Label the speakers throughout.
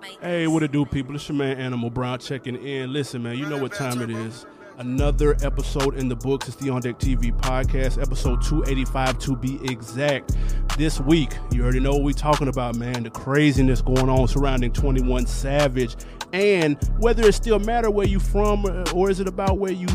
Speaker 1: like
Speaker 2: Hey, what it do, people? It's your man Animal Brown checking in. Listen, man, you know what time it is. Another episode in the books. It's the On Deck TV podcast, episode 285 to be exact. This week, you already know what we're talking about, man. The craziness going on surrounding 21 Savage. And whether it still matter where you from uh, or is it about where you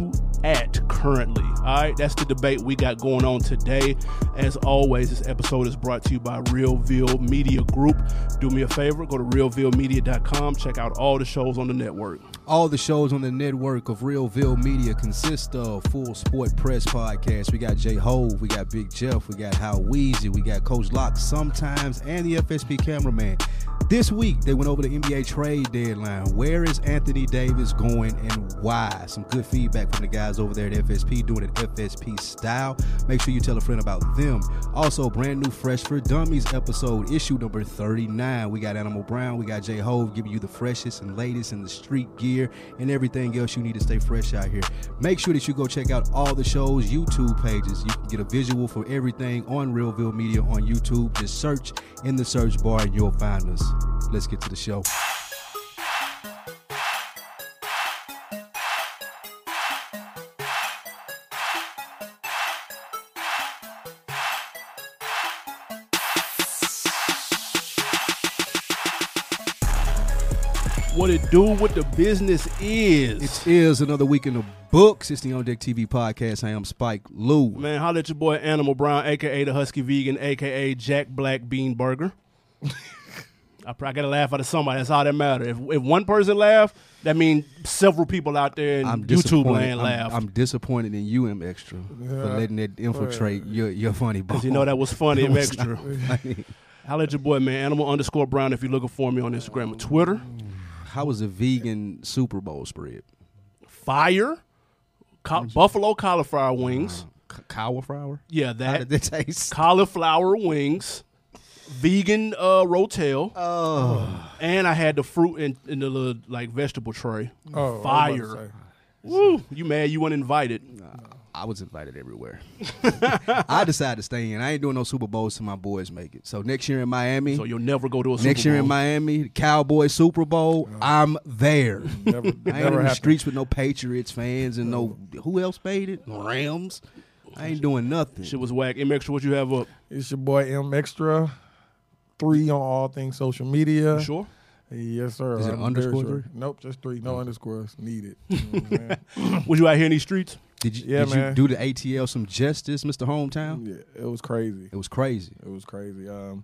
Speaker 2: at currently. All right, that's the debate we got going on today. As always, this episode is brought to you by Realville Media Group. Do me a favor, go to realvillemedia.com, check out all the shows on the network.
Speaker 3: All the shows on the network of Realville Media consist of Full Sport Press Podcast. We got Jay Hove, we got Big Jeff, we got How Weezy, we got Coach Locke sometimes, and the FSP cameraman. This week they went over the NBA trade deadline. Where is Anthony Davis going and why? Some good feedback from the guys over there at FSP doing it FSP style. Make sure you tell a friend about them. Also, brand new Fresh for Dummies episode, issue number 39. We got Animal Brown, we got J Hove giving you the freshest and latest in the street gear and everything else you need to stay fresh out here. Make sure that you go check out all the shows, YouTube pages. You can get a visual for everything on Realville Media on YouTube. Just search in the search bar and you'll find us. Let's get to the show.
Speaker 2: What it do, what the business is.
Speaker 3: It is another week in the books. It's the On Deck TV podcast. I am Spike Lou.
Speaker 2: Man, holla at your boy Animal Brown, aka the Husky Vegan, aka Jack Black Bean Burger. I probably gotta laugh out of somebody. That's all that matter. If, if one person laugh, that means several people out there in
Speaker 3: I'm
Speaker 2: YouTube
Speaker 3: disappointed.
Speaker 2: land
Speaker 3: I'm-
Speaker 2: laugh.
Speaker 3: I'm, disappointed in you, M Extra, for letting it infiltrate your your funny bone.
Speaker 2: you know that was funny and
Speaker 3: That was
Speaker 2: extra.
Speaker 3: not funny.
Speaker 2: Holla at your boy, man. Animal underscore Brown. If you're looking for me on Instagram and Twitter,
Speaker 3: How was the vegan Super Bowl spread?
Speaker 2: fire, co- buffalo cauliflower wings.
Speaker 3: C- cauliflower?
Speaker 2: Yeah,
Speaker 3: How did
Speaker 2: that
Speaker 3: it taste?
Speaker 2: cauliflower wings, vegan uh, rotel.
Speaker 3: Oh,
Speaker 2: And I had the fruit in, in the little like vegetable tray.
Speaker 4: Oh, I was about to
Speaker 2: Fire.
Speaker 4: say.
Speaker 2: Woo! You mad? You weren't invited.
Speaker 3: I was invited everywhere. I decided to stay in. I ain't doing no Super Bowls till my boys make it. So next year in Miami,
Speaker 2: So you'll never go to a Super
Speaker 3: next year in
Speaker 2: Bowl.
Speaker 3: Miami, Cowboy Super Bowl, I'm there.
Speaker 4: Never, it
Speaker 3: I ain't in
Speaker 4: never
Speaker 3: the
Speaker 4: happened.
Speaker 3: streets with no Patriots fans and no who else made it? Rams. I ainain't doing nothing.
Speaker 2: Shit was whack. It makes sure what you have up.
Speaker 4: It's your boy M Extra, three on all things social media.
Speaker 2: You sure.
Speaker 4: Yes, sir.
Speaker 3: Is it
Speaker 4: I'm
Speaker 3: underscore
Speaker 4: very
Speaker 3: three?
Speaker 4: Nope, just three. No underscores needed. You know what I'm
Speaker 2: Was you out here in these streets?
Speaker 3: Did you
Speaker 4: Yeah,
Speaker 3: did
Speaker 4: man. Mm.
Speaker 3: you do the ATL some justice, Mr. Hometown?
Speaker 4: saying? yeah, it was crazy.
Speaker 3: It was crazy.
Speaker 4: It was crazy. Um,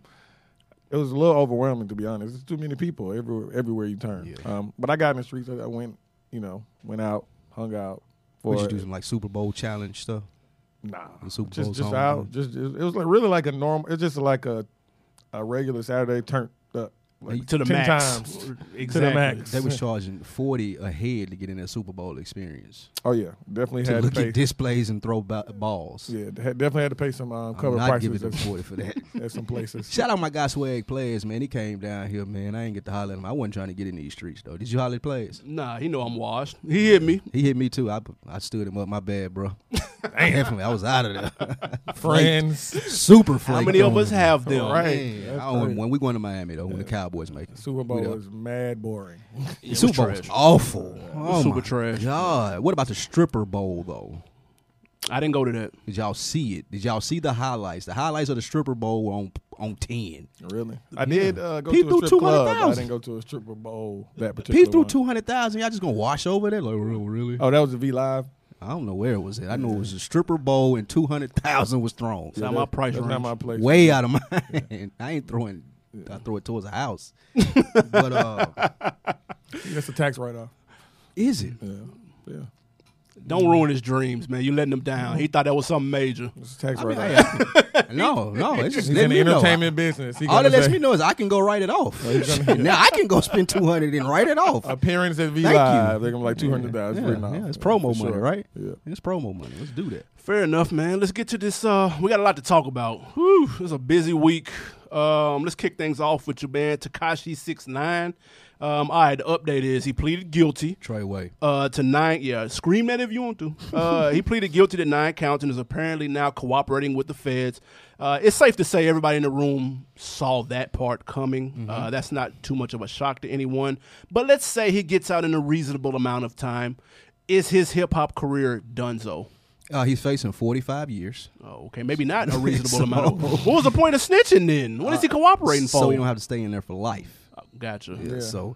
Speaker 4: it was a little overwhelming to be honest. There's too many people everywhere, everywhere you turn.
Speaker 3: Yeah.
Speaker 4: Um, but I got in the streets. I I went, you know, went out, hung out. For
Speaker 3: Would you do some like Super Bowl challenge stuff?
Speaker 4: Nah,
Speaker 3: The Super
Speaker 4: just
Speaker 3: Bowl's
Speaker 4: just
Speaker 3: home,
Speaker 4: out.
Speaker 3: man.
Speaker 4: Just, just it was like really like a normal. It's just like a a regular Saturday uh, turned up like
Speaker 2: To the
Speaker 4: 10
Speaker 2: max.
Speaker 4: times.
Speaker 2: Exactly.
Speaker 4: max.
Speaker 3: They was charging forty a head to get in that Super Bowl experience
Speaker 4: Oh yeah, definitely
Speaker 3: to
Speaker 4: had to
Speaker 3: look
Speaker 4: pay.
Speaker 3: at displays and throw ba- balls.
Speaker 4: Yeah, had- definitely had to pay some um, cover
Speaker 3: I'm not
Speaker 4: prices
Speaker 3: giving them
Speaker 4: at,
Speaker 3: forty for that.
Speaker 4: at some places.
Speaker 3: Shout out my guy Swag Players, man. He came down here, man. I ain't get to holler at him. I wasn't trying to get in these streets though. Did you holler at Players?
Speaker 2: Nah, he know I'm washed. He hit me.
Speaker 3: He hit me too. I I stood him up. My bad, bro. Definitely, I was out of there.
Speaker 4: Friends,
Speaker 3: Super flaked
Speaker 2: How many of
Speaker 3: on
Speaker 2: us
Speaker 3: him. Oh,
Speaker 2: have them?
Speaker 4: Right.
Speaker 3: Man,
Speaker 4: That's
Speaker 3: I don't-
Speaker 4: crazy.
Speaker 3: when we going to Miami though, when the Cowboys make it,
Speaker 4: Super
Speaker 3: We
Speaker 4: Bowl
Speaker 3: don't-
Speaker 4: is mad boring.
Speaker 2: It was
Speaker 3: Super Bowl
Speaker 2: trash.
Speaker 3: was awful. Oh
Speaker 2: Super
Speaker 3: my
Speaker 2: trash.
Speaker 3: God, what about the stripper bowl though?
Speaker 2: I didn't go to that.
Speaker 3: Did y'all see it? Did y'all see the highlights? The highlights of the stripper bowl were on on ten.
Speaker 4: Really, I did uh, go
Speaker 3: He
Speaker 4: to
Speaker 3: threw
Speaker 4: a strip club. I
Speaker 3: 200,000.
Speaker 4: didn't go to a stripper bowl that particular.
Speaker 3: He threw
Speaker 4: one.
Speaker 3: two hundred thousand. Y'all just gonna wash over that? Like real, really?
Speaker 4: Oh, that was a V Live.
Speaker 3: I don't know where it was at. I know it was a stripper bowl and two hundred thousand was thrown.
Speaker 2: It's not my price
Speaker 4: That's
Speaker 2: range.
Speaker 4: not my place.
Speaker 3: Way out of my. I ain't throwing. I throw it towards a house. but uh,
Speaker 4: That's a tax write off.
Speaker 3: is it?
Speaker 4: Yeah, yeah.
Speaker 2: Don't ruin his dreams, man. You letting him down. He thought that was something major.
Speaker 4: It's a tax
Speaker 3: I mean,
Speaker 4: write off.
Speaker 3: I- no, no. It's just
Speaker 4: He's
Speaker 3: letting
Speaker 4: in
Speaker 3: me
Speaker 4: the
Speaker 3: know.
Speaker 4: entertainment business. He
Speaker 3: All
Speaker 4: gonna
Speaker 3: it lets
Speaker 4: say,
Speaker 3: me know is I can go write it off. now I can go spend two hundred and write it off.
Speaker 4: appearance at V
Speaker 3: Thank you.
Speaker 4: Live. They're gonna be like two hundred dollars
Speaker 3: yeah,
Speaker 4: written off.
Speaker 3: yeah, it's promo
Speaker 4: For
Speaker 3: money,
Speaker 4: sure.
Speaker 3: right?
Speaker 4: Yeah.
Speaker 3: It's promo money. Let's do that.
Speaker 2: Fair enough, man. Let's get to this. Uh, we got a lot to talk about. Whew, it's a busy week. Um, let's kick things off with your man Takashi Six Nine. Um, all right, the update is he pleaded guilty
Speaker 3: Trey Way.
Speaker 2: uh, to nine. Yeah, scream that if you want to. Uh, he pleaded guilty to nine counts and is apparently now cooperating with the feds. Uh, it's safe to say everybody in the room saw that part coming.
Speaker 3: Mm-hmm.
Speaker 2: Uh, that's not too much of a shock to anyone. But let's say he gets out in a reasonable amount of time. Is his hip hop career donezo?
Speaker 3: Uh, he's facing 45 years.
Speaker 2: Oh, okay, maybe not a reasonable
Speaker 3: So- Uh,
Speaker 2: amount. Of, what was the point of snitching then? What is he cooperating for?
Speaker 3: So you don't have to stay in there for life.
Speaker 2: Oh, gotcha.
Speaker 4: Yeah. Um,
Speaker 3: So,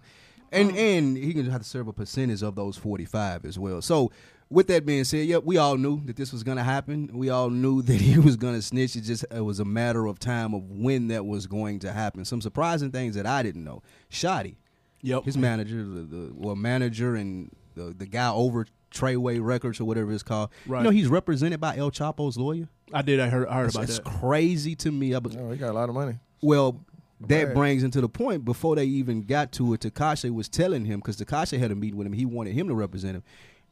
Speaker 3: and and he can have to serve a percentage of those forty five as well. So, with that being said, yep, we all knew that this was going to happen. We all knew that he was going to snitch. It just it was a matter of time of when that was going to happen. Some surprising things that I didn't know. Shoddy,
Speaker 2: Yep.
Speaker 3: his manager, the, the well manager and the, the guy over Treyway Records or whatever it's called.
Speaker 2: Right.
Speaker 3: You know, he's represented by El Chapo's lawyer.
Speaker 2: I did. I heard. I heard about
Speaker 3: That's
Speaker 2: that.
Speaker 3: crazy to me. I was,
Speaker 4: Oh, he got a lot of money.
Speaker 3: well, that
Speaker 4: Right.
Speaker 3: brings into the point before they even got to it, Takashi was telling him because Takashi had a meeting with him. He wanted him to represent him,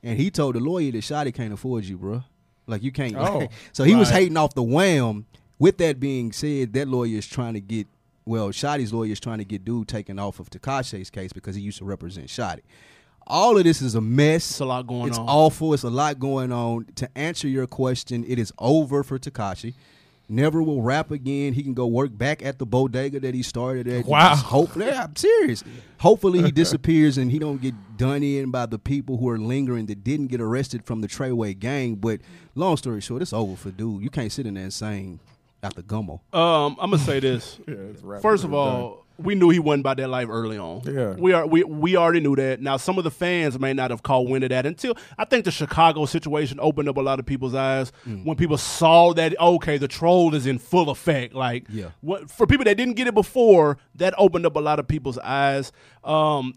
Speaker 3: and he told the lawyer that Shotty can't afford you, bro. Like you can't.
Speaker 4: Oh,
Speaker 3: so he was
Speaker 2: right.
Speaker 3: hating off the wham. With that being said, that lawyer is trying to get. Well, Shotty's lawyer is trying to get dude taken off of Takashi's case because he used to represent Shotty. All of this is a mess.
Speaker 2: It's a lot going
Speaker 3: It's
Speaker 2: on.
Speaker 3: awful. It's a lot going on. To answer your question, it is over for Takashi. Never will rap again. He can go work back at the bodega that he started at.
Speaker 4: Wow.
Speaker 3: Just Hope, yeah, I'm serious. Hopefully he disappears and he don't get done in by the people who are lingering that didn't get arrested from the Treyway gang. But long story short, it's over for dude. You can't sit in there and sing out the gummo.
Speaker 2: Um, I'm gonna say this.
Speaker 4: Yeah, it's rap.
Speaker 2: First of all, we knew he wasn't about that life early on.
Speaker 4: Yeah.
Speaker 2: we are. We we already knew that. Now, some of the fans may not have caught wind of that until I think the Chicago situation opened up a lot of people's eyes when people saw that. Okay, the troll is in full effect. Like,
Speaker 3: Yeah.
Speaker 2: what for people that didn't get it before, that opened up a lot of people's eyes. Um.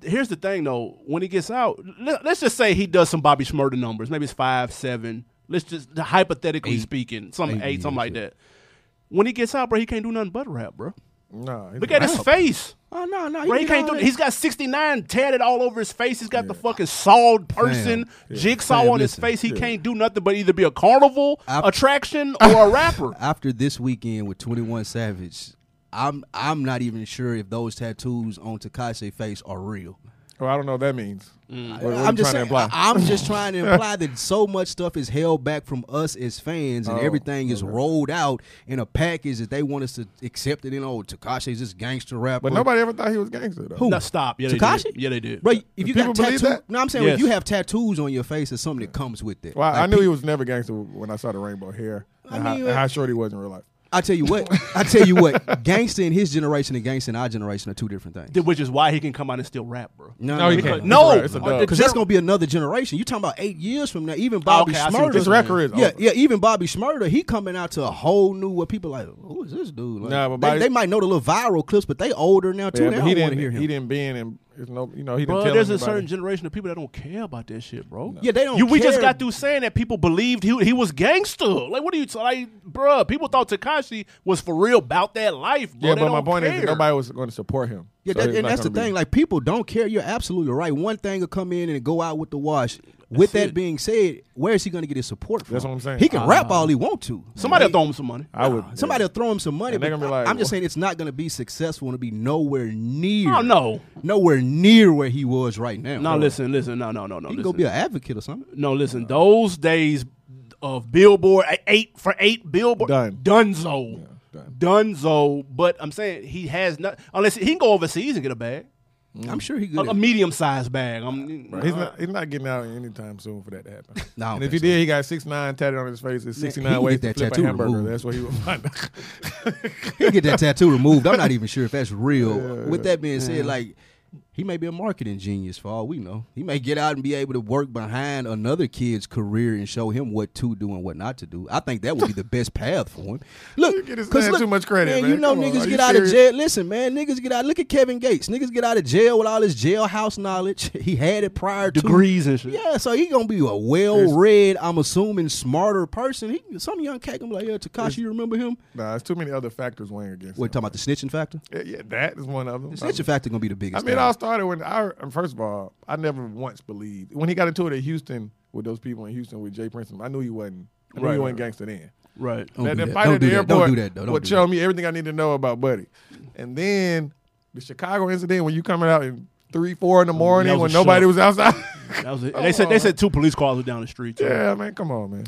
Speaker 2: Here's the thing, though. When he gets out, let, us just say he does some Bobby Schmurda numbers. Maybe it's five, seven. Let's just hypothetically speaking, some eight,
Speaker 3: Eight, yeah,
Speaker 2: something like
Speaker 3: shit.
Speaker 2: that. When he gets out, bro, he can't do nothing but rap, bro.
Speaker 4: nah, he's
Speaker 2: Look at his face.
Speaker 3: Oh no, no,
Speaker 2: Bro, he can't do. He's got sixty nine tatted all over his face. He's got the fucking sawed person jigsaw
Speaker 3: Fam,
Speaker 2: on his
Speaker 3: listen.
Speaker 2: face. He can't do nothing but either be a carnival attraction or a rapper.
Speaker 3: after this weekend with Twenty One Savage. I'm I'm not even sure if those tattoos on Takashi's face are real.
Speaker 4: Oh, I don't know what that means. What, what
Speaker 3: I'm
Speaker 4: you
Speaker 3: just
Speaker 4: trying
Speaker 3: saying,
Speaker 4: to imply?
Speaker 3: I- I'm just trying to imply that so much stuff is held back from us as fans, and
Speaker 4: Oh,
Speaker 3: everything is rolled out in a package that they want us to accept it. You know, Takashi's this gangster rapper.
Speaker 4: but nobody ever thought he was gangster though.
Speaker 3: Who?
Speaker 2: No, stop. Yeah, they
Speaker 3: Takashi?
Speaker 2: did. Yeah, they did.
Speaker 3: bro, if you got
Speaker 4: people
Speaker 3: tattoos,
Speaker 4: believe that?
Speaker 3: no, I'm saying if
Speaker 2: Yes.
Speaker 3: you have tattoos on your face, it's something that comes with it.
Speaker 4: Well, I
Speaker 3: Like,
Speaker 4: knew he was never gangster when I saw the rainbow hair
Speaker 3: mean,
Speaker 4: and, how,
Speaker 3: uh,
Speaker 4: and how short he was in real life.
Speaker 3: I tell you what, I tell you what, gangster in his generation and gangster in our generation are two different things.
Speaker 2: Which is why he can come out and still rap, bro.
Speaker 4: No, you can't.
Speaker 2: No,
Speaker 4: It's a- it's a
Speaker 2: uh,
Speaker 4: dub.
Speaker 2: the
Speaker 3: Because that's gonna be another generation. You talking about eight years from now? Even Bobby
Speaker 2: Okay, I see what
Speaker 3: Smurda,
Speaker 2: you're
Speaker 4: His record is
Speaker 3: yeah,
Speaker 4: over.
Speaker 3: yeah. Even Bobby Smurda, he coming out to a whole new where people like, who is this dude? Like,
Speaker 4: Nah, but
Speaker 3: they,
Speaker 4: Bobby-
Speaker 3: they might know the little viral clips, but they older now too.
Speaker 4: Yeah,
Speaker 3: they
Speaker 4: but
Speaker 3: don't
Speaker 4: he
Speaker 3: want
Speaker 4: didn't.
Speaker 3: to hear him.
Speaker 4: He didn't bend, and there's no, you know, he didn't
Speaker 2: Bro,
Speaker 4: tell
Speaker 2: there's a
Speaker 4: anybody.
Speaker 2: certain generation of people that don't care about that shit, bro.
Speaker 3: Yeah, they don't
Speaker 2: You, we just
Speaker 3: care.
Speaker 2: got through saying that people believed he he was gangster. Like, what are you t- like, bro? People thought Takashi was for real about that life, bro.
Speaker 4: yeah,
Speaker 2: They
Speaker 4: but my
Speaker 2: don't
Speaker 4: point is
Speaker 2: care.
Speaker 4: that nobody was going to support him.
Speaker 3: Yeah,
Speaker 4: So
Speaker 3: that-
Speaker 4: it's
Speaker 3: and
Speaker 4: not
Speaker 3: that's the
Speaker 4: gonna be-
Speaker 3: thing. Like people don't care. You're absolutely right. One thing will come in and go out with the wash. With that
Speaker 2: it.
Speaker 3: being said, where is he going to get his support from?
Speaker 4: That's what I'm saying. Uh,
Speaker 3: He can rap all he want to.
Speaker 2: Somebody
Speaker 3: Like,
Speaker 2: throw him some money.
Speaker 4: I would.
Speaker 3: Somebody will throw him some money.
Speaker 4: And they're
Speaker 3: but
Speaker 4: gonna be like,
Speaker 3: I'm just
Speaker 4: "Wha-
Speaker 3: saying it's not going to be successful and it'll be nowhere near.
Speaker 2: Oh no,
Speaker 3: nowhere near where he was right now.
Speaker 2: no! Listen, listen, no, no, no, no.
Speaker 3: he can
Speaker 2: Listen.
Speaker 3: go be an advocate or something.
Speaker 2: no, listen. Those days of Billboard eh, eight for eight Billboard
Speaker 4: Done.
Speaker 2: Dunzo,
Speaker 4: done.
Speaker 2: Dunzo. But I'm saying he has not unless he can go overseas and get a bag,
Speaker 4: Mm.
Speaker 3: I'm sure he
Speaker 2: a,
Speaker 3: could.
Speaker 2: a medium sized bag. I'm,
Speaker 4: Bro, He's not. He's not getting out anytime soon for that to happen.
Speaker 3: No, uh, I don't
Speaker 4: and if he
Speaker 3: think
Speaker 4: did, he got six nine tatted on his face. It's sixty
Speaker 3: he
Speaker 4: nine
Speaker 3: can
Speaker 4: ways
Speaker 3: get
Speaker 4: to
Speaker 3: that
Speaker 4: flip a
Speaker 3: tattoo
Speaker 4: hamburger.
Speaker 3: removed.
Speaker 4: That's what he would find. out.
Speaker 3: He'll get that tattoo removed. I'm not even sure if that's real. With that being said, like he may be a marketing genius for all we know. He may get out and be able to work behind another kid's career and show him what to do and what not to do. I think that would be the best path for him. Look,
Speaker 4: You get this
Speaker 3: 'cause
Speaker 4: man
Speaker 3: look,
Speaker 4: too much credit, man.
Speaker 3: You know
Speaker 4: Come on,
Speaker 3: niggas
Speaker 4: are
Speaker 3: get
Speaker 4: you
Speaker 3: out
Speaker 4: serious?
Speaker 3: of jail. Listen, man, niggas get out. Look at Kevin Gates. Niggas get out of jail with all his jailhouse knowledge. he had it prior to
Speaker 2: degrees and shit.
Speaker 3: Yeah, so he gonna be a well-read, I'm assuming, smarter person. He, some young cat gonna be like, yeah, Takashi, you remember him?
Speaker 4: nah, there's too many other factors weighing against.
Speaker 3: What
Speaker 4: him.
Speaker 3: talking about the snitching factor?
Speaker 4: Yeah, yeah, that is one of them.
Speaker 3: The snitching factor gonna be the
Speaker 4: I
Speaker 3: biggest.
Speaker 4: mean, it
Speaker 3: thing.
Speaker 4: all started when I and first of all, I never once believed when he got into it at Houston with those people in Houston with Jay Princeton. I knew he wasn't. I knew
Speaker 2: Right,
Speaker 4: he
Speaker 2: right,
Speaker 4: wasn't gangster then.
Speaker 2: Right.
Speaker 3: Don't do
Speaker 4: that that
Speaker 3: that.
Speaker 4: fight
Speaker 3: Don't
Speaker 4: at
Speaker 3: do
Speaker 4: the
Speaker 3: that.
Speaker 4: airport
Speaker 3: Don't do that, though. Don't
Speaker 4: would
Speaker 3: do
Speaker 4: tell
Speaker 3: that.
Speaker 4: me everything I need to know about Buddy. And then the Chicago incident when you coming out in three, four in the morning
Speaker 2: was
Speaker 4: when
Speaker 2: a
Speaker 4: nobody
Speaker 2: shock.
Speaker 4: was outside.
Speaker 2: That was it. They said they said two police cars were down the street. Too.
Speaker 4: yeah, man, come on, man.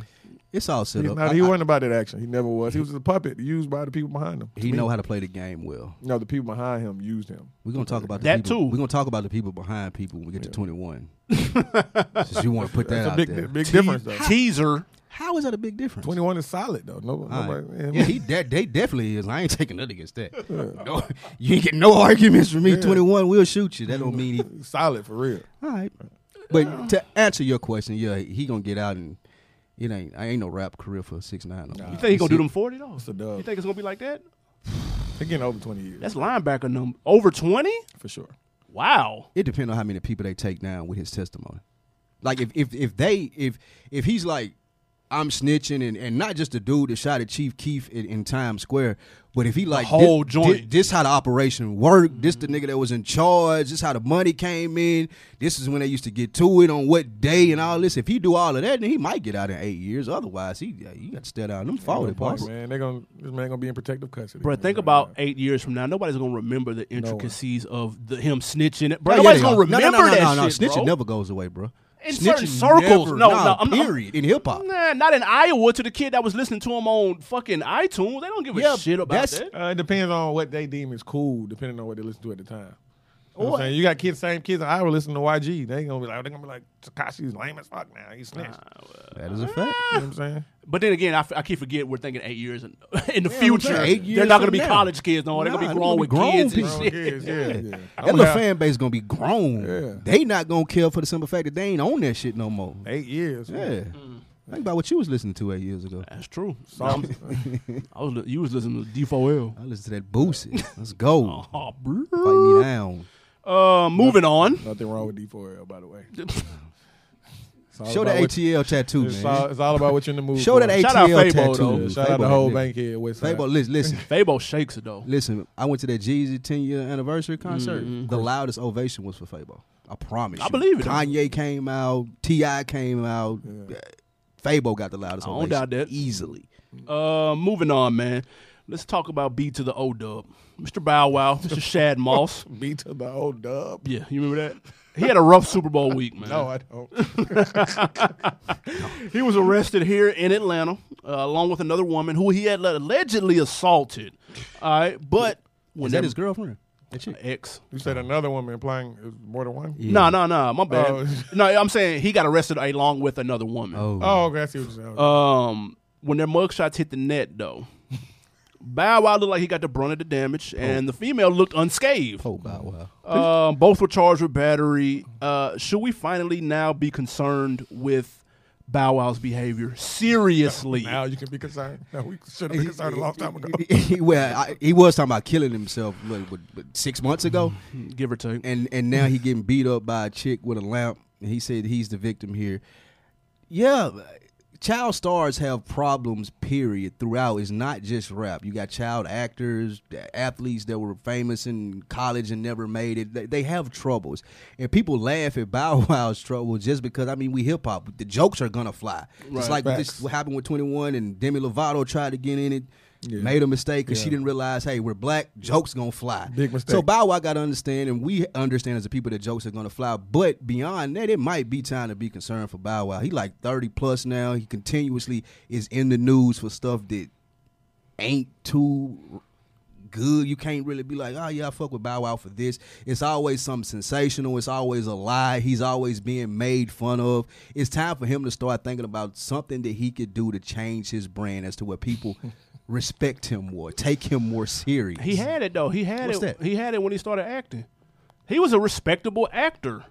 Speaker 3: It's all set
Speaker 4: He's
Speaker 3: up.
Speaker 4: not,
Speaker 3: I-
Speaker 4: he
Speaker 3: I-
Speaker 4: wasn't about that action. He never was. He was a puppet used by the people behind him.
Speaker 3: he know how to play the game well.
Speaker 4: No, the people behind him used him.
Speaker 3: We're gonna talk about the
Speaker 2: That
Speaker 3: people.
Speaker 2: too.
Speaker 3: We're gonna talk about the people behind people when we get to twenty one. Since you want to put that
Speaker 4: That's a
Speaker 3: out
Speaker 4: big,
Speaker 3: there.
Speaker 4: big
Speaker 2: Te-
Speaker 4: difference though.
Speaker 2: teaser.
Speaker 3: How is that a big difference?
Speaker 4: Twenty one is solid though. No,
Speaker 3: All right.
Speaker 4: nobody,
Speaker 3: Yeah, he that they definitely is. I ain't taking nothing against that. No, you ain't getting no arguments from me. Twenty one, we'll shoot you. That don't mean he.
Speaker 4: solid for real.
Speaker 3: All right, but to answer your question, yeah, he gonna get out and it ain't. I ain't no rap career for six nine. No.
Speaker 2: You think he gonna do them forty though?
Speaker 4: It's a dub.
Speaker 2: You think it's gonna be like that?
Speaker 4: They're getting over twenty years
Speaker 2: That's linebacker number over twenty.
Speaker 4: for sure.
Speaker 2: Wow.
Speaker 3: It depends on how many people they take down with his testimony. Like if if if they if if he's like I'm snitching and, and not just the dude that shot at Chief Keef in, in Times Square, but if he like
Speaker 2: whole
Speaker 3: thi-
Speaker 2: joint. Mm-hmm.
Speaker 3: thi- this how the operation worked. This the nigga that was in charge. This how the money came in. This is when they used to get to it on what day and all this. If he do all of that, then he might get out in eight years. Otherwise, he you got to stay down them forty
Speaker 4: Boy,
Speaker 3: boss.
Speaker 4: man, they're gonna this man gonna be in protective custody.
Speaker 2: Bro,
Speaker 4: man.
Speaker 2: think about eight years from now. Nobody's gonna remember the
Speaker 4: one.
Speaker 2: intricacies of the, him snitching. It, bro,
Speaker 3: Yeah,
Speaker 2: nobody's
Speaker 3: yeah,
Speaker 2: gonna
Speaker 3: yeah.
Speaker 2: remember
Speaker 3: no, no, no,
Speaker 2: that
Speaker 3: no, no,
Speaker 2: shit,
Speaker 3: Snitching
Speaker 2: bro.
Speaker 3: never goes away, bro.
Speaker 2: In certain circles.
Speaker 3: never-
Speaker 2: No,
Speaker 3: nah,
Speaker 2: no, I'm- I'm-
Speaker 3: period in hip hop.
Speaker 2: Nah, not in Iowa to the kid that was listening to him on fucking iTunes. They don't give a
Speaker 3: Yeah,
Speaker 2: shit about
Speaker 3: that's-
Speaker 2: that.
Speaker 4: Uh, it depends on what they deem is cool, depending on what they listen to at the time. You, know what I'm
Speaker 2: What?
Speaker 4: saying? You got kids, same kids in Iowa listening to YG. They gonna be like, they gonna be like, Takashi's lame as fuck now. He's snitched.
Speaker 3: That is a fact.
Speaker 4: You know what I'm saying?
Speaker 2: But then again, I, f- I keep forget we're thinking eight years in, in the
Speaker 3: I'm
Speaker 2: future.
Speaker 3: saying, eight
Speaker 2: they're
Speaker 3: years
Speaker 2: not gonna
Speaker 3: from
Speaker 2: be
Speaker 3: now.
Speaker 2: college kids. No, they're gonna
Speaker 3: Nah,
Speaker 2: be
Speaker 3: they're
Speaker 2: grown
Speaker 3: gonna
Speaker 2: with
Speaker 3: be grown
Speaker 2: kids
Speaker 3: people.
Speaker 2: and
Speaker 4: Grown
Speaker 2: shit.
Speaker 4: kids, yeah, yeah. I
Speaker 3: That
Speaker 4: would
Speaker 3: little
Speaker 4: have
Speaker 3: fan base gonna be grown.
Speaker 4: Yeah.
Speaker 3: They not gonna care for the simple fact that they ain't on that shit no more.
Speaker 4: Eight years.
Speaker 3: Yeah.
Speaker 4: Mm.
Speaker 3: Think about what you was listening to eight years ago.
Speaker 2: That's true.
Speaker 3: Um,
Speaker 4: Songs.
Speaker 2: I was li- you was listening to D4L.
Speaker 3: I listened to that Boosie. Let's go.
Speaker 2: Oh,
Speaker 3: Fight
Speaker 2: bro.
Speaker 3: me down.
Speaker 2: Uh, moving on.
Speaker 4: Nothing wrong with D4L, by the way. It's all
Speaker 3: Show
Speaker 4: about
Speaker 3: that
Speaker 4: what-
Speaker 3: ATL tattoo,
Speaker 4: It's all,
Speaker 3: man.
Speaker 4: it's all about what you're in the mood
Speaker 3: Show
Speaker 4: for.
Speaker 3: that ATL
Speaker 2: Shout out Fabo,
Speaker 3: tattoo.
Speaker 2: though.
Speaker 4: Yeah, Shout out the
Speaker 3: Fabo,
Speaker 4: whole
Speaker 3: nigga.
Speaker 4: bank here. West Side.
Speaker 3: Fabo, listen, listen,
Speaker 2: Fabo shakes it though.
Speaker 3: listen. I went to that Jeezy 10 year anniversary
Speaker 4: Mm-hmm.
Speaker 3: concert. The loudest ovation was for Fabo. I promise.
Speaker 2: I
Speaker 3: you.
Speaker 2: believe it.
Speaker 3: Kanye came out. Ti came out. Fabo got the loudest
Speaker 2: I don't
Speaker 3: ovation.
Speaker 2: doubt that.
Speaker 3: easily.
Speaker 2: Uh, moving on, man. Let's talk about B to the O Dub, Mr. Bow Wow, Mr. Shad Moss.
Speaker 4: B to the old dub.
Speaker 2: Yeah, you remember that? He had a rough Super Bowl week, man.
Speaker 4: No, I don't.
Speaker 2: He was arrested here in Atlanta, uh, along with another woman who he had allegedly assaulted. All right, but when
Speaker 3: Was that his girlfriend? That chick.
Speaker 2: ex,
Speaker 4: You said another woman implying it's more than one?
Speaker 2: no, no, no, my bad.
Speaker 4: Oh.
Speaker 2: No, I'm saying he got arrested along with another woman.
Speaker 3: Oh.
Speaker 4: Oh, okay. I see what you're saying.
Speaker 3: Uh,
Speaker 2: Um, when their mugshots hit the net, though, Bow Wow looked like he got the brunt of the damage,
Speaker 4: Oh.
Speaker 2: and the female looked unscathed.
Speaker 3: Oh, Bow Wow.
Speaker 2: Um, both were charged with battery. Uh, should we finally now be concerned with Bow Wow's behavior? Seriously.
Speaker 4: now you can be concerned. No, we should have been concerned a long time ago.
Speaker 3: well, I, he was talking about killing himself what, what, what, six months ago,
Speaker 2: give or take.
Speaker 3: and and now he getting beat up by a chick with a lamp. And he said he's the victim here. Yeah, child stars have problems. Period. Throughout, it's not just rap. You got child actors, athletes that were famous in college and never made it. They, they have troubles, and people laugh at Bow Wow's trouble just because. I mean, we hip hop. The jokes are gonna fly. It's like this,
Speaker 4: Facts.
Speaker 3: what happened with Twenty One and Demi Lovato tried to get in it. Made a mistake because she didn't realize, hey, we're black, jokes gonna fly.
Speaker 4: Big mistake.
Speaker 3: So Bow Wow got to understand, and we understand as a people that jokes are going to fly. But beyond that, it might be time to be concerned for Bow Wow. He like thirty plus now. He continuously is in the news for stuff that ain't too good. You can't really be like, oh yeah, I fuck with Bow Wow for this. It's always something sensational. It's always a lie. He's always being made fun of. It's time for him to start thinking about something that he could do to change his brand as to where people. Respect him more. Take him more serious.
Speaker 2: He had it though. He had
Speaker 3: What's
Speaker 2: it.
Speaker 3: that?
Speaker 2: He had it when he started acting. He was a respectable actor.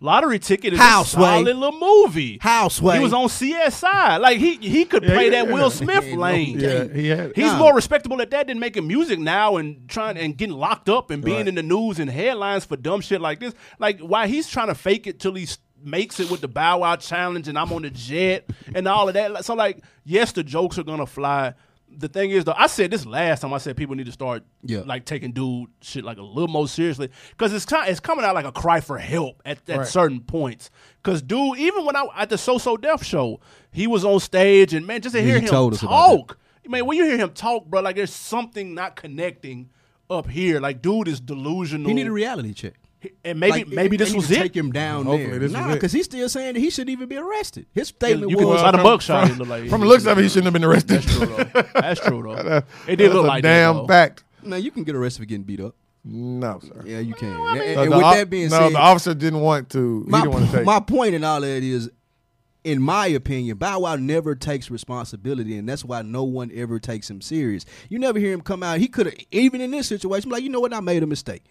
Speaker 2: Lottery ticket is
Speaker 3: How,
Speaker 2: a
Speaker 3: Sway?
Speaker 2: solid little movie.
Speaker 3: Houseway.
Speaker 2: He was on CSI. Like he he could play that Will Smith
Speaker 3: Yeah, no,
Speaker 2: lane.
Speaker 3: yeah.
Speaker 4: Yeah, he had it.
Speaker 2: He's
Speaker 3: Nah.
Speaker 2: more respectable at that than making music now and trying and getting locked up and being
Speaker 4: Right.
Speaker 2: in the news and headlines for dumb shit like this. Like why he's trying to fake it till he s- makes it with the Bow Wow challenge and I'm on the jet and all of that. Like, So like yes, the jokes are gonna fly. the thing is though, I said this last time. I said people need to start
Speaker 3: Yeah.
Speaker 2: like taking dude shit like a little more seriously because it's kind it's coming out like a cry for help at, at certain points. Because dude, even when I at the So So Def show, he was on stage and man, just to hear
Speaker 3: he
Speaker 2: him
Speaker 3: told us about that.
Speaker 2: talk, man, when you hear him talk, bro, like there's something not connecting up here. Like dude is delusional.
Speaker 3: He need a reality check.
Speaker 2: and maybe
Speaker 3: Like,
Speaker 2: maybe
Speaker 3: they
Speaker 2: this
Speaker 3: need
Speaker 2: was
Speaker 3: to
Speaker 2: it.
Speaker 3: Take him down
Speaker 4: Hopefully
Speaker 3: there.
Speaker 4: this
Speaker 3: nah,
Speaker 4: was it.
Speaker 3: because he's still saying that he shouldn't even be arrested. His statement
Speaker 2: you can
Speaker 3: was,
Speaker 2: just- Out of
Speaker 4: from-
Speaker 2: buckshot,
Speaker 4: from-
Speaker 2: it look like-
Speaker 4: from the looks of it, he shouldn't have been arrested.
Speaker 2: That's true though. That's true though. It did
Speaker 4: That's
Speaker 2: look
Speaker 4: a
Speaker 2: like
Speaker 4: damn
Speaker 2: that. though.
Speaker 4: fact.
Speaker 3: "Now you can get arrested for getting beat up."
Speaker 4: No, sir.
Speaker 3: Yeah, you can. And- and,
Speaker 4: No, the
Speaker 3: with
Speaker 4: op-
Speaker 3: that being
Speaker 4: no,
Speaker 3: said,
Speaker 4: the officer didn't want to.
Speaker 3: my,
Speaker 4: he didn't want to take.
Speaker 3: my point in all of that is, in my opinion, Bow Wow never takes responsibility, and that's why no one ever takes him serious. You never hear him come out. He could have, even in this situation, be like, you know what, I made a mistake.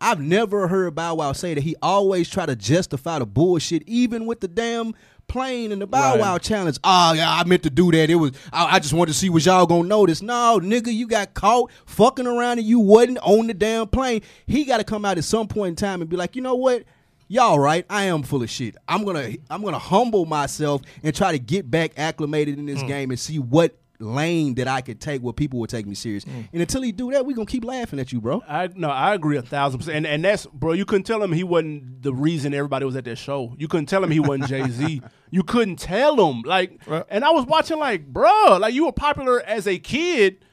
Speaker 3: I've never heard Bow Wow say that. He always try to justify the bullshit, even with the damn plane and the Bow
Speaker 2: Right.
Speaker 3: Wow challenge. Oh, yeah, I meant to do that. It was I, I just wanted to see what y'all gonna notice. No, nigga, you got caught fucking around and you wasn't on the damn plane. He got to come out at some point in time and be like, you know what? Y'all right, I am full of shit. I'm gonna I'm gonna humble myself and try to get back acclimated in this
Speaker 4: Hmm.
Speaker 3: game and see what lane that I could take where people will take me serious.
Speaker 4: Hmm.
Speaker 3: And until he do that, we gonna keep laughing at you, bro.
Speaker 2: I no, I agree a thousand percent. And and that's bro, you couldn't tell him he wasn't the reason everybody was at that show. You couldn't tell him he wasn't Jay Z. You couldn't tell him like.
Speaker 4: Right.
Speaker 2: And I was watching like, bro, like you were popular as a kid,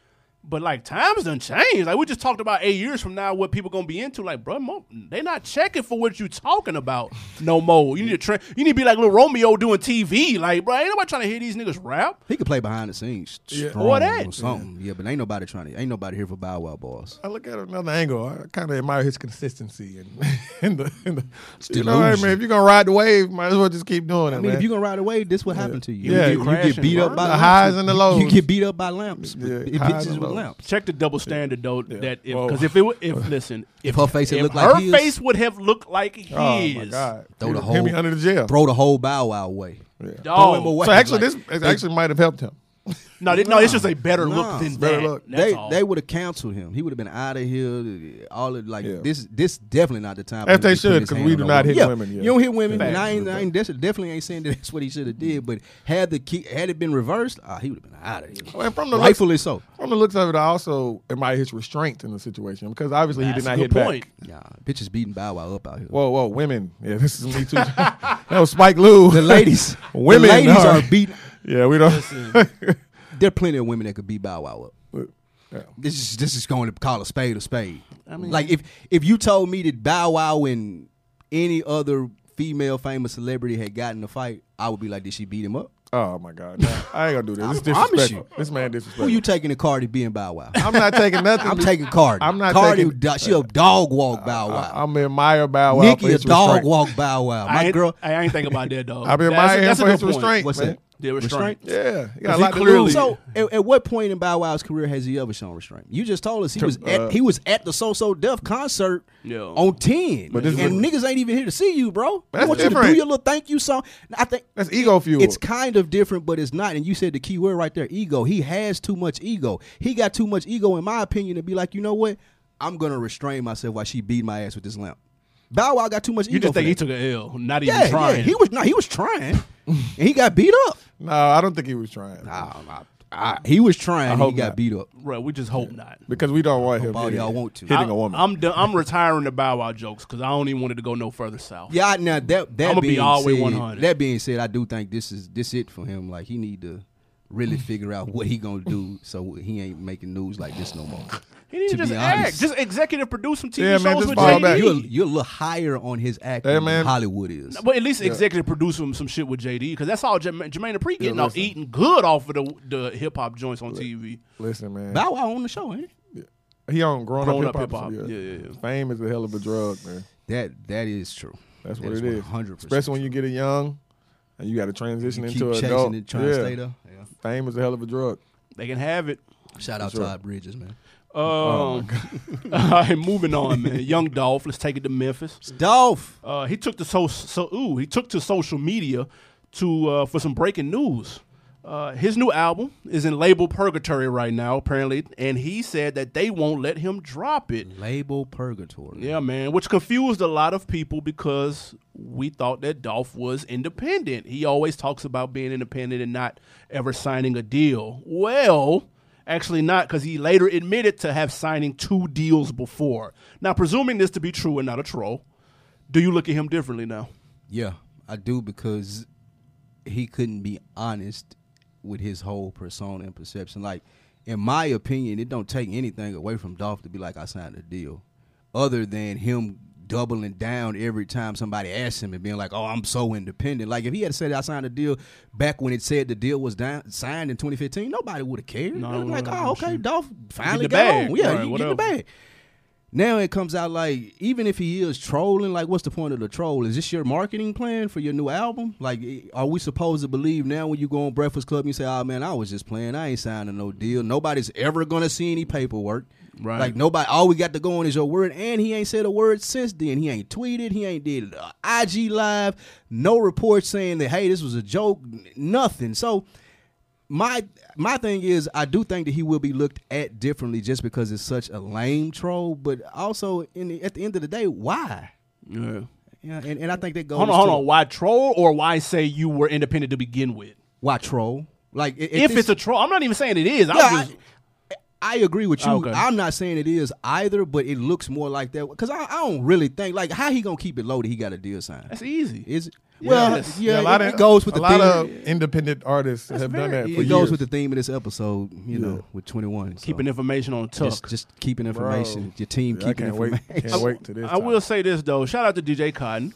Speaker 2: but like times done changed. Like we just talked about eight years from now what people gonna be into. Like, bro, mo- they not checking for what you talking about no more. You need to tra- you need to be like little Romeo doing TV. Like, bro, ain't nobody trying to hear these niggas rap.
Speaker 3: He could play behind the scenes,
Speaker 4: Yeah.
Speaker 3: strong
Speaker 2: Or that.
Speaker 3: or something. Yeah. but ain't nobody trying to. Ain't nobody here for Bow Wow boss.
Speaker 4: I look at it another angle. I kind of admire his consistency and, and the, and the you know, hey,
Speaker 3: delusion.
Speaker 4: man, if you're gonna ride the wave, might as well just keep doing it.
Speaker 3: I mean,
Speaker 4: man.
Speaker 3: if you're gonna ride away, this what happened to you.
Speaker 4: Yeah,
Speaker 3: you, get-
Speaker 4: you
Speaker 3: you
Speaker 2: crashing,
Speaker 3: get beat up
Speaker 2: bro.
Speaker 3: by
Speaker 4: The
Speaker 3: lamps.
Speaker 4: highs and the
Speaker 3: You- You
Speaker 4: lows.
Speaker 3: get beat up by lamps. with-
Speaker 4: Yeah,
Speaker 3: it
Speaker 4: highs
Speaker 3: bitches
Speaker 4: and
Speaker 3: with
Speaker 4: lows.
Speaker 3: lamps.
Speaker 2: Check the double standard though. That if
Speaker 4: Whoa.
Speaker 2: because if it wa- if listen
Speaker 3: If her face had
Speaker 2: if
Speaker 3: looked
Speaker 2: her
Speaker 3: like his,
Speaker 2: face would have looked like his.
Speaker 4: oh my god,
Speaker 3: Throw the
Speaker 4: Hit me
Speaker 3: whole-
Speaker 4: under the jail.
Speaker 3: throw the whole Bow Wow away.
Speaker 4: Yeah.
Speaker 2: Dog.
Speaker 3: Throw him away.
Speaker 4: So actually,
Speaker 3: Like,
Speaker 4: this actually might have helped him.
Speaker 2: No, th- no, it's just a better
Speaker 3: Nah.
Speaker 2: look than
Speaker 4: Better
Speaker 2: that.
Speaker 4: look.
Speaker 2: That's
Speaker 3: they
Speaker 2: all.
Speaker 3: they would have canceled him. He would have been out of here. All of like
Speaker 4: Yeah.
Speaker 3: this. This definitely not the time. for
Speaker 4: If
Speaker 3: him to
Speaker 4: they
Speaker 3: be putting
Speaker 4: should,
Speaker 3: his
Speaker 4: 'cause
Speaker 3: hand
Speaker 4: we
Speaker 3: on
Speaker 4: do
Speaker 3: no
Speaker 4: not hit
Speaker 3: Yeah,
Speaker 4: women, yeah.
Speaker 3: You don't hit women.
Speaker 2: Facts.
Speaker 3: And I ain't, I ain't that's- definitely ain't saying that that's what he should have did. But had the key, had it been reversed, ah, he would have been out of here.
Speaker 4: Well, from the looks-
Speaker 3: Rightfully so.
Speaker 4: From the looks of it, I also admire his restraint in the situation because obviously
Speaker 2: That's
Speaker 4: he did not
Speaker 2: a
Speaker 4: hit
Speaker 2: good point.
Speaker 4: back.
Speaker 3: Nah, bitches beating Bow Wow up out here.
Speaker 4: Whoa, whoa, women. Yeah, this is me too. that was Spike Lee.
Speaker 3: the ladies,
Speaker 4: Women
Speaker 3: the ladies
Speaker 4: are-
Speaker 3: are beating.
Speaker 4: yeah, we don't.
Speaker 3: There are plenty of women that could beat Bow Wow up.
Speaker 4: Yeah.
Speaker 3: This is this is going to call a spade a spade. like if if you told me that Bow Wow and any other female famous celebrity had gotten in a fight, I would be like, did she beat him up?
Speaker 4: oh my god, no, I ain't gonna do this. This
Speaker 3: I promise
Speaker 4: disrespectful.
Speaker 3: you.
Speaker 4: This man
Speaker 3: Who
Speaker 4: disrespectful.
Speaker 3: you taking to Cardi B and Bow Wow?
Speaker 4: I'm not taking nothing.
Speaker 3: I'm taking Cardi.
Speaker 4: I'm not
Speaker 3: Cardi.
Speaker 4: taking-
Speaker 3: do- she a dog walk Bow Wow.
Speaker 4: I, I'm admire Bow Wow. for
Speaker 3: Nikki a
Speaker 4: his
Speaker 3: dog
Speaker 4: restraint.
Speaker 3: walk Bow Wow.
Speaker 2: I
Speaker 3: My
Speaker 2: ain't,
Speaker 3: girl.
Speaker 2: I ain't thinking about that though.
Speaker 4: I've been
Speaker 2: That's a-
Speaker 4: admiring him
Speaker 2: that's a
Speaker 4: for
Speaker 2: good
Speaker 4: his
Speaker 2: point.
Speaker 4: restraint.
Speaker 3: What's
Speaker 4: man.
Speaker 3: that?
Speaker 2: The restraint.
Speaker 4: Yeah, he got
Speaker 2: Because
Speaker 4: a
Speaker 2: he
Speaker 4: lot to
Speaker 2: clearly-
Speaker 4: lose.
Speaker 3: So, at, at what point in Bow Wow's career has he ever shown restraint? You just told us he was at he was at the So So Def concert
Speaker 2: Yeah.
Speaker 3: on ten,
Speaker 4: But this
Speaker 3: and
Speaker 4: is
Speaker 3: niggas ain't even here to see you, bro.
Speaker 4: That's
Speaker 3: I want you to do
Speaker 4: different.
Speaker 3: your little thank you song. And I think
Speaker 4: that's ego fuel.
Speaker 3: it's kind of different, but it's not. And you said the key word right there, ego. He has too much ego. He got too much ego, in my opinion, to be like, you know what? I'm gonna restrain myself while she beat my ass with this lamp. Bow Wow got too much ego.
Speaker 2: You just
Speaker 3: for
Speaker 2: think he
Speaker 3: that.
Speaker 2: took an L, not even
Speaker 3: yeah,
Speaker 2: trying.
Speaker 3: yeah, he was no, he was trying, and he got beat up.
Speaker 4: no, I don't think he was trying
Speaker 3: I, I- he was trying. and he
Speaker 4: hope
Speaker 3: got
Speaker 4: not.
Speaker 3: beat up.
Speaker 2: Bro, we just hope not.
Speaker 4: because we don't want him.
Speaker 3: all
Speaker 4: hitting-
Speaker 3: y'all want to.
Speaker 4: hitting
Speaker 2: I,
Speaker 4: a woman.
Speaker 2: I'm done. I'm retiring the Bow Wow jokes because I don't even want it to go no further south.
Speaker 3: Yeah, I- now that that
Speaker 2: I'ma be
Speaker 3: being
Speaker 2: all the way
Speaker 3: said,
Speaker 2: 100.
Speaker 3: that being said, I do think this is this it for him. Like he need to
Speaker 2: Mm.
Speaker 3: really figure out what he gonna do so he ain't making news like this no more.
Speaker 2: he need
Speaker 3: to
Speaker 2: to just
Speaker 3: be
Speaker 2: act,
Speaker 3: honest.
Speaker 2: just executive produce some TV
Speaker 4: Yeah,
Speaker 2: shows
Speaker 4: man, just
Speaker 2: with
Speaker 4: fall
Speaker 2: JD.
Speaker 4: back.
Speaker 3: You're, you're a little higher on his act
Speaker 4: Hey,
Speaker 3: than
Speaker 4: man.
Speaker 3: Hollywood is.
Speaker 2: But at least executive produce him some shit with JD because that's all Jermaine, Jermaine Dupri getting off,
Speaker 4: listen.
Speaker 2: eating good off of the, the hip hop joints on TV.
Speaker 4: Listen, man.
Speaker 3: Bow Wow on the show, ain't it?
Speaker 4: He on grown,
Speaker 2: Grown
Speaker 4: up hip hop.
Speaker 2: hip-hop. Yeah, yeah, yeah.
Speaker 4: Fame is a hell of a drug, man.
Speaker 3: That that is true.
Speaker 4: That's
Speaker 3: That
Speaker 4: what
Speaker 3: is
Speaker 4: it is.
Speaker 3: 100%.
Speaker 4: Especially when you get it young and you got to transition
Speaker 3: You keep
Speaker 4: into
Speaker 3: chasing
Speaker 4: adult.
Speaker 3: it, trying to stay there. Yeah.
Speaker 4: Fame is a hell of a drug.
Speaker 2: They can have it.
Speaker 3: Shout out
Speaker 4: Sure.
Speaker 3: Todd Bridges, man.
Speaker 2: Um, all right, moving on, man. Young Dolph, let's take it to Memphis.
Speaker 3: Dolph.
Speaker 2: Uh, he took to so, so ooh, he took to social media to uh, for some breaking news. Uh, his new album is in label purgatory right now, apparently, and he said that they won't let him drop it.
Speaker 3: Label Purgatory.
Speaker 2: Yeah, man, which confused a lot of people because we thought that Dolph was independent. He always talks about being independent and not ever signing a deal. Well, Actually, not because he later admitted to have signing two deals before. Now, presuming this to be true and not a troll, do you look at him differently now?
Speaker 3: Yeah, I do because he couldn't be honest with his whole persona and perception. Like, in my opinion, it don't take anything away from Dolph to be like, I signed a deal, other than him doubling down every time somebody asks him and being like, "Oh, I'm so independent." Like, if he had said, "I signed a deal" back when it said the deal was down, signed in 2015, nobody would have cared.
Speaker 2: No,
Speaker 3: like,
Speaker 2: no, no,
Speaker 3: oh, okay,
Speaker 2: shit.
Speaker 3: Dolph finally
Speaker 2: the
Speaker 3: got
Speaker 2: bag.
Speaker 3: on. Yeah,
Speaker 2: Right,
Speaker 3: you
Speaker 2: what
Speaker 3: get the
Speaker 2: else?
Speaker 3: bag. Now it comes out like even if he is trolling, like what's the point of the troll? Is this your marketing plan for your new album? Like, i- are we supposed to believe now when you go on Breakfast Club and you say, "Oh man, I was just playing. I ain't signing no deal. Nobody's ever gonna see any paperwork.
Speaker 2: Right.
Speaker 3: Like nobody. All we got to go on is your word, and he ain't said a word since then. He ain't tweeted. He ain't did a IG live. No report saying that hey, this was a joke. n- Nothing. So my my thing is I do think that he will be looked at differently just because it's such a lame troll, but also in the, at the end of the day, why?
Speaker 2: Yeah.
Speaker 3: Yeah, and, and I think that goes
Speaker 2: Hold on, hold
Speaker 3: to
Speaker 2: on. Why troll or why say you were independent to begin with?
Speaker 3: why troll? Like i-
Speaker 2: If,
Speaker 3: this-
Speaker 2: it's a troll, I'm not even saying it is. I'm
Speaker 3: yeah,
Speaker 2: just,
Speaker 3: I, I agree with you.
Speaker 2: Okay.
Speaker 3: I'm not saying it is either, but it looks more like that because I, I don't really think like how he gonna keep it low that he got a deal signed.
Speaker 2: that's easy.
Speaker 3: Is it?
Speaker 2: Yes.
Speaker 4: Yeah,
Speaker 3: yeah,
Speaker 4: a lot
Speaker 3: it,
Speaker 4: of
Speaker 3: it goes with
Speaker 4: a
Speaker 3: the
Speaker 4: lot
Speaker 3: theme.
Speaker 4: of independent artists have done that.
Speaker 2: very-
Speaker 4: For
Speaker 2: it
Speaker 3: it
Speaker 4: years.
Speaker 3: goes with the theme of this episode, you know, with 21. so.
Speaker 2: Keeping information on tuck.
Speaker 3: just, just keeping information. Your team
Speaker 4: I
Speaker 3: keeping
Speaker 4: can't
Speaker 3: information.
Speaker 4: wait. Can't wait to this.
Speaker 2: I will say this though. Shout out to DJ Cotton,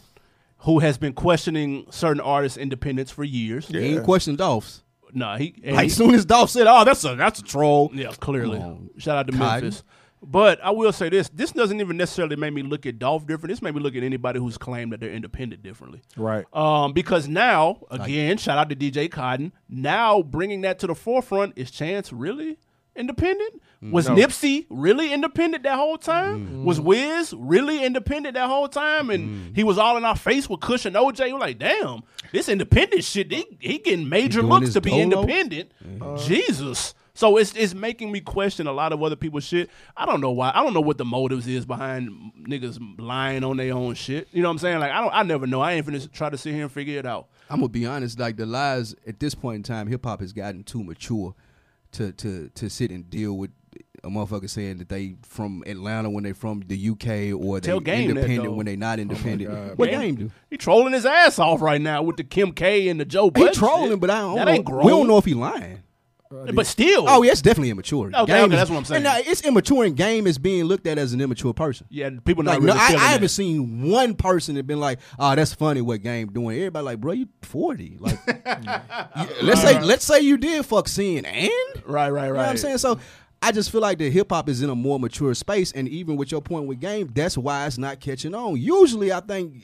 Speaker 2: who has been questioning certain artists' independence for years.
Speaker 3: He ain't questioned Dolph's.
Speaker 2: Nah, he and
Speaker 3: Like
Speaker 2: he-
Speaker 3: soon as Dolph said, "Oh, that's a that's a troll."
Speaker 2: Yeah, clearly.
Speaker 3: Come on,
Speaker 2: Shout out to
Speaker 3: Cotton.
Speaker 2: Memphis. But I will say this: this doesn't even necessarily make me look at Dolph different. This made me look at anybody who's claimed that they're independent differently.
Speaker 4: Right.
Speaker 2: Um, because now, again, shout out to DJ Cotton. Now bringing that to the forefront is Chance really independent? Was Nipsey really independent that whole time? Was Wiz really independent that whole time? And he was all in our face with Kush and OJ. We're like, damn, this independent shit. He, he getting major
Speaker 3: doing
Speaker 2: looks
Speaker 3: his
Speaker 2: to
Speaker 3: Mm-hmm.
Speaker 2: be
Speaker 3: dolo?
Speaker 2: independent. Jesus. So it's it's making me question a lot of other people's shit. I don't know why. I don't know what the motives is behind niggas lying on their own shit. You know what I'm saying? Like I don't. I never know. I ain't finna try to sit here and figure it out.
Speaker 3: I'm gonna be honest. Like the lies at this point in time, hip hop has gotten too mature to to to sit and deal with a motherfucker saying that they from Atlanta when they from the UK or they
Speaker 2: Tell Game that,
Speaker 3: independent
Speaker 2: though. Oh
Speaker 3: when they not independent. what game do?
Speaker 2: He trolling his ass off right now with the Kim K and the Joe.
Speaker 3: He
Speaker 2: Budden
Speaker 3: trolling,
Speaker 2: shit.
Speaker 3: but I don't.
Speaker 2: That
Speaker 3: know.
Speaker 2: ain't grown.
Speaker 3: We don't know if he lying.
Speaker 2: But still.
Speaker 3: Oh, yeah, it's definitely immature.
Speaker 2: Okay, okay,
Speaker 3: Game is-
Speaker 2: that's what I'm saying.
Speaker 3: And now it's immature, and game is being looked at as an immature person.
Speaker 2: Yeah, people not
Speaker 3: Like,
Speaker 2: really
Speaker 3: no, I,
Speaker 2: feeling
Speaker 3: I
Speaker 2: that.
Speaker 3: haven't seen one person that been like, "Oh, that's funny what game doing." Everybody like, "Bro, you 40." Like, you- let's say let's say you did fuck sin and
Speaker 2: Right, right,
Speaker 3: You know
Speaker 2: right.
Speaker 3: what I'm saying so. I just feel like the hip hop is in a more mature space, and even with your point with game, that's why it's not catching on. Usually, I think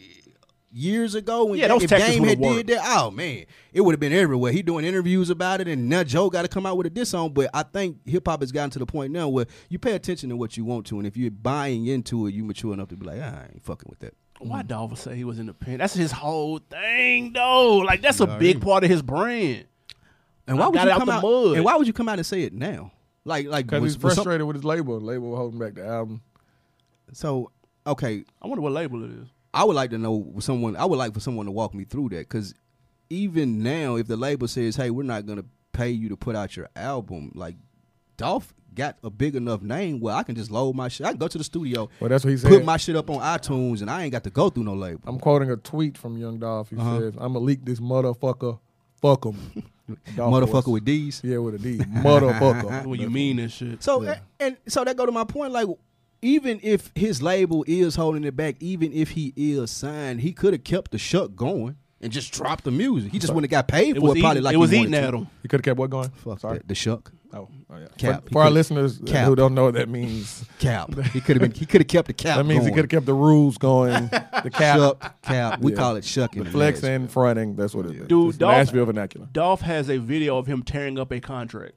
Speaker 3: years ago when
Speaker 2: Yeah, those
Speaker 3: if
Speaker 2: tactics
Speaker 3: game
Speaker 2: would've
Speaker 3: had
Speaker 2: worked.
Speaker 3: did that, oh man, it would have been everywhere. He doing interviews about it, and now Joe got to come out with a diss on. But I think hip hop has gotten to the point now where you pay attention to what you want to, and if you're buying into it, you mature enough to be like, "Ah, I ain't fucking with that.
Speaker 2: Why Dolph say he was in the pen? That's his whole thing, though. Like that's a big part of his brand.
Speaker 3: And why
Speaker 2: I
Speaker 3: would
Speaker 2: got
Speaker 3: you
Speaker 2: it out
Speaker 3: come
Speaker 2: the
Speaker 3: out?
Speaker 2: mud.
Speaker 3: And why would you come out and say it now? Like, like
Speaker 4: because
Speaker 3: was-
Speaker 4: he's
Speaker 3: was some-
Speaker 4: frustrated with his label. The label holding back the album.
Speaker 3: so okay,
Speaker 2: I wonder what label it is.
Speaker 3: I would like to know someone. I would like for someone to walk me through that because even now, if the label says, "Hey, we're not going to pay you to put out your album," like Dolph got a big enough name where I can just load my shit. I can go to the studio,
Speaker 4: Well, that's what he said.
Speaker 3: put my shit up on iTunes, and I ain't got to go through no label.
Speaker 4: I'm quoting a tweet from Young Dolph. He says, "I'm gonna leak this motherfucker. Fuck him,
Speaker 3: Motherfucker with D's.
Speaker 4: yeah with a D. Motherfucker.
Speaker 2: What you mean and shit?
Speaker 3: So and so that go to my point. Like, even if his label is holding it back, even if he is signed, he could have kept the shut going and just dropped the music. He just wouldn't have got paid
Speaker 2: it
Speaker 3: for
Speaker 2: was
Speaker 3: it. Probably
Speaker 2: eating,
Speaker 3: like
Speaker 2: it was
Speaker 3: he
Speaker 2: eating
Speaker 3: wanted
Speaker 2: at
Speaker 3: to.
Speaker 2: him.
Speaker 4: He could have kept what going?
Speaker 3: Fuck
Speaker 4: Sorry.
Speaker 3: that. The shuck.
Speaker 4: Oh, oh, yeah.
Speaker 3: Cap.
Speaker 4: For,
Speaker 3: He
Speaker 4: for our
Speaker 3: could've-
Speaker 4: listeners
Speaker 3: Cap.
Speaker 4: who don't know what that means,
Speaker 3: cap. He could have been. He could have kept the cap.
Speaker 4: that means he
Speaker 3: going.
Speaker 4: could have kept the rules going. The cap,
Speaker 3: Shuck, cap. We
Speaker 4: Yeah.
Speaker 3: call it shucking.
Speaker 4: the flex, and fronting. That's what it is.
Speaker 2: Dude,
Speaker 4: It's
Speaker 2: Dolph-
Speaker 4: Nashville vernacular.
Speaker 2: Dolph has a video of him tearing up a contract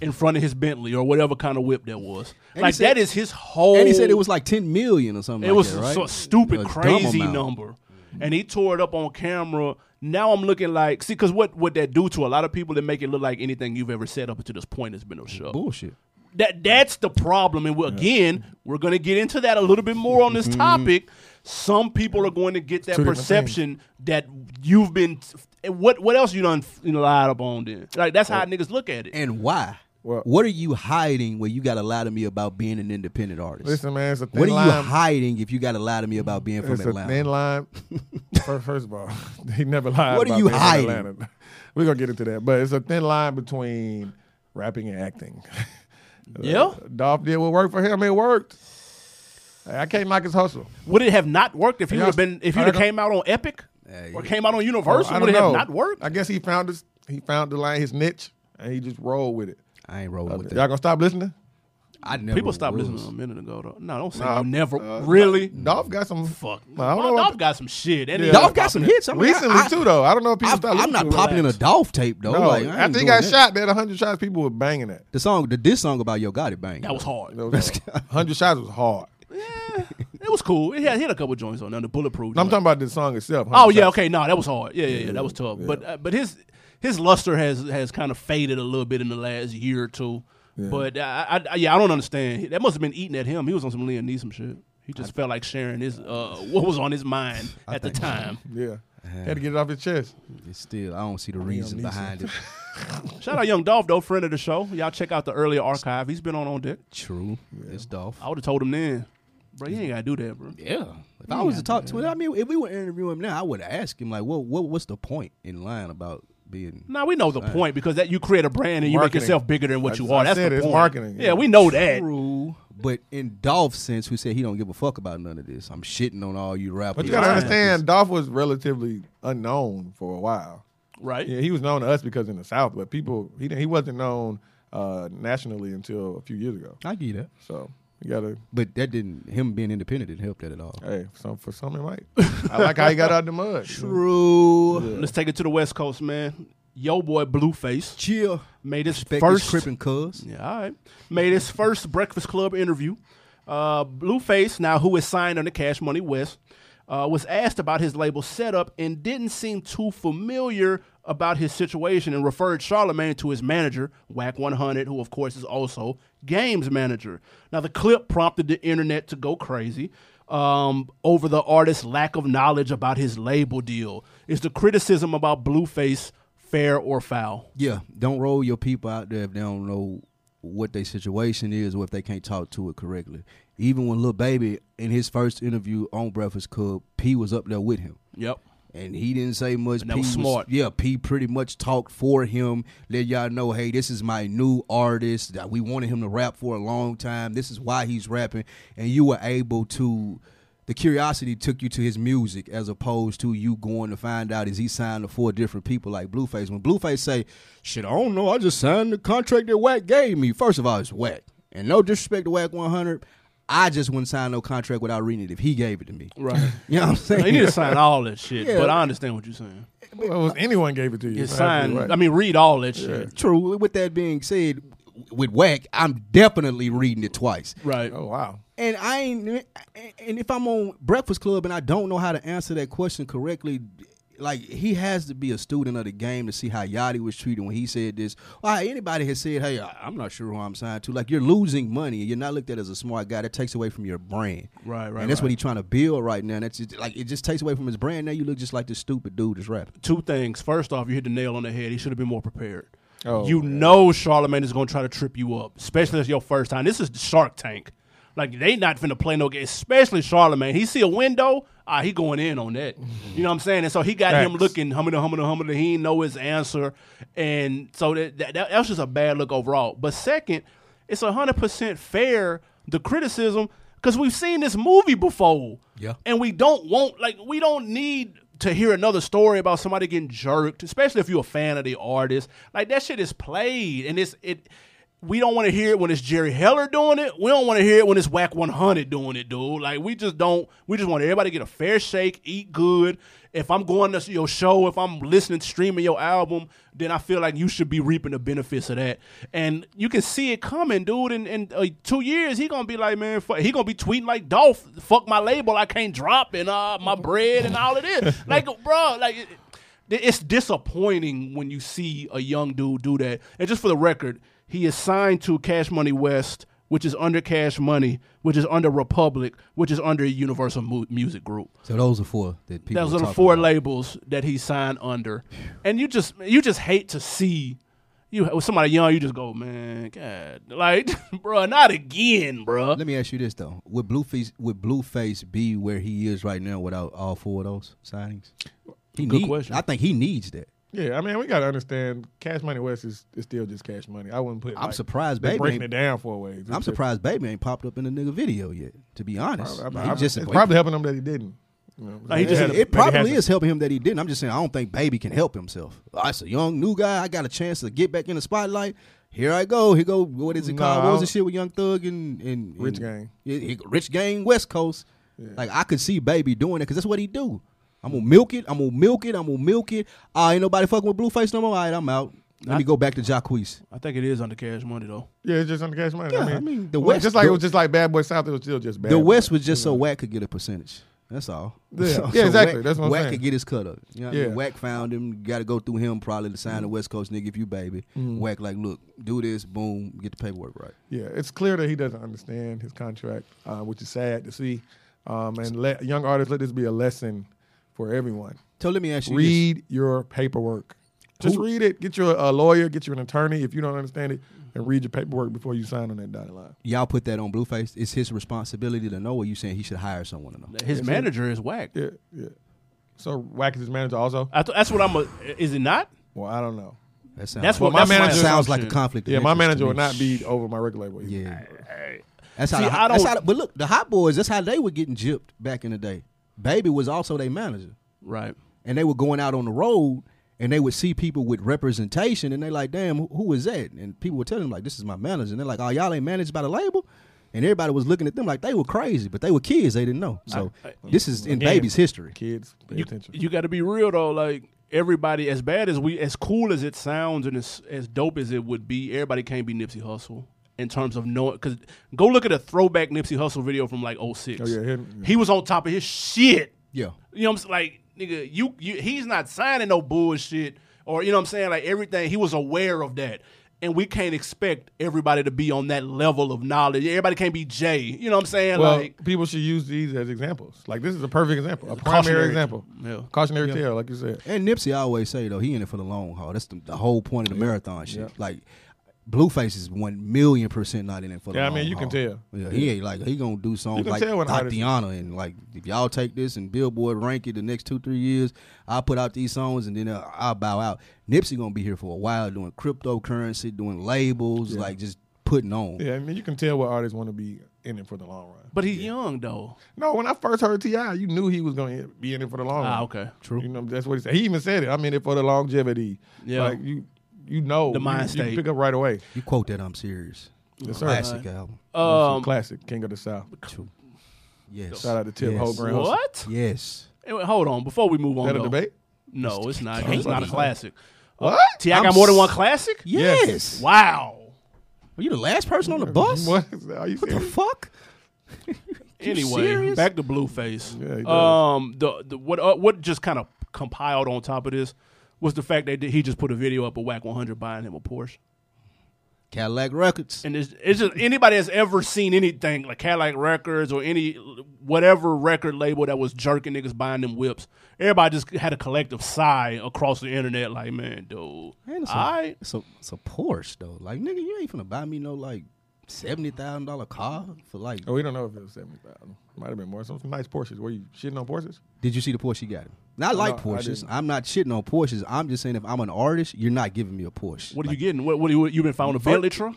Speaker 2: in front of his Bentley or whatever kind of whip that was.
Speaker 3: And he
Speaker 2: like
Speaker 3: said-
Speaker 2: that is his whole.
Speaker 3: And he said it was like ten million or something.
Speaker 2: It
Speaker 3: like
Speaker 2: was
Speaker 3: that, right?
Speaker 2: so stupid,
Speaker 3: A dumb
Speaker 2: crazy
Speaker 3: amount.
Speaker 2: number, and he tore it up on camera. Now I'm looking like see, because what what that do to a lot of people that make it look like anything you've ever said up to this point has been a show.
Speaker 3: Bullshit.
Speaker 2: That that's the problem. And we- again, we're going to get into that a little bit more on this topic. Some people are going to get that
Speaker 4: Mm-hmm. two different
Speaker 2: perception that
Speaker 4: Oh.
Speaker 2: you've been. What what else you done you know, lied up on then? Like that's how niggas look at it.
Speaker 3: And why?
Speaker 4: Well-
Speaker 3: what are you hiding where you got to lie to me about being an independent artist?
Speaker 4: Listen, man, it's a thin
Speaker 3: what are
Speaker 4: line.
Speaker 3: you hiding if you got to lie to me about being from
Speaker 4: it's a thin
Speaker 3: Atlanta?
Speaker 4: line. first, first of all, he never lied.
Speaker 3: What are
Speaker 4: about
Speaker 3: you
Speaker 4: being from
Speaker 3: hiding?
Speaker 4: Atlanta. We're gonna get into that, but it's a thin line between rapping and acting. Uh,
Speaker 2: Yeah.
Speaker 4: Dolph did what worked for him. It worked. I can't knock his hustle.
Speaker 2: Would it have not worked if he
Speaker 4: Yeah,
Speaker 2: would have been if he
Speaker 4: I
Speaker 2: would have
Speaker 4: don't- Oh,
Speaker 2: came out on Epic
Speaker 3: Hey.
Speaker 2: or came out on
Speaker 4: I
Speaker 2: Universal?
Speaker 4: don't
Speaker 2: Would it have
Speaker 4: know.
Speaker 2: not worked?
Speaker 4: I guess he found his he found the line, his niche, and he just rolled with it.
Speaker 3: I ain't rolling with
Speaker 4: Uh, Y'all
Speaker 3: that.
Speaker 4: gonna stop listening?
Speaker 3: I never
Speaker 2: People stopped
Speaker 3: was.
Speaker 2: listening to him a minute ago though. No, don't say
Speaker 4: Nah,
Speaker 2: you never
Speaker 4: uh,
Speaker 2: really.
Speaker 4: Dolph got some
Speaker 2: Fuck.
Speaker 4: I don't
Speaker 2: Well,
Speaker 4: know.
Speaker 2: Dolph got some shit. That
Speaker 4: Yeah.
Speaker 2: ain't
Speaker 3: Dolph
Speaker 2: popping
Speaker 3: got some
Speaker 2: it.
Speaker 3: hits. I mean,
Speaker 4: recently
Speaker 3: I,
Speaker 4: too, though. I don't know if people
Speaker 3: I,
Speaker 4: stopped
Speaker 3: am
Speaker 4: listening
Speaker 3: not
Speaker 4: to it.
Speaker 3: popping in a
Speaker 2: relax.
Speaker 3: Dolph tape though.
Speaker 4: No,
Speaker 3: like, I ain't
Speaker 4: after he
Speaker 3: doing
Speaker 4: got
Speaker 3: that.
Speaker 4: shot, that 100 shots, people were banging it.
Speaker 3: the song, the diss song about Yo Gotti Bang.
Speaker 2: That was hard.
Speaker 4: That was hard. 100 shots was hard.
Speaker 2: Yeah, it was cool. It had hit a couple joints on there, the bulletproof.
Speaker 4: No, I'm
Speaker 2: joint.
Speaker 4: talking about the song itself.
Speaker 2: Oh
Speaker 4: 100
Speaker 2: yeah,
Speaker 4: shots.
Speaker 2: okay, no, that was hard. Yeah, yeah, yeah, that was tough. But uh, but his his luster has has kind of faded a little bit in the last year or two. But uh, I, I, I yeah, I don't understand. That must have been eating at him. He was on some Liam Neeson shit. He just felt like sharing his uh, what was on his mind at the time.
Speaker 4: Yeah. Had to get it off his chest.
Speaker 3: It's still, I don't see the reason
Speaker 4: Neeson.
Speaker 3: behind it.
Speaker 2: Shout out Young Dolph though, friend of the show. Y'all check out the earlier archive. He's been on on deck.
Speaker 3: True, it's Dolph.
Speaker 2: I would have told him then, bro. You ain't gotta do that, bro.
Speaker 3: Yeah. If I was to talk to him, I mean, if we were interviewing him now, I would ask him like, "What? What? What's the point in lying about being?"
Speaker 2: Now we know the point because that you create a brand and you
Speaker 4: Marketing.
Speaker 2: make yourself bigger than what
Speaker 4: I-
Speaker 2: you
Speaker 4: I
Speaker 2: are. That's
Speaker 4: said
Speaker 2: the
Speaker 4: it's
Speaker 2: point.
Speaker 4: marketing,
Speaker 2: Yeah,
Speaker 4: yeah.
Speaker 2: we know that.
Speaker 3: True, but in Dolph's sense, who said he don't give a fuck about none of this? I'm shitting on all you rappers.
Speaker 4: But you got to
Speaker 2: Yeah.
Speaker 4: understand, Dolph was relatively unknown for a while.
Speaker 2: Right?
Speaker 4: Yeah, he was known to us because in the South, but people, he, didn't- he wasn't known uh, nationally until a few years ago.
Speaker 3: I get that,
Speaker 4: So you got to,
Speaker 3: but that didn't him being independent didn't help that at all.
Speaker 4: hey, some, for some it might. I like how he got out of the mud.
Speaker 3: True,
Speaker 2: Let's take it to the West Coast, man. Yo, boy, Blueface
Speaker 3: chill.
Speaker 2: made his
Speaker 3: Back
Speaker 2: first
Speaker 3: First crippin' cuz.
Speaker 2: Yeah, all right. Made his first Breakfast Club interview. Uh, Blueface, now who is signed under Cash Money West, uh, was asked about his label setup and didn't seem too familiar about his situation and referred Charlemagne to his manager, Whack 100, who of course is also Games manager. Now the clip prompted the internet to go crazy um, over the artist's lack of knowledge about his label deal. Is the criticism about Blueface fair or foul?
Speaker 3: Yeah, don't roll your people out there if they don't know what their situation is or if they can't talk to it correctly. Even when Lil Baby in his first interview on Breakfast Club, P was up there with him.
Speaker 2: Yep.
Speaker 3: And he didn't say much.
Speaker 2: And that was smart.
Speaker 3: yeah, P pretty much talked for him, let y'all know, hey, this is my new artist. that We wanted him to rap for a long time. This is why he's rapping. And you were able to, the curiosity took you to his music as opposed to you going to find out is he signed to four different people like Blueface. When Blueface say, shit, I don't know, I just signed the contract that Wack gave me. First of all, it's Wack. And no disrespect to Wack 100. I just wouldn't sign no contract without reading it if he gave it to me.
Speaker 2: Right.
Speaker 3: You know what I'm saying?
Speaker 2: Now, you need to sign all that shit,
Speaker 3: Yeah.
Speaker 2: but I understand what you're saying.
Speaker 4: Well, it was anyone gave it to you.
Speaker 2: You
Speaker 4: so that's
Speaker 2: sign,
Speaker 4: right.
Speaker 2: I mean, read all that shit.
Speaker 3: True. With that being said, with Whack, I'm definitely reading it twice.
Speaker 2: Right.
Speaker 4: oh, wow.
Speaker 3: And I ain't. And if I'm on Breakfast Club and I don't know how to answer that question correctly, like he has to be a student of the game to see how Yachty was treated when he said this. Why anybody has said, "Hey, I- I'm not sure who I'm signed to." Like you're losing money and you're not looked at as a smart guy. That takes away from your brand.
Speaker 2: Right, right,
Speaker 3: And that's
Speaker 2: right.
Speaker 3: what he's trying to build right now. And that's just, like it just takes away from his brand. Now you look just like this stupid dude that's rapping.
Speaker 2: Two things. First off, you hit the nail on the head. He should have been more prepared.
Speaker 4: Oh,
Speaker 2: you know Charlemagne is going to try to trip you up, especially if it's your first time. This is the Shark Tank. Like, they not finna play no game, especially Charlemagne. He see a window, ah, he going in on that. You know what I'm saying? And so he got him
Speaker 4: Facts.
Speaker 2: looking humble, humble, humble. He didn't know his answer. And so that, that, that was just a bad look overall. But second, it's 100% fair, the criticism, because we've seen this movie before.
Speaker 3: Yeah.
Speaker 2: And we don't want like we don't need to hear another story about somebody getting jerked, especially if you're a fan of the artist. Like that shit is played and it's it we don't want to hear it when it's Jerry Heller doing it. We don't want to hear it when it's Whack 100 doing it, dude. Like we just don't we just want everybody to get a fair shake, eat good. If I'm going to your show, if I'm listening streaming your album, then I feel like you should be reaping the benefits of that. And you can see it coming, dude. In, in uh, two years, he gonna be like, man, fuck. he gonna be tweeting like, Dolph, fuck my label, I can't drop and uh, my bread and all of this. like, bro, like. It, it's disappointing when you see a young dude do that. And just for the record, he is signed to Cash Money West, which is under Cash Money, which is under Republic, which is under Universal Mu- Music Group.
Speaker 3: So those are four that people.
Speaker 2: Those
Speaker 3: were
Speaker 2: are the
Speaker 3: talking
Speaker 2: four
Speaker 3: about.
Speaker 2: labels that he signed under, and you just you just hate to see. you with somebody young, you just go, man, God, like, bro, not again, bro.
Speaker 3: Let me ask you this though: Would Blueface would Blueface be where he is right now without all four of those signings? He
Speaker 2: Good
Speaker 3: need-
Speaker 2: question.
Speaker 3: I think he needs that.
Speaker 4: Yeah, I mean, we gotta understand. Cash Money West is, is still just Cash Money. I wouldn't put. it
Speaker 3: I'm
Speaker 4: like-
Speaker 3: surprised
Speaker 4: they're
Speaker 3: Baby
Speaker 4: breaking it
Speaker 3: ain't-
Speaker 4: down four ways.
Speaker 3: I'm surprised Baby ain't popped up in the nigga video yet. To be honest,
Speaker 4: I mean,
Speaker 3: He
Speaker 4: I'm-
Speaker 3: just-
Speaker 4: it's probably helping them that he didn't. You know,
Speaker 2: No, he just
Speaker 3: it,
Speaker 2: had a-
Speaker 4: Maybe
Speaker 3: it probably
Speaker 4: hasn't.
Speaker 3: is helping him that he didn't. I'm just saying I don't think Baby can help himself. That's a young new guy. I got a chance to get back in the spotlight. Here I go. Here go. What is it
Speaker 4: No,
Speaker 3: called? What was
Speaker 4: I-
Speaker 3: the shit with Young Thug and and, and
Speaker 4: Rich Gang.
Speaker 3: Yeah, he- Rich Gang West Coast. Like I could see Baby doing it because that's what he do. I'm gonna milk it. I'm gonna milk it. I'm gonna milk it. Ah, ain't nobody fucking with Blueface no more. All right, I'm out. Let me go back to Jacquees.
Speaker 2: I think it is under cash money though.
Speaker 4: Yeah, it's just under Cash Money.
Speaker 3: Yeah,
Speaker 4: I mean,
Speaker 3: I mean, the
Speaker 4: well,
Speaker 3: West-
Speaker 4: just like
Speaker 3: the-
Speaker 4: it was just like Bad Boy South. It was still just Bad.
Speaker 3: The
Speaker 4: Boy.
Speaker 3: West was just so Wack could get a percentage. That's all.
Speaker 4: Yeah.
Speaker 3: So-
Speaker 4: Yeah,
Speaker 3: so
Speaker 4: exactly.
Speaker 3: Wack-
Speaker 4: That's what I'm
Speaker 3: Wack
Speaker 4: saying.
Speaker 3: could get his cut up. You know what I mean?
Speaker 4: Yeah. Mm-hmm.
Speaker 3: Wack found him. You got to go through him probably to sign the West Coast nigga if you baby. Wack like, look, do this, boom, get the paperwork right.
Speaker 4: Yeah, it's clear that he doesn't understand his contract, uh, which is sad to see. Um, and let young artists let this be a lesson for everyone.
Speaker 3: So let me ask you this.
Speaker 4: Read your paperwork. Just read it. Get you a, a lawyer. Get you an attorney if you don't understand it, and read your paperwork before you sign on that dotted line.
Speaker 3: Y'all put that on Blueface. It's his responsibility to know, or you saying he should hire someone to know?
Speaker 2: His manager is whack.
Speaker 4: Yeah, yeah. So Wack is his manager also.
Speaker 2: I th- that's what I'm. A, is it not?
Speaker 4: Well, I don't know.
Speaker 3: That sounds
Speaker 2: That's
Speaker 3: like,
Speaker 2: what
Speaker 4: Well, my
Speaker 2: that's
Speaker 4: manager-
Speaker 3: sounds like a
Speaker 2: assumption.
Speaker 3: conflict. of
Speaker 4: Yeah, my
Speaker 3: interest to
Speaker 4: manager
Speaker 3: me.
Speaker 4: would not be over my record label. either.
Speaker 3: Yeah, that's how.
Speaker 2: See,
Speaker 3: the,
Speaker 2: I
Speaker 3: that's
Speaker 2: don't-
Speaker 3: how. the- But look, the hot boys. That's how they were getting gypped back in the day. Baby was also their manager.
Speaker 2: Right.
Speaker 3: and they were going out on the road and they would see people with representation and they like, damn, who- who is that? And people would tell them like, this is my manager. And they're like, oh, y'all ain't managed by the label. And everybody was looking at them like they were crazy, but they were kids. They didn't know. So this is in
Speaker 4: Again,
Speaker 3: baby's history.
Speaker 4: Kids, pay attention.
Speaker 2: You got to be real though. Like everybody, as bad as we, as cool as it sounds, and as as dope as it would be, everybody can't be Nipsey Hussle in terms of knowing. Because go look at a throwback Nipsey Hussle video from like 06.
Speaker 4: Oh, yeah, him-
Speaker 2: he was on top of his shit.
Speaker 3: Yeah.
Speaker 2: You know what I'm saying? Like, nigga, you, you he's not signing no bullshit. Or you know what I'm saying? Like everything, he was aware of that. And we can't expect everybody to be on that level of knowledge. Everybody can't be Jay. You know what I'm saying?
Speaker 4: Well,
Speaker 2: like
Speaker 4: people should use these as examples. Like this is a perfect example, a
Speaker 2: cautionary-
Speaker 4: primary example,
Speaker 2: yeah.
Speaker 4: cautionary tale, like you said.
Speaker 3: And Nipsey I always say though, he in it for the long haul. That's the, the whole point of the marathon shit. Like Blueface is one million percent not in it for the
Speaker 4: Yeah, I
Speaker 3: long
Speaker 4: mean, you can
Speaker 3: haul.
Speaker 4: tell.
Speaker 3: Yeah, he ain't like he gonna do songs
Speaker 4: can
Speaker 3: like
Speaker 4: tell when artists-
Speaker 3: Tatiana and like if y'all take this and Billboard rank it the next two three years, I put out these songs and then I'll, I'll bow out. Nipsey gonna be here for a while doing cryptocurrency, doing labels, like just putting on.
Speaker 4: Yeah, I mean, you can tell what artists want to be in it for the long run.
Speaker 2: but he's young though.
Speaker 4: No, when I first heard Ti, you knew he was going to be in it for the long run.
Speaker 2: Ah, okay.
Speaker 3: True.
Speaker 4: You know, that's what he said. He even said it. I'm in it for the longevity.
Speaker 2: Yeah.
Speaker 4: like you, you know,
Speaker 2: The mind
Speaker 4: you, you
Speaker 2: state.
Speaker 4: pick up right away.
Speaker 3: You quote that I'm serious.
Speaker 4: Yes, sir.
Speaker 3: Classic album.
Speaker 4: It's a
Speaker 2: Um
Speaker 4: classic King of the South.
Speaker 3: Yes.
Speaker 4: Shout out to Tip
Speaker 3: Yes.
Speaker 4: Hope Brown.
Speaker 2: what?
Speaker 3: Yes.
Speaker 2: Hey, wait, hold on. Before we move on,
Speaker 4: Is that a
Speaker 2: though.
Speaker 4: debate?
Speaker 2: No, it's not. It's not a classic.
Speaker 4: What?
Speaker 2: Ti got
Speaker 3: I'm
Speaker 2: more than
Speaker 3: s-
Speaker 2: one classic?
Speaker 3: Yes.
Speaker 2: Wow.
Speaker 3: Were you the last person on the bus?
Speaker 4: What? is that? Are you
Speaker 3: What the
Speaker 4: serious?
Speaker 3: fuck?
Speaker 2: anyway,
Speaker 3: serious?
Speaker 2: back to Blueface.
Speaker 4: Yeah, he does.
Speaker 2: um, the, the what uh, what just kind of compiled on top of this was the fact that he just put a video up of Whack 100 buying him a Porsche.
Speaker 3: Cadillac Records.
Speaker 2: And it's, it's just anybody that's ever seen anything like Cadillac Records or any whatever record label that was jerking niggas buying them whips. Everybody just had a collective sigh across the internet, like, man, dude, all
Speaker 3: Man, it's a-
Speaker 2: right.
Speaker 3: It's a, it's a Porsche though. Like nigga, you ain't finna buy me no like seventy thousand dollar car for like.
Speaker 4: Oh, we don't know if it was seventy thousand. Might have been more. Some some nice Porsches. Were you shitting on Porsches?
Speaker 3: Did you see the Porsche you got? Now, I like
Speaker 4: I
Speaker 3: Porsches.
Speaker 4: didn't.
Speaker 3: I'm not shitting on Porsches. I'm just saying if I'm an artist, you're not giving me a Porsche.
Speaker 2: What are you getting? What, what, you, you been found a Bentley truck?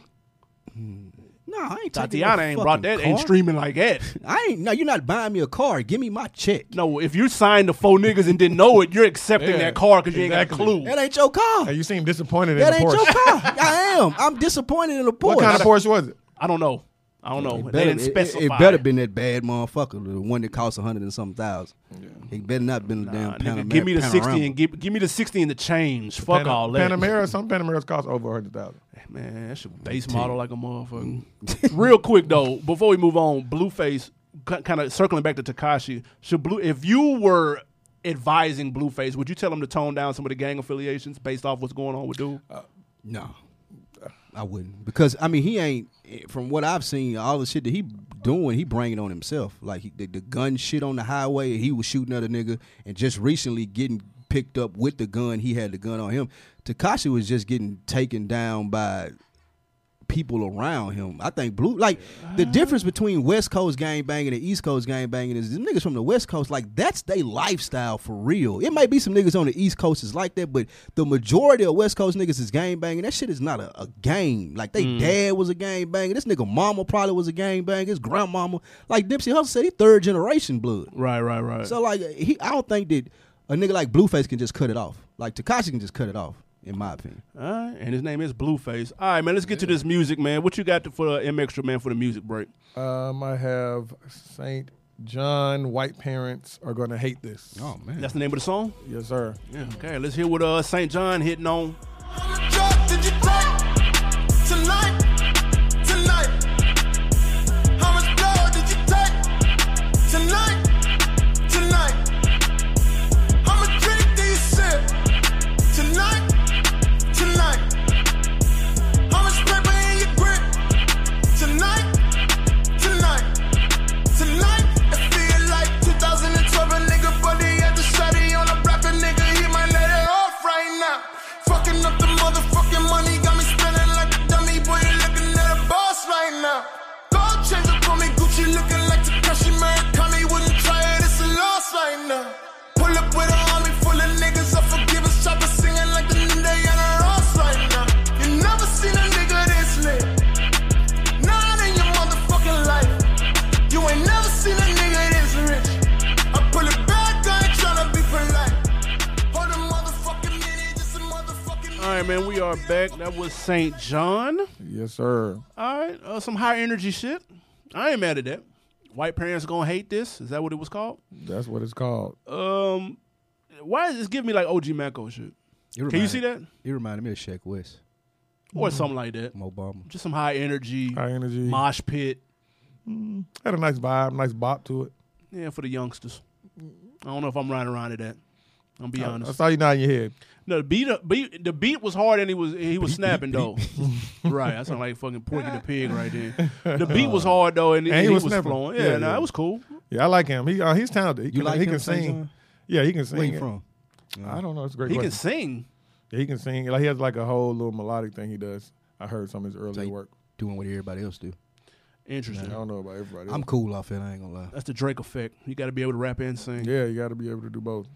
Speaker 3: No, I ain't. taking
Speaker 2: Tatiana
Speaker 3: no
Speaker 2: ain't
Speaker 3: fucking
Speaker 2: brought that, ain't
Speaker 3: car.
Speaker 2: streaming like that.
Speaker 3: I ain't. No, you're not buying me a car. Give me my check.
Speaker 2: No, if you signed the four niggas and didn't know it, you're accepting
Speaker 4: Yeah,
Speaker 2: that car because you
Speaker 4: exactly.
Speaker 2: ain't got a
Speaker 3: That
Speaker 2: clue.
Speaker 3: ain't your car.
Speaker 4: Hey, you seem disappointed
Speaker 3: that
Speaker 4: in
Speaker 3: ain't
Speaker 4: the Porsche.
Speaker 3: your car. I am. I'm disappointed in the Porsche.
Speaker 4: What kind of Porsche was it?
Speaker 2: I don't know. I don't know.
Speaker 3: It
Speaker 2: they
Speaker 3: better,
Speaker 2: didn't
Speaker 3: it- it-
Speaker 2: specify.
Speaker 3: It, better been that bad motherfucker, the one that costs a hundred and something thousand. It better not been the damn
Speaker 2: Nah, nigga,
Speaker 3: Panamera.
Speaker 2: give me the
Speaker 3: Panorama.
Speaker 2: sixty and give, give me the sixty and the change. Fuck
Speaker 4: Pan-
Speaker 2: all that.
Speaker 4: Panamera. Some Panameras cost over a hundred thousand.
Speaker 2: Man, that's a base model like a motherfucker. Real quick though, before we move on, Blueface kind of circling back to Takashi. Should Blue if you were advising Blueface, would you tell him to tone down some of the gang affiliations based off what's going on with dude?
Speaker 4: Uh,
Speaker 3: No, I wouldn't because I mean he ain't. From what I've seen, all the shit that he doing, he bringing on himself. Like he, the, the gun shit on the highway, he was shooting at a nigga, and just recently getting picked up with the gun. He had the gun on him. Takashi was just getting taken down by people around him. I think blue like the
Speaker 2: Uh-huh.
Speaker 3: difference between West Coast gang banging and East Coast gang banging is the niggas from the West Coast like that's their lifestyle for real. It might be some niggas on the East Coast is like that, but the majority of West Coast niggas is gang banging. That shit is not a, a game. Like they
Speaker 2: Mm.
Speaker 3: dad was a gang banger. This nigga mama probably was a gang banger. His grandmama like Dipsey Hussle said he third generation blood.
Speaker 2: Right, right, right.
Speaker 3: So like he I don't think that a nigga like Blueface can just cut it off. Like Takashi can just cut it off in my opinion.
Speaker 2: All right, and his name is Blueface. All right, man, let's get to this music, man. What you got to, for uh, M Extra, man, for the music break?
Speaker 4: Um, I have Saint John. White parents are gonna hate this.
Speaker 3: Oh, man.
Speaker 2: That's the name of the song?
Speaker 4: Yes, sir.
Speaker 2: Yeah. Okay, let's hear what uh, St. John hitting on.
Speaker 1: Fucking up the motherfucking money, got me spinning like a dummy. Boy, you're looking at a boss right now. Gold chains up on me, Gucci looking like Takashi Murakami. Wouldn't try it, it's a loss right now. Pull up with an army full of niggas, unforgiving choppers singing like the Indiana Ross right now. You never seen a nigga this lit. Not in your motherfucking life. You ain't never seen a nigga this rich. I pull it back, I ain't tryna be polite. Hold a motherfucking minute, just a motherfucking
Speaker 2: All right, man, we are back. That was St. John.
Speaker 4: Yes, sir.
Speaker 2: All right, uh, some high energy shit. I ain't mad at that. White parents gonna hate this. Is that what it was called?
Speaker 4: That's what it's called.
Speaker 2: Um, why is this giving me like OG Mako shit?
Speaker 3: It reminded,
Speaker 2: Can you see that?
Speaker 3: It reminded me of Shaq West
Speaker 2: Or something like that.
Speaker 3: from Obama.
Speaker 2: Just some high energy,
Speaker 4: High energy.
Speaker 2: mosh pit.
Speaker 4: Had a nice vibe, nice bop to it.
Speaker 2: Yeah, for the youngsters. I don't know if I'm riding around to that. I'm gonna be
Speaker 4: I
Speaker 2: honest.
Speaker 4: saw you nodding your head.
Speaker 2: No, the beat, up, beat the beat was hard and he was he was snapping though. right, I sound like fucking Porky the Pig right there. The beat
Speaker 3: Uh,
Speaker 2: was hard though and, he,
Speaker 4: he was
Speaker 2: was,
Speaker 4: snapping.
Speaker 2: flowing. Yeah,
Speaker 4: Yeah,
Speaker 2: no,
Speaker 4: yeah.
Speaker 2: it was cool.
Speaker 4: Yeah, I like him. He uh, he's talented. He
Speaker 3: You
Speaker 4: can,
Speaker 3: like
Speaker 4: he
Speaker 3: him,
Speaker 4: can
Speaker 3: Saint
Speaker 4: sing.
Speaker 3: John?
Speaker 4: Yeah, he can sing.
Speaker 3: Where you
Speaker 4: it.
Speaker 3: from?
Speaker 4: I don't know. It's a great.
Speaker 2: He
Speaker 4: question.
Speaker 2: can sing.
Speaker 4: Yeah, he can sing. Like he has like a whole little melodic thing he does. I heard some of his earlier
Speaker 3: Like-
Speaker 4: work.
Speaker 3: Doing what everybody else do.
Speaker 4: I
Speaker 2: Interesting.
Speaker 4: don't know about everybody.
Speaker 3: I'm cool off it. I ain't gonna lie.
Speaker 2: That's the Drake effect. You got to be able to rap and sing.
Speaker 4: yeah, you got to be able to do both.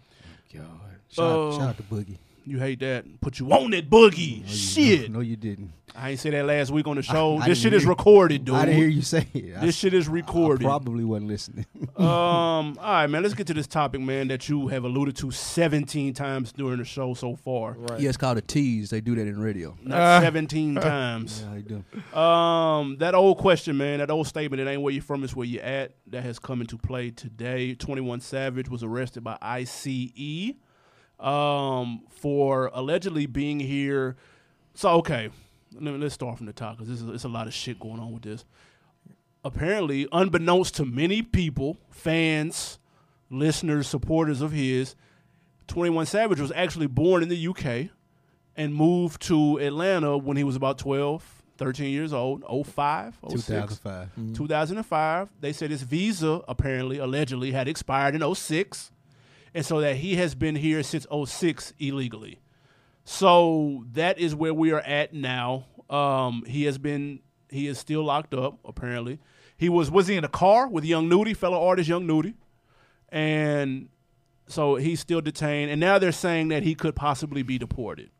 Speaker 3: God. Shout, out,
Speaker 2: Uh,
Speaker 3: shout out to Boogie.
Speaker 2: You hate that. Put you on that boogie.
Speaker 3: No, you-
Speaker 2: shit.
Speaker 3: No, you didn't.
Speaker 2: I ain't say that last week on the show.
Speaker 3: I
Speaker 2: this
Speaker 3: didn't
Speaker 2: shit is
Speaker 3: hear-
Speaker 2: recorded, dude.
Speaker 3: I didn't hear you say it. I,
Speaker 2: This shit is
Speaker 3: I
Speaker 2: recorded.
Speaker 3: probably wasn't listening.
Speaker 2: um, all right, man. Let's get to this topic, man, that you have alluded to 17 times during the show so far.
Speaker 4: Right.
Speaker 3: yeah, it's called a tease. They do that in radio.
Speaker 2: Not
Speaker 4: Uh,
Speaker 2: 17 times.
Speaker 3: Yeah, they do.
Speaker 2: Um, that old question, man, that old statement, it ain't where you from, it's where you at, that has come into play today. 21 Savage was arrested by E. ICE um, for allegedly being here. So, okay, let me, let's start from the top because it's, it's a lot of shit going on with this. Apparently, unbeknownst to many people, fans, listeners, supporters of his, 21 Savage was actually born in the UK and moved to Atlanta when he was about 12, 13 years old, 05, 06.
Speaker 3: 2005.
Speaker 2: 2005. They said his visa apparently, allegedly, had expired in 06. And so that he has been here since 06 illegally. So that is where we are at now. Um, he has been, he is still locked up, apparently. He was, was he in a car with Young Nudie, fellow artist Young Nudie? And so he's still detained. And now they're saying that he could possibly be deported.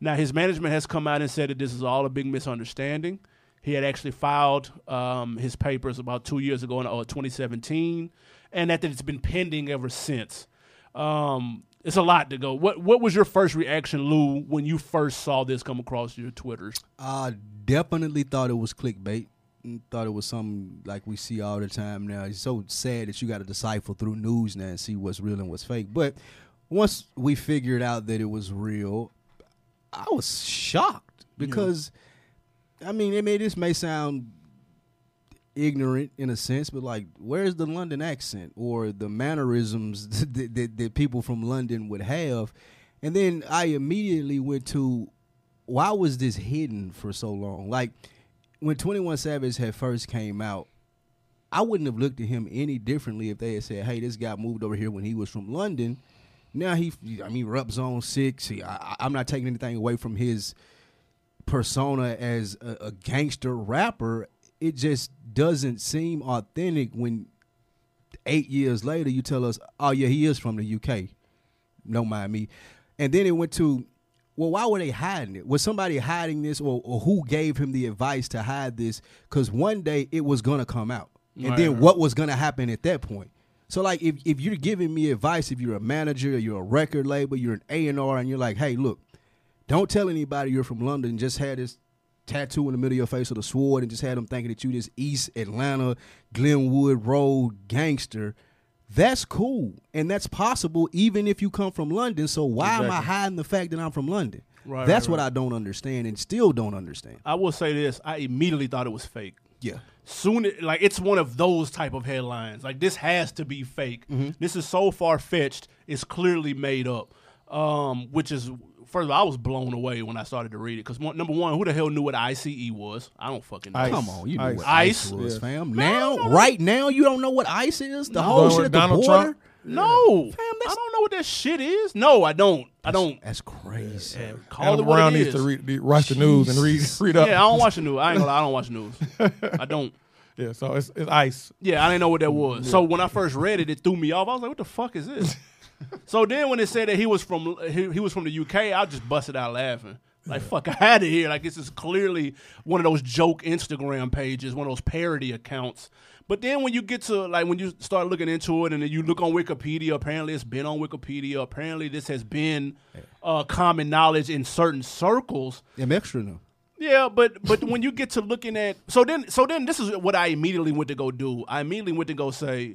Speaker 2: Now, his management has come out and said that this is all a big misunderstanding. He had actually filed um, his papers about two years ago in uh, 2017, and that it's been pending ever since. Um, it's a lot to go. What What was your first reaction, Lou, when you first saw this come across your Twitters?
Speaker 3: I definitely thought it was clickbait. and Thought it was something like we see all the time now. It's so sad that you got to decipher through news now and see what's real and what's fake. But once we figured out that it was real, I was shocked because, I mean, it may this may sound ignorant in a sense, but like, where's the London accent or the mannerisms that, that, that people from London would have? And then I immediately went to, why was this hidden for so long? Like, when 21 Savage had first came out, I wouldn't have looked at him any differently if they had said, hey, this guy moved over here when he was from London Now he, I mean, rep zone six. He, I, I'm not taking anything away from his persona as a, a gangster rapper. It just doesn't seem authentic when eight years later you tell us, oh yeah, he is from the UK. Don't mind me. And then it went to, well, why were they hiding it? Was somebody hiding this, or, or who gave him the advice to hide this? Because one day it was gonna come out, and
Speaker 2: Right,
Speaker 3: then
Speaker 2: right.
Speaker 3: what was gonna happen at that point? So like, if if you're giving me advice, if you're a manager, or you're a record label, you're an A and R, and you're like, hey, look, don't tell anybody you're from London. Just had this tattoo in the middle of your face with a sword, and just had them thinking that you this East Atlanta Glenwood Road gangster. That's cool, and that's possible even if you come from London. So why am I
Speaker 4: Exactly.
Speaker 3: hiding the fact that I'm from London?
Speaker 2: Right,
Speaker 3: that's
Speaker 2: right,
Speaker 3: what I don't understand, and still don't understand.
Speaker 2: I will say this: I immediately thought it was fake.
Speaker 3: Yeah,
Speaker 2: Soon, it, like it's one of those type of headlines. Like this has to be fake.
Speaker 4: Mm-hmm.
Speaker 2: This is so far fetched. It's clearly made up. Um, which is first of all, I was blown away when I started to read it because number one, who the hell knew what ICE was? I don't fucking know.
Speaker 4: Ice.
Speaker 3: come on, you know
Speaker 4: Ice.
Speaker 3: what ice,
Speaker 2: Ice?
Speaker 3: was,
Speaker 4: Yeah.
Speaker 3: fam. Now, right now, you don't know what ice is. The whole
Speaker 4: Going
Speaker 3: shit
Speaker 4: with
Speaker 3: at the
Speaker 4: Donald
Speaker 3: border.
Speaker 4: Trump?
Speaker 2: No, I
Speaker 3: that's-
Speaker 2: don't know what that shit is. No, I don't. I don't.
Speaker 3: That's crazy.
Speaker 2: Yeah, call
Speaker 4: Adam
Speaker 2: it what
Speaker 4: Brown
Speaker 2: it
Speaker 4: needs
Speaker 2: is.
Speaker 4: to read, the- watch the news and read read up.
Speaker 2: Yeah, I don't watch the news. I ain't gonna lie, I don't watch the news. I don't.
Speaker 4: Yeah, so it's, it's ice.
Speaker 2: Yeah, I didn't know what that was. So when I first read it, it threw me off. I was like, "What the fuck is this?" so then when it said that he was from he, he was from the UK, I just busted out laughing. Like fuck, I had it here. Like this is clearly one of those joke Instagram pages, one of those parody accounts. But then when you get to like when you start looking into it, and then you look on Wikipedia, apparently it's been on Wikipedia. Apparently this has been uh, common knowledge in certain circles.
Speaker 3: I'm extra now.
Speaker 2: Yeah, but but when you get to looking at so then so then this is what I immediately went to go do. I immediately went to go say,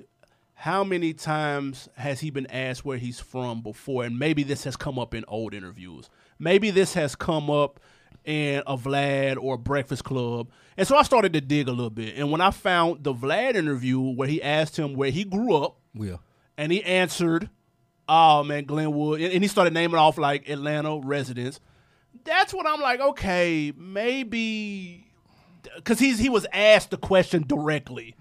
Speaker 2: how many times has he been asked where he's from before? And maybe this has come up in old interviews. Maybe this has come up in a Vlad or a Breakfast Club. And so I started to dig a little bit. And when I found the Vlad interview where he asked him where he grew up,
Speaker 3: Will.
Speaker 2: and he answered, "Oh man, Glenwood," and, and he started naming off like Atlanta residents. That's when I'm like, okay, maybe, because he's he was asked the question directly,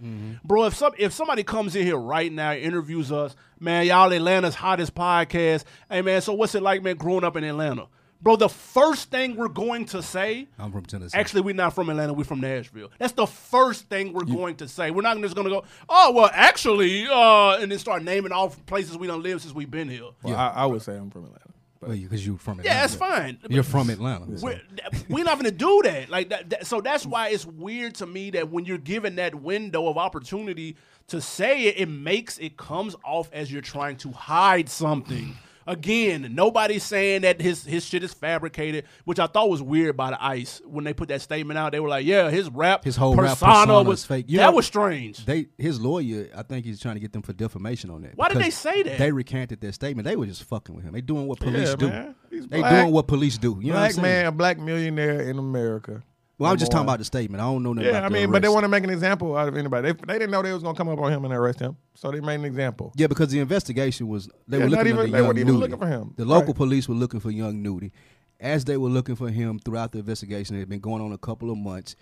Speaker 2: bro. If some if somebody comes in here right now, interviews us, man, y'all Atlanta's hottest podcast. Hey man, so what's it like, man, growing up in Atlanta, bro? The first thing we're going to say
Speaker 3: I'm from Tennessee.
Speaker 2: Actually, we're not from Atlanta. We're from Nashville. That's the first thing we're going to say. We're not just going to go, oh, well, actually, uh, and then start naming off places we don't live since we've been here.
Speaker 4: Well, I, I would say I'm from Atlanta. But
Speaker 3: because you're from Atlanta.
Speaker 2: Yeah, that's fine.
Speaker 3: You're from Atlanta. so-
Speaker 2: We're, th- we're not going to do that. Like that, that- So that's why it's weird to me that when you're given that window of opportunity to say it, it makes it comes off as you're trying to hide something. Again, nobody's saying that his his shit is fabricated, which I thought was weird by the ICE when they put that statement out. They were like, "Yeah, his rap,
Speaker 3: His whole rap persona
Speaker 2: was
Speaker 3: is fake. You
Speaker 2: That
Speaker 3: know-
Speaker 2: was strange.
Speaker 3: They his lawyer, I think he's trying to get them for defamation on that.
Speaker 2: Why did they
Speaker 3: because
Speaker 2: say that?
Speaker 3: They recanted their statement. They were just fucking with him. They doing what police
Speaker 4: Yeah,
Speaker 3: do.
Speaker 4: man. He's
Speaker 3: They
Speaker 4: black.
Speaker 3: doing what police do. You know what I'm
Speaker 4: black
Speaker 3: saying?
Speaker 4: man, a black millionaire in America.
Speaker 3: Well, I'm
Speaker 4: Number
Speaker 3: just talking
Speaker 4: one.
Speaker 3: about the statement. I don't know nothing
Speaker 4: Yeah, I
Speaker 3: about the
Speaker 4: mean, but they
Speaker 3: arrest.
Speaker 4: want to make an example out of anybody. They, they didn't know they was gonna come up on him and arrest him, so they made an example.
Speaker 3: Yeah, because the investigation was they
Speaker 4: Yeah,
Speaker 3: were
Speaker 4: not
Speaker 3: looking
Speaker 4: even-
Speaker 3: for
Speaker 4: they
Speaker 3: young
Speaker 4: weren't even
Speaker 3: Nudie.
Speaker 4: looking for him.
Speaker 3: The local
Speaker 4: Right.
Speaker 3: police were looking for young Nudie. As they were looking for him throughout the investigation, it had been going on a couple of months.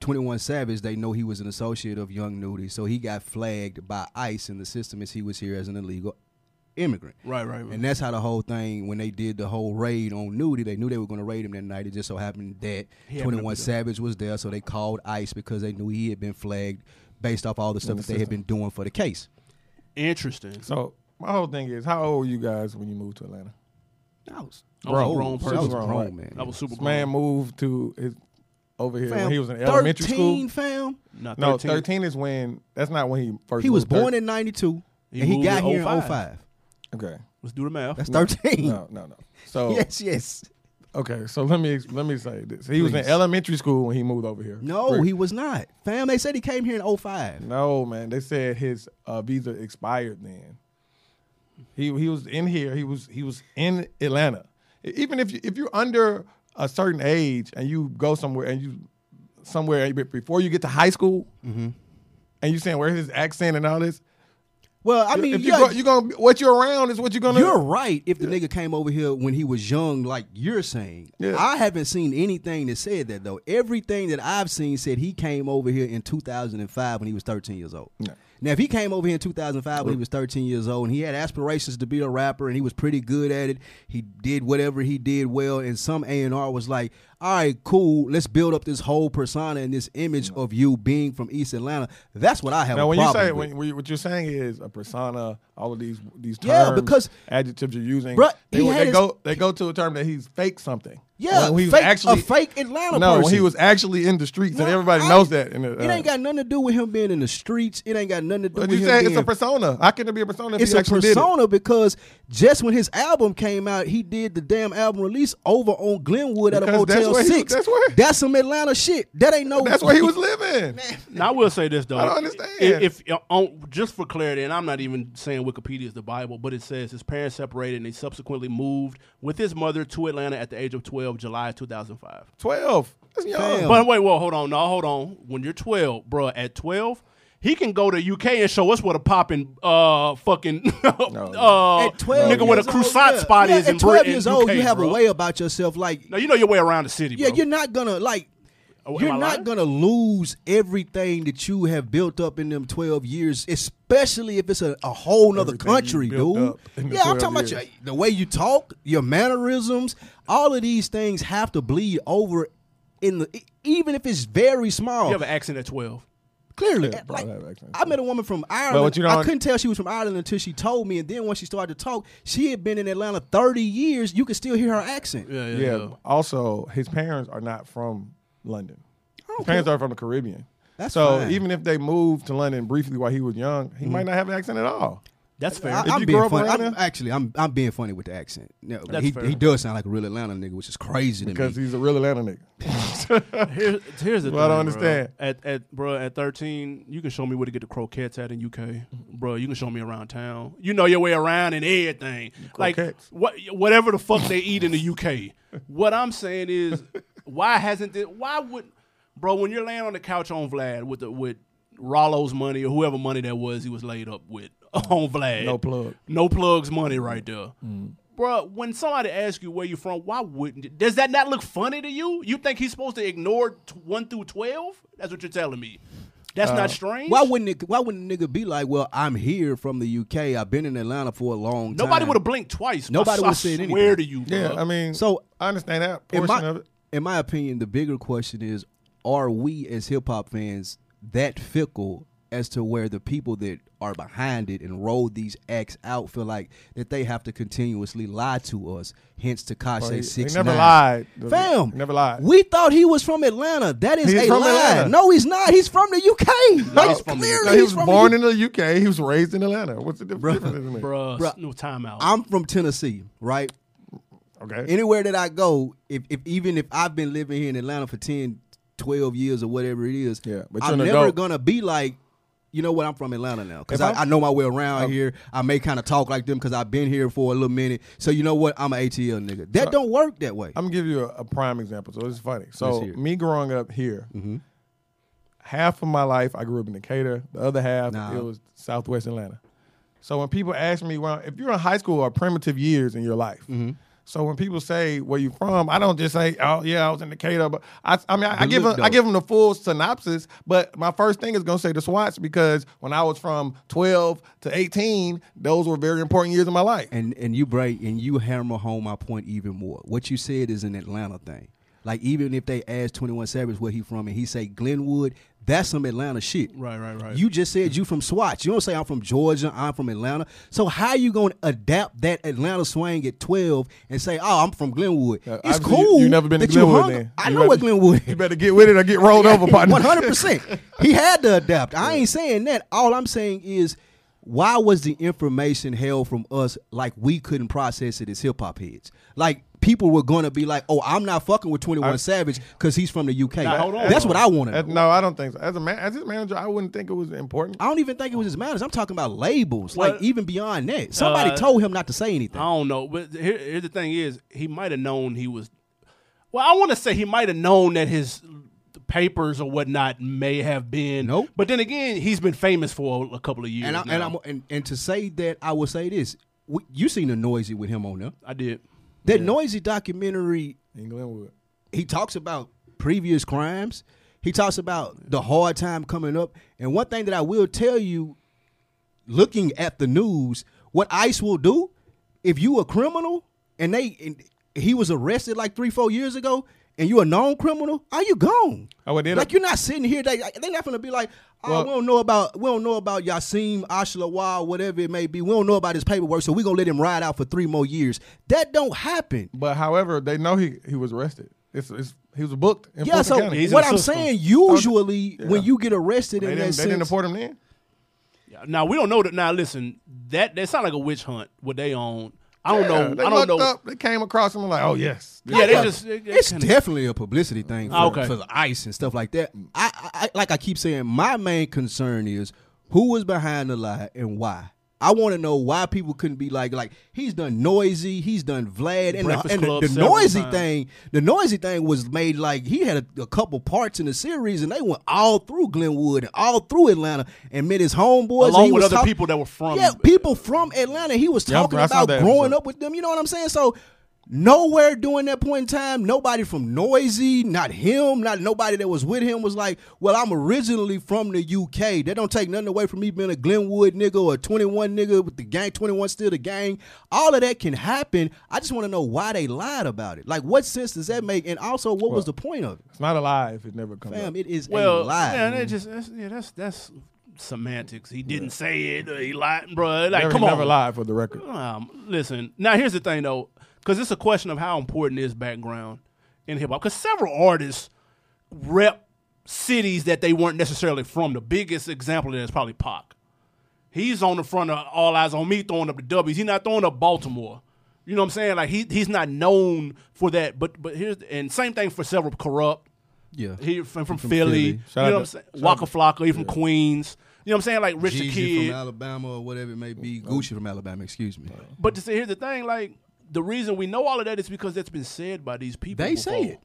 Speaker 3: Twenty One Savage, they know he was an associate of Young Nudie, so he got flagged by ICE in the system as he was here as an illegal immigrant.
Speaker 2: Right, right, right.
Speaker 3: And that's how the whole thing when they did the whole raid on Nudie, they knew they were going to raid him that night. It just so happened that
Speaker 2: He happened to
Speaker 3: Twenty One
Speaker 2: be there.
Speaker 3: Savage was there, so they called ICE because they knew he had been flagged based off all the stuff that they had been doing for the case.
Speaker 2: Interesting.
Speaker 4: So my whole thing is, how old were you guys when you moved to Atlanta?
Speaker 3: I was
Speaker 2: I was a grown person.
Speaker 3: I was a
Speaker 4: Grown,
Speaker 3: grown
Speaker 4: right.
Speaker 3: man.
Speaker 2: I was super
Speaker 4: This man
Speaker 2: grown.
Speaker 4: moved to his over here
Speaker 3: Fam,
Speaker 4: when he was in elementary
Speaker 3: 13,
Speaker 4: school.
Speaker 3: Fam,
Speaker 2: Not
Speaker 4: No, thirteen is when. That's not when he first.
Speaker 3: he was
Speaker 4: moved. Thir-
Speaker 3: born in '92
Speaker 2: He
Speaker 3: and he
Speaker 2: moved
Speaker 3: got
Speaker 2: in
Speaker 3: here in
Speaker 2: 05.
Speaker 3: 05.
Speaker 4: Okay.
Speaker 2: Let's do the math.
Speaker 3: That's 13.
Speaker 4: oh No, no, no. So
Speaker 3: Yes, yes.
Speaker 4: okay. So let me ex- let me say this. He was in
Speaker 3: Please.
Speaker 4: elementary school when he moved over here.
Speaker 3: No,
Speaker 4: Right.
Speaker 3: he was not. Fam, they said he came here in 05.
Speaker 4: No, man. They said his uh, visa expired then. He he was in here. He was he was in Atlanta. E, Even if you, if you're under a certain age and you go somewhere and you somewhere before you get to high school,
Speaker 3: Mm-hmm.
Speaker 4: and you saying where's his accent and all this.
Speaker 3: Well, I mean,
Speaker 4: if you
Speaker 3: yeah,
Speaker 4: go, you gonna what you're around is what you're gonna.
Speaker 3: You're right. If the nigga came over here when he was young, like you're saying,
Speaker 4: Yeah.
Speaker 3: I haven't seen anything that said that though. Everything that I've seen said he came over here in 2005 when he was 13 years old.
Speaker 4: No.
Speaker 3: Now, if he came over here in 2005 when he was 13 years old and he had aspirations to be a rapper and he was pretty good at it, he did whatever he did well, and some A&R was like, all right, cool, let's build up this whole persona and this image of you being from East Atlanta. That's what I have
Speaker 4: Now,
Speaker 3: a
Speaker 4: when you
Speaker 3: problem
Speaker 4: say
Speaker 3: with.
Speaker 4: when, when you- what you're saying is a persona, all of these these terms,
Speaker 3: Yeah, because-
Speaker 4: adjectives you're using,
Speaker 3: Bruh,
Speaker 4: they,
Speaker 3: he
Speaker 4: they
Speaker 3: had his-
Speaker 4: go they go to a term that he's fake something.
Speaker 3: Yeah,
Speaker 4: When he was
Speaker 3: fake- a fake Atlanta
Speaker 4: No, when he
Speaker 3: person.
Speaker 4: was actually in the streets, and
Speaker 3: No,
Speaker 4: everybody
Speaker 3: I-
Speaker 4: knows that. In the,
Speaker 3: it ain't got nothing to do with him being in the streets. It ain't got nothing to do
Speaker 4: But
Speaker 3: with
Speaker 4: you
Speaker 3: him
Speaker 4: say
Speaker 3: being
Speaker 4: it's a persona. How can it be a persona if
Speaker 3: it's
Speaker 4: he
Speaker 3: a
Speaker 4: actually did it?
Speaker 3: persona because just when his album came out, he did the damn album release over on Glenwood at a
Speaker 4: Because that's
Speaker 3: Motel
Speaker 4: where he-
Speaker 3: Six.
Speaker 4: that's where-
Speaker 3: That's some Atlanta shit. That ain't no.
Speaker 4: That's where he was living.
Speaker 2: Now I will say this though.
Speaker 4: I don't understand.
Speaker 2: If, if on, just for clarity, and I'm not even saying Wikipedia is the Bible, but it says his parents separated and he subsequently moved with his mother to Atlanta at the age of 12, July 2005.
Speaker 4: Twelve. That's young.
Speaker 3: Damn.
Speaker 2: But wait, whoa, hold on, no, hold on. When you're 12, bruh, at 12. He can go to UK and show us what a popping uh fucking uh
Speaker 3: At twelve,
Speaker 2: nigga with a
Speaker 3: years old,
Speaker 2: croissant
Speaker 3: yeah.
Speaker 2: spot
Speaker 3: Yeah,
Speaker 2: is in
Speaker 3: At twelve
Speaker 2: Brit- in
Speaker 3: years old,
Speaker 2: UK,
Speaker 3: you have a
Speaker 2: bruh.
Speaker 3: way about yourself. Like,
Speaker 2: Now you know your way around the city,
Speaker 3: yeah,
Speaker 2: bro.
Speaker 3: you're not gonna like.
Speaker 2: Oh, am
Speaker 3: You're
Speaker 2: I
Speaker 3: not
Speaker 2: lying?
Speaker 3: gonna lose everything that you have built up in them twelve years, especially if it's a, a whole nother
Speaker 4: Everything you
Speaker 3: country,
Speaker 4: built
Speaker 3: dude.
Speaker 4: up in the
Speaker 3: Yeah, I'm
Speaker 4: 12
Speaker 3: talking about your,
Speaker 4: years.
Speaker 3: the way you talk, your mannerisms, all of these things have to bleed over in the e- even if it's very small.
Speaker 2: You have an accent at 12.
Speaker 3: Clearly,
Speaker 4: Yeah, bro,
Speaker 3: like,
Speaker 4: that makes sense.
Speaker 3: I met a woman from
Speaker 4: But
Speaker 3: Ireland.
Speaker 4: what you
Speaker 3: I
Speaker 4: don't-
Speaker 3: couldn't tell she was from Ireland until she told me, and then when she started to talk, she had been in Atlanta thirty years. You could still hear her accent.
Speaker 2: Yeah, yeah.
Speaker 4: Yeah.
Speaker 2: yeah.
Speaker 4: Also, his parents are not from London.
Speaker 3: don't
Speaker 4: His parents are from the Caribbean.
Speaker 3: Oh, That's
Speaker 4: so
Speaker 3: fine. Mm-hmm.
Speaker 4: even if they moved to London briefly while he was young, he might not have an accent at all.
Speaker 2: That's fair.
Speaker 3: I,
Speaker 4: If
Speaker 3: am
Speaker 4: you
Speaker 3: being
Speaker 4: grew up
Speaker 3: funny.
Speaker 4: around
Speaker 3: I'm,
Speaker 4: there-
Speaker 3: actually, I'm I'm being funny with the accent. No,
Speaker 2: That's
Speaker 3: he,
Speaker 2: fair.
Speaker 3: he does sound like a real Atlanta nigga, which is crazy to
Speaker 4: Because
Speaker 3: me.
Speaker 4: he's a real Atlanta nigga.
Speaker 2: Here's, here's the
Speaker 4: Well, I
Speaker 2: thing.
Speaker 4: don't understand.
Speaker 2: Bro. At at bro at thirteen, you can show me where to get the croquettes at in UK, bro. You can show me around town. You know your way around and everything. Like
Speaker 4: Croquettes.
Speaker 2: what whatever the fuck they eat in the UK. What I'm saying is, why hasn't it? Why would, bro? When you're laying on the couch on Vlad with the with Rollo's money or whoever money that was, he was laid up with on Vlad.
Speaker 4: No plug. Mm.
Speaker 2: No plugs money right there. Bruh, when somebody asks you where you from, why wouldn't you? Does that not look funny to you? You think he's supposed to ignore t- 1 through 12? That's what you're telling me. That's not strange.
Speaker 3: Uh, Why wouldn't it? Why wouldn't a nigga be like, well, I'm here from the UK. I've been in Atlanta for a long time.
Speaker 2: Nobody would have blinked twice.
Speaker 3: Nobody
Speaker 2: I, I
Speaker 3: would've said anything.
Speaker 2: swear to you, bro.
Speaker 4: yeah, I mean,
Speaker 3: So-
Speaker 4: so I understand that
Speaker 3: In
Speaker 4: portion
Speaker 3: my,
Speaker 4: of it.
Speaker 3: in my opinion, the bigger question is: Are we as hip hop fans that fickle as to where the people that are behind it and roll these acts out feel like that they have to continuously lie to us? Hence, Takashi
Speaker 4: he- he
Speaker 3: six
Speaker 4: never
Speaker 3: nine.
Speaker 4: lied. He
Speaker 3: Fam,
Speaker 4: never lied.
Speaker 3: We thought he was from Atlanta. That is
Speaker 4: He's
Speaker 3: a
Speaker 4: from
Speaker 3: lie.
Speaker 4: Atlanta.
Speaker 3: No, he's not. He's from the UK.
Speaker 2: No,
Speaker 3: Like,
Speaker 2: he's from the
Speaker 3: clearly
Speaker 4: No, he
Speaker 3: he's
Speaker 4: was
Speaker 3: from
Speaker 4: born
Speaker 3: the
Speaker 4: in the UK. He was raised in Atlanta. What's the difference? difference in it?
Speaker 2: Bruh,
Speaker 3: Bruh.
Speaker 2: no timeout.
Speaker 3: I'm from Tennessee, right?
Speaker 4: Okay.
Speaker 3: anywhere that I go, if, if even if I've been living here in Atlanta for 10, 12 years or whatever it is,
Speaker 4: Yeah, but you're
Speaker 3: I'm
Speaker 4: an
Speaker 3: never
Speaker 4: adult.
Speaker 3: gonna be like, you know what, I'm from Atlanta now. Because I,
Speaker 4: If I'm- Oh.
Speaker 3: I know my way around here. I may kind of talk like them because I've been here for a little minute. So you know what? I'm an ATL nigga. That don't work that way.
Speaker 4: I'm gonna give you a, a prime example. So it's funny. So
Speaker 3: Let's hear it. Mm-hmm.
Speaker 4: me growing up here, half of my life I grew up in Decatur. The other half
Speaker 3: Nah.
Speaker 4: it was Southwest Atlanta. So when people ask me, well, if you're in high school or primitive years in your life,
Speaker 3: Mm-hmm.
Speaker 4: so when people say where you from, I don't just say, oh yeah, I was in Decatur. But I, I mean, I, I give
Speaker 3: look,
Speaker 4: them, I
Speaker 3: though.
Speaker 4: give them the full synopsis. But my first thing is gonna say the SWATs because when I was from 12 to 18, those were very important years of my life.
Speaker 3: and and you break and you hammer home my point even more. What you said is an Atlanta thing. Like even if they ask Twenty One Savage where he from and he say Glenwood, that's some Atlanta shit.
Speaker 2: Right, right, right.
Speaker 3: You just said you from Swatch. You don't say I'm from Georgia. I'm from Atlanta. So how you gonna adapt that Atlanta swing at twelve and say, oh, I'm from Glenwood?
Speaker 4: Uh,
Speaker 3: it's
Speaker 4: obviously,
Speaker 3: cool.
Speaker 4: You, you never been to
Speaker 3: that you
Speaker 4: Glenwood,
Speaker 3: hung-
Speaker 4: then.
Speaker 3: I
Speaker 4: You
Speaker 3: know
Speaker 4: better-
Speaker 3: what Glenwood
Speaker 4: You
Speaker 3: is.
Speaker 4: better get with it or get rolled over, partner.
Speaker 3: One hundred percent. He had to adapt. I ain't saying that. All I'm saying is, why was the information held from us like we couldn't process it as hip hop heads? Like people were gonna be like, "Oh, I'm not fucking with Twenty One Savage because he's from the UK."
Speaker 2: hold on.
Speaker 3: That's what I wanted.
Speaker 4: As- no, I don't think so. As a man, as his manager, I wouldn't think it was important.
Speaker 3: I don't even think it was his manners. I'm talking about labels,
Speaker 2: Well,
Speaker 3: like even beyond that. Somebody
Speaker 2: uh,
Speaker 3: told him not to
Speaker 2: I
Speaker 3: say anything.
Speaker 2: don't know. But here, here's the thing is, he might have known he was. Well, I want to say he might have known that his papers or whatnot may have been.
Speaker 3: Nope.
Speaker 2: But then again, he's been famous for a, a couple of years.
Speaker 3: and I, and,
Speaker 2: now.
Speaker 3: I'm, and and to say that, I will say this: we, you seen the noisy with him on there.
Speaker 2: I did.
Speaker 3: That noisy documentary
Speaker 4: In Glenwood.
Speaker 3: he talks about previous crimes. He talks about the hard time coming up. And one thing that I will tell you looking at the news, what ICE will do if you a criminal and they and he was arrested like three four years ago and you a known criminal, are you gone?
Speaker 4: Oh, well, they don't-
Speaker 3: like you're not sitting here. They they not gonna be like, oh,
Speaker 4: Well-
Speaker 3: we don't know about we don't know about Yasim Ashlawa, whatever it may be. We don't know about his paperwork, so we gonna let him ride out for three more years. That don't happen.
Speaker 4: But however, they know he, he was arrested. It's, it's he was booked. In
Speaker 3: Yeah,
Speaker 4: Fulton
Speaker 3: so
Speaker 4: County.
Speaker 2: he's in
Speaker 3: what
Speaker 2: the
Speaker 3: I'm
Speaker 2: system.
Speaker 3: saying, usually when you get arrested
Speaker 4: they
Speaker 3: in
Speaker 4: didn't,
Speaker 3: that
Speaker 4: they didn't
Speaker 3: sense,
Speaker 4: deport him then.
Speaker 2: Now we don't know that. Now listen, that that sound like a witch hunt. What they own? I don't
Speaker 4: Yeah,
Speaker 2: know.
Speaker 4: They
Speaker 2: I don't
Speaker 4: looked
Speaker 2: know.
Speaker 4: Up, they came across him like, oh yes,
Speaker 2: Yeah, they
Speaker 3: Yeah.
Speaker 2: just they- they
Speaker 3: uh, it's
Speaker 2: kinda-
Speaker 3: definitely a publicity thing for,
Speaker 2: Ah, okay.
Speaker 3: for the ice and stuff like that. I, I, I like I keep saying, my main concern is who was behind the lie and why. I want to know why people couldn't be like, like he's done noisy, he's done Vlad, and the,
Speaker 2: Breakfast
Speaker 3: and the-
Speaker 2: Club
Speaker 3: the
Speaker 2: several
Speaker 3: noisy
Speaker 2: times.
Speaker 3: thing, the noisy thing was made like he had a, a couple parts in the series, and they went all through Glenwood and all through Atlanta, and met his homeboys, and
Speaker 2: along
Speaker 3: he
Speaker 2: with
Speaker 3: was
Speaker 2: other
Speaker 3: talk-
Speaker 2: people that were from.
Speaker 3: yeah, people from Atlanta. He was
Speaker 4: Yeah,
Speaker 3: talking
Speaker 4: bro, I saw
Speaker 3: about
Speaker 4: that
Speaker 3: growing
Speaker 4: episode.
Speaker 3: up with them. You know what I'm saying? So nowhere during that point in time, nobody from Noisy, not him, not nobody that was with him was like, well, I'm originally from the UK. That don't take nothing away from me being a Glenwood nigga or a 21 nigga with the gang, 21 still the gang. All of that can happen. I just want to know why they lied about it. Like, what sense does that make? And also, what was the point of it?
Speaker 4: it's not alive. It never comes.
Speaker 3: Fam,
Speaker 4: up.
Speaker 3: it is
Speaker 2: well,
Speaker 3: a lie.
Speaker 2: yeah, that just that's, yeah, that's that's semantics. He didn't say it. Or he lied, bro. Like,
Speaker 4: never,
Speaker 2: come
Speaker 4: he
Speaker 2: on,
Speaker 4: never lied for the record.
Speaker 2: Um, listen, now here's the thing though, because it's a question of how important is background in hip hop. Because several artists rep cities that they weren't necessarily from. The biggest example of that is probably Pac. He's on the front of All Eyes on Me throwing up the W's. He's not throwing up Baltimore. You know what I'm saying? Like he he's not known for that. But but here's and same thing for several corrupt.
Speaker 3: yeah.
Speaker 2: He from, from, Philly.
Speaker 3: Philly.
Speaker 2: You
Speaker 4: Shout
Speaker 2: know
Speaker 4: out
Speaker 2: what
Speaker 4: to-
Speaker 2: I'm saying? Waka Flocka, he from Queens. You know what I'm saying? Like Richard
Speaker 3: Jeezy
Speaker 2: Kidd.
Speaker 3: from Alabama or whatever it may be.
Speaker 4: Oh.
Speaker 3: Gucci from Alabama, excuse me.
Speaker 2: But to say, here's the thing, like the reason we know all of that is because that's been said by these people.
Speaker 3: They say
Speaker 2: before.
Speaker 3: it.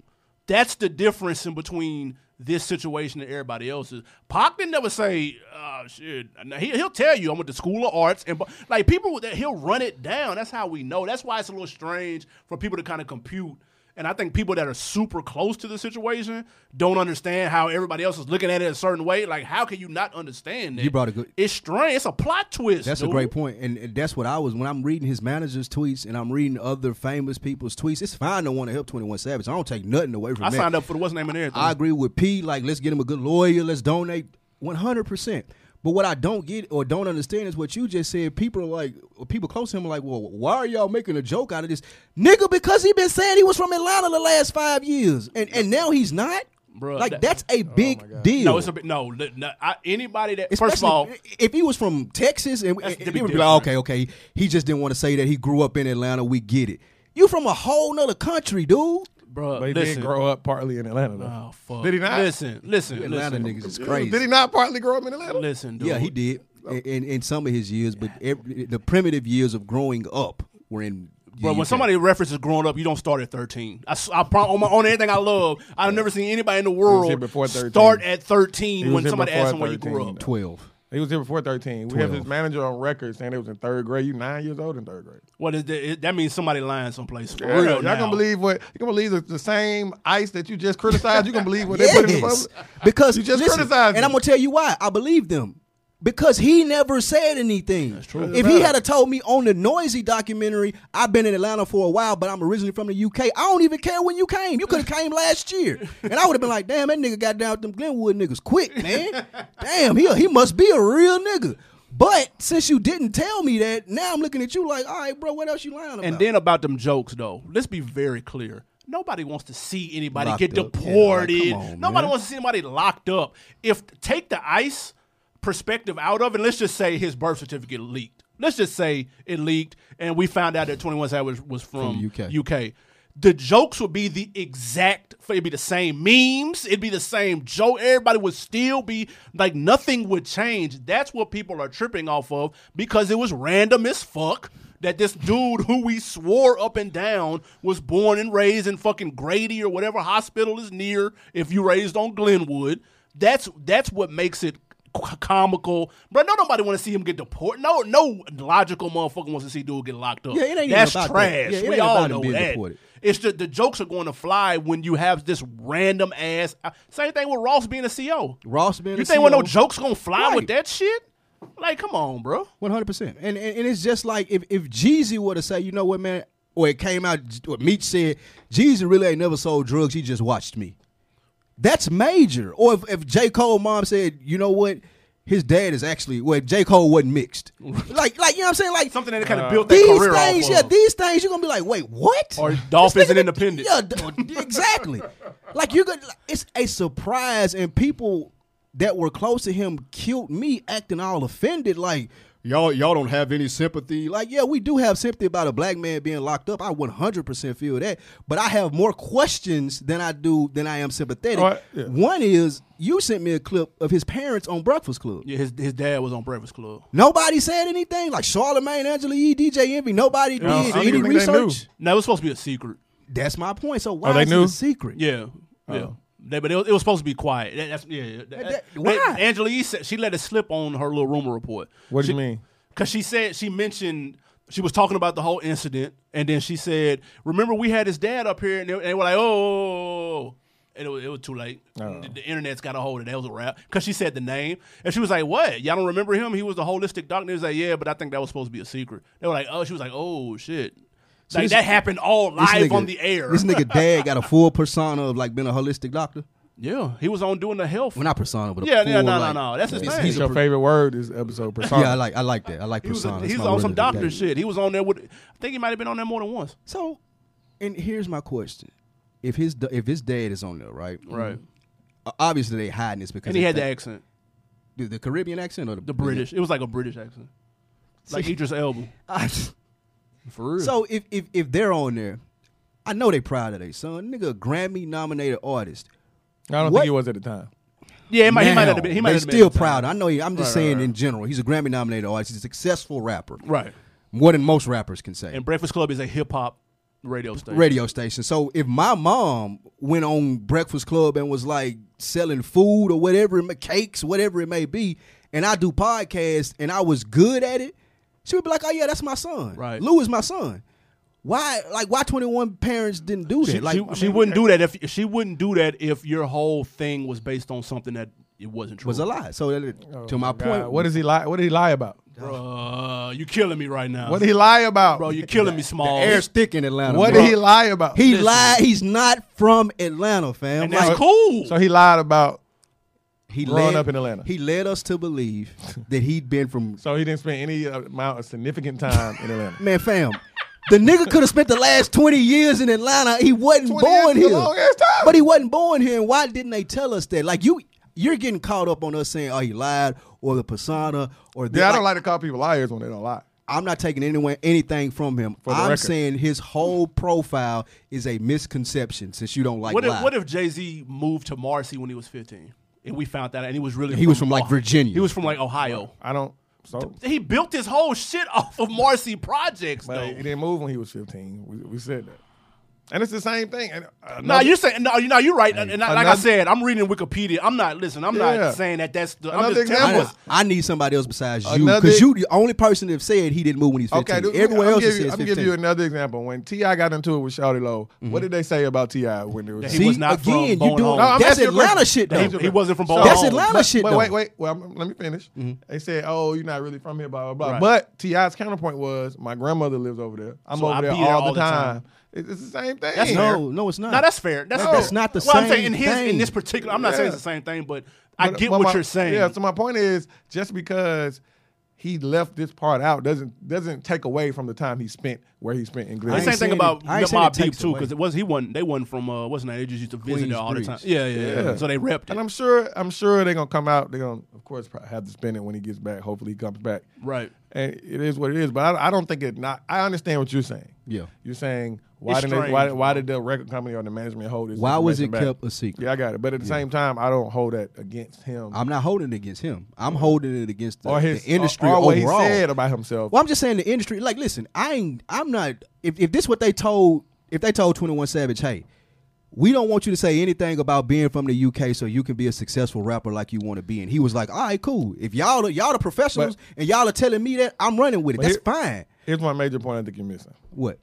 Speaker 2: That's the difference in between this situation and everybody else's. Pac didn't never say, "Oh shit." Now, he, he'll tell you, "I went to school of arts," and bu- like people that he'll run it down. That's how we know. That's why it's a little strange for people to kind of compute. And I think people that are super close to the situation don't understand how everybody else is looking at it a certain way. Like, how can you not understand that?
Speaker 3: You brought a good-
Speaker 2: It's strange. It's a plot twist.
Speaker 3: That's a
Speaker 2: dude.
Speaker 3: great point, and and that's what I was when I'm reading his manager's tweets and I'm reading other famous people's tweets. It's fine to want to help Twenty One Savage. I don't take nothing away from
Speaker 2: I
Speaker 3: that.
Speaker 2: signed up for the what's name and everything.
Speaker 3: I agree with P. Like, let's get him a good lawyer. Let's donate 100. percent But what I don't get or don't understand is what you just said. People are like, or people close to him are like, well, why are y'all making a joke out of this, nigga? Because he been saying he was from Atlanta the last five years, and and now he's not.
Speaker 2: Bruh,
Speaker 3: like
Speaker 2: that- Oh
Speaker 3: that's a big deal.
Speaker 2: No, it's a bit. No, li- no I, anybody that first of all,
Speaker 3: Especially if he was from Texas, and,
Speaker 2: That's the
Speaker 3: and, and
Speaker 2: big
Speaker 3: they would be like, okay,
Speaker 2: difference.
Speaker 3: okay, he just didn't want to say that he grew up in Atlanta. We get it. You from a whole nother country, dude.
Speaker 2: bro,
Speaker 4: But he
Speaker 2: listen.
Speaker 4: did grow up partly in Atlanta. Though.
Speaker 2: oh fuck.
Speaker 4: Did he not?
Speaker 2: Listen, listen,
Speaker 3: Atlanta
Speaker 2: listen,
Speaker 3: niggas is crazy. Oh.
Speaker 4: Did he not partly grow up in Atlanta?
Speaker 2: listen, dude.
Speaker 3: yeah, he did in, in, in some of his years, but every, the primitive years of growing up were in. the
Speaker 2: Bro, when
Speaker 3: UK.
Speaker 2: somebody references growing up, you don't start at thirteen. I, s- I prom- on, my, on everything I love, I've never seen anybody in the
Speaker 4: here
Speaker 2: world
Speaker 4: before 13.
Speaker 2: start at thirteen
Speaker 4: He was
Speaker 2: when
Speaker 4: here
Speaker 2: somebody
Speaker 4: before
Speaker 2: asks him where you grew
Speaker 4: 13,
Speaker 2: up.
Speaker 4: though.
Speaker 3: twelve,
Speaker 4: He was here before 13. We have his
Speaker 3: 12.
Speaker 4: manager on record saying they was in third grade. You nine years old in third grade.
Speaker 2: What is that? It- That means somebody lying someplace. For
Speaker 4: Yeah,
Speaker 2: real,
Speaker 4: y'all
Speaker 2: now.
Speaker 4: gonna believe what you gonna believe the, the same ice that you just criticized. You gonna believe what they put in the
Speaker 3: yes,
Speaker 4: public?
Speaker 3: because
Speaker 4: You just
Speaker 3: listen,
Speaker 4: criticized
Speaker 3: and
Speaker 4: me.
Speaker 3: I'm gonna tell you why I believe them. Because he never said anything. That's
Speaker 2: true.
Speaker 3: If he had a told me on the Noisy documentary, I've been in Atlanta for a while, but I'm originally from the UK. I don't even care when you came. You could have came last year, and I would have been like, "Damn, that nigga got down with them Glenwood niggas quick, man. Damn, he he must be a real nigga." But since you didn't tell me that, now I'm looking at you like, "All right, bro, what else you lying about?"
Speaker 2: And then about them jokes, though. Let's be very clear. Nobody wants to see anybody
Speaker 3: Locked
Speaker 2: get
Speaker 3: up. Yeah, like, come
Speaker 2: deported.
Speaker 3: on,
Speaker 2: Nobody
Speaker 3: man.
Speaker 2: wants to see anybody locked up. If take the ICE perspective out of it, let's just say his birth certificate leaked. Let's just say it leaked, and we found out that 21 Savage was, was from,
Speaker 3: From UK.
Speaker 2: UK. The jokes would be the exact. It'd be the same memes. It'd be the same joke. Everybody would still be like nothing would change. That's what people are tripping off of because it was random as fuck that this dude who we swore up and down was born and raised in fucking Grady or whatever hospital is near. If you raised on Glenwood, that's that's what makes it c- comical. But no, nobody want to see him get deported. No, no logical motherfucker wants to see dude get locked up.
Speaker 3: Yeah, it ain't even
Speaker 2: That's
Speaker 3: about that.
Speaker 2: trash.
Speaker 3: Yeah, it
Speaker 2: we
Speaker 3: ain't
Speaker 2: all
Speaker 3: about him
Speaker 2: know
Speaker 3: being
Speaker 2: that.
Speaker 3: deported.
Speaker 2: It's just the jokes are going to fly when you have this random ass. Same thing with Ross being a CO.
Speaker 3: Ross being E
Speaker 2: you
Speaker 3: a
Speaker 2: think when no
Speaker 3: CO.
Speaker 2: jokes gonna fly
Speaker 3: Right.
Speaker 2: with that shit? Like, come on, bro.
Speaker 3: One hundred percent. And and and it's just like if if Jeezy were to say, you know what, man, or it came out, what Meech said, Jeezy really ain't never sold drugs. He just watched me. That's major. Or if, if J Cole mom said, you know what, his dad is actually well, if J Cole wasn't mixed. like like you know what I'm saying, like
Speaker 2: Something that kind
Speaker 4: Uh,
Speaker 2: of built their
Speaker 3: these
Speaker 2: career
Speaker 3: things,
Speaker 2: off
Speaker 3: yeah,
Speaker 2: of.
Speaker 3: these things you're gonna be like, wait, what?
Speaker 2: Or Dolph
Speaker 3: This
Speaker 2: isn't
Speaker 3: nigga-
Speaker 2: independent.
Speaker 3: Yeah, d- exactly. like you could, it's a surprise, and people that were close to him killed me, acting all offended, like. Y'all, y'all don't have any sympathy. Like, yeah, we do have sympathy about a black man being locked up. I 100% feel that, but I have more questions than I do than I am sympathetic.
Speaker 4: All right, yeah.
Speaker 3: One is you sent me a clip of his parents on Breakfast Club.
Speaker 2: Yeah, his his dad was on Breakfast Club.
Speaker 3: Nobody said anything. Like Charlamagne, Angela Yee, DJ Envy. Nobody
Speaker 4: No, I
Speaker 3: did
Speaker 4: don't
Speaker 3: any
Speaker 4: even think they knew.
Speaker 3: research.
Speaker 2: Now it was supposed to be a secret.
Speaker 3: That's my point. So why
Speaker 4: they
Speaker 3: is it
Speaker 4: knew?
Speaker 3: a secret?
Speaker 2: Oh, Yeah, yeah.
Speaker 4: Oh.
Speaker 2: They- but it was, it was supposed to be quiet. That- that's yeah. yeah. That-
Speaker 3: that-
Speaker 2: they-
Speaker 3: why?
Speaker 2: Angela Yee said she let it slip on her little rumor report.
Speaker 4: What do
Speaker 2: She-
Speaker 4: you mean?
Speaker 2: Because she said she mentioned she was talking about the whole incident, and then she said, "Remember we had his dad up here, and they, and they were like, oh." And it was, it was too late.
Speaker 3: Oh.
Speaker 2: The, the internet's got a hold of it. That was a wrap. Because she said the name. And she was like, What? Y'all don't remember him? He was the holistic doctor. And he was like, Yeah, but I think that was supposed to be a secret. They were like, Oh, she was like, Oh, shit. like,
Speaker 3: this-
Speaker 2: that happened all
Speaker 3: This
Speaker 2: live
Speaker 3: nigga-
Speaker 2: on the air.
Speaker 3: This nigga dad got a full persona of like being a holistic doctor.
Speaker 2: Yeah, he was on doing the health.
Speaker 3: Well, not persona, but a
Speaker 2: yeah,
Speaker 3: full,
Speaker 2: yeah, no, no,
Speaker 3: like-
Speaker 2: no, that's his
Speaker 3: he's-
Speaker 2: thing.
Speaker 3: he's
Speaker 4: It's your
Speaker 3: a-
Speaker 4: favorite word is episode persona.
Speaker 3: Yeah, I like I like that. I like
Speaker 2: he was,
Speaker 3: persona. That's
Speaker 2: he's
Speaker 3: my
Speaker 2: on
Speaker 3: word
Speaker 2: some
Speaker 3: of the
Speaker 2: doctor
Speaker 3: day.
Speaker 2: shit. He was on there with. I think he might have been on there more than once.
Speaker 3: So, and here's my question: If his da- if his dad is on there, right?
Speaker 2: Right.
Speaker 3: Uh, Obviously, they hiding this because
Speaker 2: And he
Speaker 3: they
Speaker 2: had the
Speaker 3: think-
Speaker 2: accent,
Speaker 3: the, the Caribbean accent or the,
Speaker 2: the British. It was like a British accent, like Idris Elba. For real.
Speaker 3: So if if if they're on there, I know they proud of their son. Nigga, Grammy nominated artist.
Speaker 4: I don't
Speaker 3: What?
Speaker 4: think he was at the time.
Speaker 2: yeah, he might, he might
Speaker 3: Now,
Speaker 2: have been. He might
Speaker 3: they
Speaker 2: have been
Speaker 3: still
Speaker 2: at the time.
Speaker 3: proud. I know. He, I'm just
Speaker 2: Right, right,
Speaker 3: saying
Speaker 2: right.
Speaker 3: in general, he's a Grammy nominated artist. He's a successful rapper,
Speaker 2: Right.
Speaker 3: more than most rappers can say.
Speaker 2: And Breakfast Club is a hip hop radio station.
Speaker 3: radio station. So if my mom went on Breakfast Club and was like selling food or whatever, it ma- cakes, whatever it may be, and I do podcasts and I was good at it, she would be like, "Oh yeah, that's my son.
Speaker 2: Right.
Speaker 3: Lou is my son." Why, like, why twenty one parents didn't do that?
Speaker 2: She,
Speaker 3: like,
Speaker 2: she, she wouldn't do that if she wouldn't do that if your whole thing was based on something that it wasn't true.
Speaker 3: was a lie. So that, to my, point,
Speaker 4: Oh God, what does he lie? What did he lie about?
Speaker 2: Bruh, you killing me right now,
Speaker 4: What did he lie about?
Speaker 2: bro? You killing me, small.
Speaker 3: air's thick in Atlanta.
Speaker 4: what
Speaker 3: bro.
Speaker 4: did he lie about?
Speaker 3: He
Speaker 2: Listen.
Speaker 3: lied. He's not from Atlanta, fam.
Speaker 2: And
Speaker 3: Like,
Speaker 2: that's cool.
Speaker 4: So he lied about.
Speaker 3: he
Speaker 4: growing up in Atlanta.
Speaker 3: He led us to believe that he'd been from
Speaker 4: So he didn't spend any amount of significant time in Atlanta.
Speaker 3: Man, fam, the nigga could have spent the last 20 years in Atlanta. He wasn't
Speaker 4: 20
Speaker 3: born
Speaker 4: years is a
Speaker 3: here.
Speaker 4: long-ass time.
Speaker 3: But he wasn't born here. And why didn't they tell us that? Like, you, you're getting caught up on us saying, oh, he lied or the persona or this.
Speaker 4: Yeah, I don't like to call people liars when they don't lie.
Speaker 3: I'm not taking anyone anything from him.
Speaker 4: the
Speaker 3: I'm
Speaker 4: record.
Speaker 3: saying his whole profile is a misconception since you don't like
Speaker 2: what
Speaker 3: lie.
Speaker 2: if, what if Jay Z moved to Marcy when he was 15, and we found that, and he was really
Speaker 3: He was from, like,
Speaker 2: Ohio-
Speaker 3: Virginia.
Speaker 2: He was from like Ohio.
Speaker 4: I don't. So,
Speaker 2: He built his whole shit off of Marcy projects,
Speaker 4: but he
Speaker 2: though.
Speaker 4: didn't move when he was 15. We, we said that, and it's the same thing. And uh, another,
Speaker 2: Now you're saying no, you know you're right. and I- like I
Speaker 4: another-
Speaker 2: said, I'm reading Wikipedia. I'm not listen. I'm
Speaker 4: Yeah.
Speaker 2: not saying that that's the. I'm
Speaker 4: Another
Speaker 2: just telling
Speaker 3: I,
Speaker 4: example.
Speaker 2: you.
Speaker 3: know. I need somebody else besides you
Speaker 4: Another-
Speaker 3: because you the only person that said he didn't move when he's 15.
Speaker 4: okay, dude,
Speaker 3: Everyone
Speaker 4: I'm
Speaker 3: else
Speaker 4: give
Speaker 3: has
Speaker 4: you,
Speaker 3: said
Speaker 4: I'm
Speaker 3: 15.
Speaker 4: give you another example. When Ti got into it with Shawty Lowe, what did they say about Ti when it was?
Speaker 2: Mm-hmm. He was not from
Speaker 3: again,
Speaker 2: Bone
Speaker 3: you doing
Speaker 2: Home. No, I'm
Speaker 3: that's
Speaker 4: asking you a
Speaker 3: Atlanta
Speaker 4: question.
Speaker 3: shit
Speaker 2: He-
Speaker 3: though.
Speaker 2: he wasn't from Bone
Speaker 3: That's
Speaker 2: Home.
Speaker 3: Atlanta
Speaker 4: but,
Speaker 3: shit
Speaker 4: But
Speaker 3: though.
Speaker 4: wait, wait. Well, I'm- let me finish. They said, "Oh, you're not really from here." Blah blah blah.
Speaker 2: Mm-hmm. Right.
Speaker 4: But Ti's counterpoint was, "My grandmother lives over there. I'm
Speaker 2: So
Speaker 4: over
Speaker 2: I
Speaker 4: there,
Speaker 2: be there
Speaker 4: all,
Speaker 2: all the
Speaker 4: the time." It's, it's the same thing.
Speaker 2: That's fair.
Speaker 3: No, no, it's not.
Speaker 2: No, that's fair. That's,
Speaker 4: No,
Speaker 2: fair.
Speaker 4: that's
Speaker 3: not the
Speaker 2: well, I'm saying in
Speaker 3: same
Speaker 2: his in
Speaker 3: thing.
Speaker 2: this particular. I'm not saying it's the
Speaker 4: Yeah.
Speaker 2: same thing, but I
Speaker 4: But-
Speaker 2: get
Speaker 4: but
Speaker 2: what
Speaker 4: my-
Speaker 2: you're saying.
Speaker 4: Yeah. So my point is, just because he left this part out doesn't doesn't take away from the time he spent where he spent in
Speaker 2: the
Speaker 4: Glen.
Speaker 2: same
Speaker 3: saying
Speaker 2: thing about
Speaker 3: it- I ain't saying
Speaker 2: Mob
Speaker 3: it
Speaker 2: Deep
Speaker 3: takes
Speaker 2: too,
Speaker 3: away.
Speaker 2: because it was he wasn't they wasn't from uh, wasn't that they just used to visit there all the time.
Speaker 3: Queensbridge.
Speaker 2: Yeah, yeah, yeah,
Speaker 4: Yeah.
Speaker 2: So they repped it.
Speaker 4: And I'm sure I'm sure they're gonna come out. They're gonna of course probably have to spend it when he gets back. Hopefully he comes back.
Speaker 2: Right.
Speaker 4: And it is what it is. But I, I don't think it not. I understand what you're saying.
Speaker 3: Yeah.
Speaker 4: You're saying why
Speaker 2: It's
Speaker 4: did they,
Speaker 2: strange,
Speaker 4: why, why did the record company or the management hold this?
Speaker 3: Why was it
Speaker 4: information back?
Speaker 3: kept a secret?
Speaker 4: Yeah, I got it. But at the same time, I don't hold that against him
Speaker 3: I'm not holding it against him. I'm holding it against the,
Speaker 4: or his
Speaker 3: the industry
Speaker 4: or, or what
Speaker 3: overall.
Speaker 4: he said about himself.
Speaker 3: Well, I'm just saying the industry. Like, listen, I ain't. I'm not. If if this what they told, if they told 21 Savage, hey, we don't want you to say anything about being from the UK, so you can be a successful rapper like you want to be. And he was like, all right, cool. If y'all are, y'all the professionals and y'all are telling me that, I'm running with it.
Speaker 4: But
Speaker 3: That's
Speaker 4: here-
Speaker 3: fine.
Speaker 4: Here's my major point I think you're missing.
Speaker 3: What?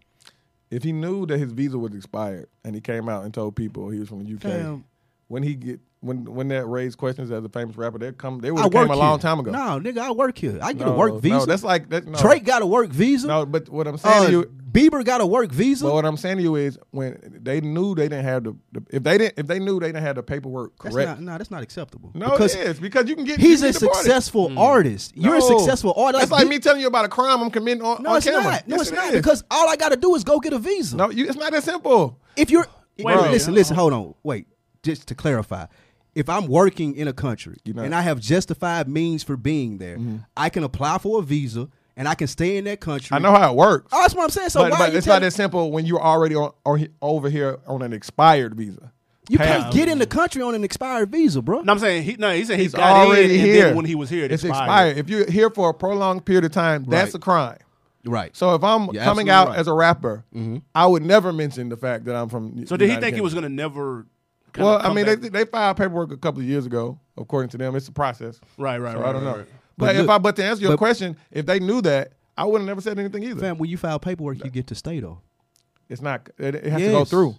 Speaker 4: If he knew that his visa was expired and he came out and told people he was from the UK,
Speaker 3: Fam.
Speaker 4: when he get when when that raised questions as a famous rapper, they come they would
Speaker 3: I
Speaker 4: have
Speaker 3: work
Speaker 4: came a
Speaker 3: here.
Speaker 4: long time ago.
Speaker 3: No, nigga, I work here. I get
Speaker 4: No,
Speaker 3: a work visa.
Speaker 4: No, that's like that. No,
Speaker 3: Drake got a work visa.
Speaker 4: no, but what I'm saying
Speaker 3: uh,
Speaker 4: to you,
Speaker 3: Bieber got a work visa.
Speaker 4: but what I'm saying to you is when they knew they didn't have the, the if they didn't if they knew they didn't have the paperwork
Speaker 3: that's
Speaker 4: correct.
Speaker 3: not, no, that's not acceptable.
Speaker 4: no,
Speaker 3: because
Speaker 4: it is because you can get
Speaker 3: he's
Speaker 4: you
Speaker 3: a
Speaker 4: can get deported.
Speaker 3: successful
Speaker 2: Mm.
Speaker 3: artist. You're a
Speaker 4: No.
Speaker 3: successful artist.
Speaker 4: That's like me telling you about a crime I'm committing on,
Speaker 3: No,
Speaker 4: on
Speaker 3: it's
Speaker 4: camera.
Speaker 3: not. No,
Speaker 4: Yes,
Speaker 3: it's
Speaker 4: it
Speaker 3: not
Speaker 4: is.
Speaker 3: because all I got to do is go get a visa.
Speaker 4: no, you, it's not that simple.
Speaker 3: If you're
Speaker 2: Wait a minute.
Speaker 3: listen, listen, hold on, wait. Just to clarify, if I'm working in a country
Speaker 4: know-
Speaker 3: and I have justified means for being there,
Speaker 4: Mm-hmm.
Speaker 3: I can apply for a visa and I can stay in that country.
Speaker 4: I know how it works,
Speaker 3: Oh, that's what I'm saying. So
Speaker 4: but,
Speaker 3: why
Speaker 4: but
Speaker 3: are you
Speaker 4: it's not
Speaker 3: telling,
Speaker 4: that simple when you're already on, on he- over here on an expired visa.
Speaker 3: you
Speaker 4: Pam.
Speaker 3: can't get in the country on an expired visa, bro?
Speaker 2: No, I'm saying he. No, he said he
Speaker 4: He's
Speaker 2: got
Speaker 4: already
Speaker 2: in, and
Speaker 4: here.
Speaker 2: then when he was here, it
Speaker 4: it's
Speaker 2: expired.
Speaker 4: expired. If you're here for a prolonged period of time, that's
Speaker 3: Right.
Speaker 4: a crime.
Speaker 3: Right.
Speaker 4: So if I'm
Speaker 3: You're
Speaker 4: coming
Speaker 3: absolutely
Speaker 4: out
Speaker 3: right. Mm-hmm.
Speaker 4: as a rapper, I would never mention the fact that I'm from.
Speaker 2: So did he think he was gonna never? kinda
Speaker 4: Well, I
Speaker 2: come
Speaker 4: mean, they,
Speaker 2: back?
Speaker 4: they filed paperwork a couple of years ago, according to them. It's a process.
Speaker 2: right, right,
Speaker 4: So
Speaker 2: right.
Speaker 4: I don't
Speaker 2: right,
Speaker 4: know.
Speaker 2: right.
Speaker 4: But,
Speaker 3: But
Speaker 4: if
Speaker 3: look-
Speaker 4: I but to answer your
Speaker 3: but-
Speaker 4: question, if they knew that, I would have never said anything either.
Speaker 3: Fam, when you file paperwork, you get to stay though.
Speaker 4: It's not. It, it has to go
Speaker 3: Yes.
Speaker 4: through.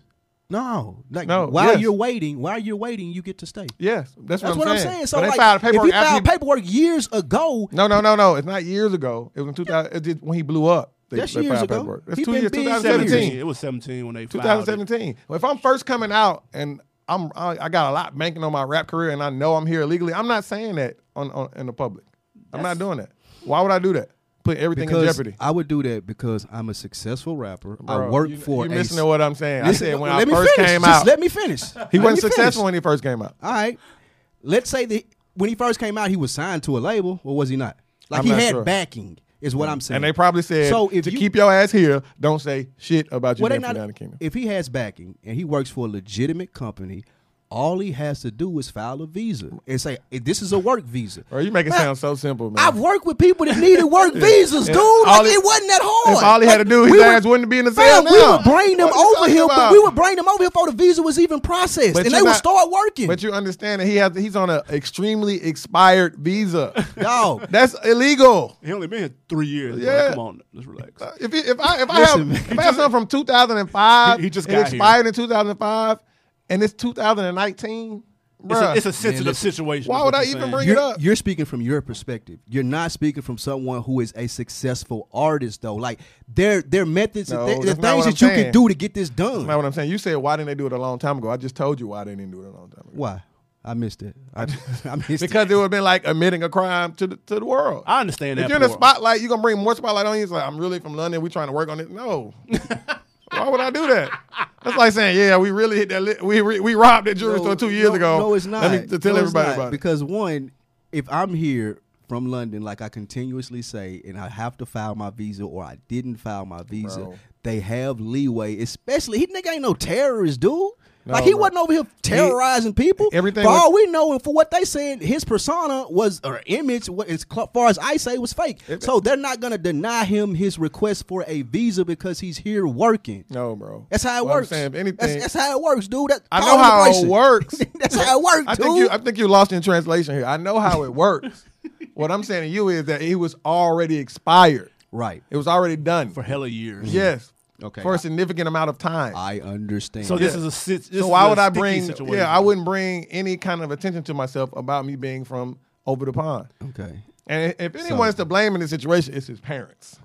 Speaker 3: No, like
Speaker 4: No,
Speaker 3: while
Speaker 4: yes.
Speaker 3: you're waiting, while you're waiting, you get to stay.
Speaker 4: Yes, that's,
Speaker 3: That's what I'm saying. So
Speaker 4: But they
Speaker 3: like,
Speaker 4: filed
Speaker 3: if
Speaker 4: paperwork
Speaker 3: he
Speaker 4: after
Speaker 3: filed paperwork years ago,
Speaker 4: No, no, no, no. It's not years ago. It was in 2000. It did, when he blew up. They,
Speaker 3: That's
Speaker 4: they
Speaker 3: years
Speaker 4: filed
Speaker 3: ago.
Speaker 4: paperwork. That's
Speaker 3: He
Speaker 4: two
Speaker 3: been
Speaker 4: years.
Speaker 3: big
Speaker 2: 17.
Speaker 4: 2017.
Speaker 2: It was 17 when they filed it.
Speaker 4: 2017. Well, if I'm first coming out and I'm I, I got a lot banking on my rap career and I know I'm here illegally, I'm not saying that on, on in the public. I'm not doing that. Why would I do that? Put everything in
Speaker 3: because
Speaker 4: jeopardy.
Speaker 3: I would do that because I'm a successful rapper. I
Speaker 4: Bro,
Speaker 3: work
Speaker 4: you,
Speaker 3: for
Speaker 4: you
Speaker 3: a
Speaker 4: missing to what I'm saying.
Speaker 3: Listen,
Speaker 4: I said when
Speaker 3: let
Speaker 4: I
Speaker 3: me
Speaker 4: first
Speaker 3: finish.
Speaker 4: came
Speaker 3: Just
Speaker 4: out,
Speaker 3: let me finish. Let
Speaker 4: he wasn't
Speaker 3: me finish.
Speaker 4: successful when he first came out.
Speaker 3: All right. Let's say that when he first came out, he was signed to a label, or was he not? Like
Speaker 4: I'm
Speaker 3: he
Speaker 4: not
Speaker 3: had
Speaker 4: sure.
Speaker 3: backing, is what I'm saying.
Speaker 4: And they probably said
Speaker 3: So if
Speaker 4: to
Speaker 3: you-
Speaker 4: keep your ass here, don't say shit about you
Speaker 3: Well, they
Speaker 4: being from the
Speaker 3: not-
Speaker 4: United Kingdom.
Speaker 3: if he has backing and he works for a legitimate company, all he has to do is file a visa and say "Eh, this is a work visa.
Speaker 4: Bro, you make it
Speaker 3: Man,
Speaker 4: sound so simple, man.
Speaker 3: I've worked with people that needed work visas, dude.
Speaker 4: All
Speaker 3: Like,
Speaker 4: he-
Speaker 3: it wasn't that hard.
Speaker 4: If all he had to
Speaker 3: Like,
Speaker 4: do, his
Speaker 3: we
Speaker 4: ass
Speaker 3: would-
Speaker 4: wouldn't be in the cell
Speaker 3: Fam, we
Speaker 4: now.
Speaker 3: would bring them
Speaker 4: What you
Speaker 3: over
Speaker 4: talking
Speaker 3: here,
Speaker 4: about?
Speaker 3: but we would bring them over here before the visa was even processed,
Speaker 4: But
Speaker 3: and
Speaker 4: you
Speaker 3: they would
Speaker 4: not-
Speaker 3: start working.
Speaker 4: But you understand that he has he's on an extremely expired visa.
Speaker 3: Dog.
Speaker 4: That's illegal.
Speaker 2: He only been here three years. bro.
Speaker 4: Yeah.
Speaker 2: Come on, let's relax.
Speaker 4: Uh, If he- if I if I
Speaker 3: Listen,
Speaker 4: have if I have something from 2005,
Speaker 2: He- he just
Speaker 4: it
Speaker 2: got
Speaker 4: expired in 2005, and it's 2019.
Speaker 2: It's a,
Speaker 4: Bruh,
Speaker 2: it's a sensitive situation.
Speaker 4: why
Speaker 2: is
Speaker 4: would
Speaker 2: what
Speaker 4: I
Speaker 2: you're
Speaker 4: even
Speaker 2: saying.
Speaker 4: bring it
Speaker 3: you're,
Speaker 4: up?
Speaker 3: you're speaking from your perspective. You're not speaking from someone who is a successful artist, though. Like their their methods,
Speaker 4: No,
Speaker 3: and the, the
Speaker 4: that's not
Speaker 3: things
Speaker 4: what I'm
Speaker 3: that you
Speaker 4: saying.
Speaker 3: can do to get this done.
Speaker 4: That's not what I'm saying. You said why didn't they do it a long time ago? I just told you why they didn't do it a long time ago.
Speaker 3: Why? I missed it. I, I missed it.
Speaker 4: Because it would have been like admitting a crime to the, to the world.
Speaker 2: I understand
Speaker 4: if
Speaker 2: that.
Speaker 4: you're in a
Speaker 2: part.
Speaker 4: spotlight, you're gonna bring more spotlight on you. It's like I'm really from London. We trying to work on it. No, why would I do that? That's like saying, yeah, we really hit that. Li- we re- we robbed that jewelry
Speaker 3: No,
Speaker 4: store two years
Speaker 3: no,
Speaker 4: ago.
Speaker 3: No, it's not.
Speaker 4: Let me t- tell
Speaker 3: No, it's
Speaker 4: everybody
Speaker 3: not.
Speaker 4: about it.
Speaker 3: Because one, if I'm here from London, like I continuously say, and I have to file my visa or I didn't file my visa,
Speaker 4: Bro.
Speaker 3: they have leeway. Especially he nigga ain't no terrorist, dude. like he
Speaker 4: bro.
Speaker 3: wasn't over here terrorizing people.
Speaker 4: everything
Speaker 3: for
Speaker 4: was-
Speaker 3: all we know, and for what they saying, his persona was or image, what as cl- far as I say, was fake. so they're not gonna deny him his request for a visa because he's here working.
Speaker 4: No, bro.
Speaker 3: That's how it
Speaker 4: What I'm
Speaker 3: works.
Speaker 4: saying, if anything,
Speaker 3: that's, that's how it works, dude. That,
Speaker 4: I
Speaker 3: call
Speaker 4: know how it
Speaker 3: immigration.
Speaker 4: works.
Speaker 3: that's how it works,
Speaker 4: I
Speaker 3: dude.
Speaker 4: think you I think you lost in translation here. I know how it works. what I'm saying to you is that it was already expired.
Speaker 3: right.
Speaker 4: It was already done.
Speaker 2: for hella years.
Speaker 4: yes.
Speaker 3: Okay. Ah,
Speaker 4: For a significant amount of time.
Speaker 3: I understand.
Speaker 2: So this is a sit- this
Speaker 4: so
Speaker 2: is
Speaker 4: why
Speaker 2: a
Speaker 4: would I
Speaker 2: sticky
Speaker 4: bring?
Speaker 2: Situation.
Speaker 4: Yeah, I wouldn't bring any kind of attention to myself about me being from over the pond.
Speaker 3: okay.
Speaker 4: And if anyone's to blame in this situation, it's his parents.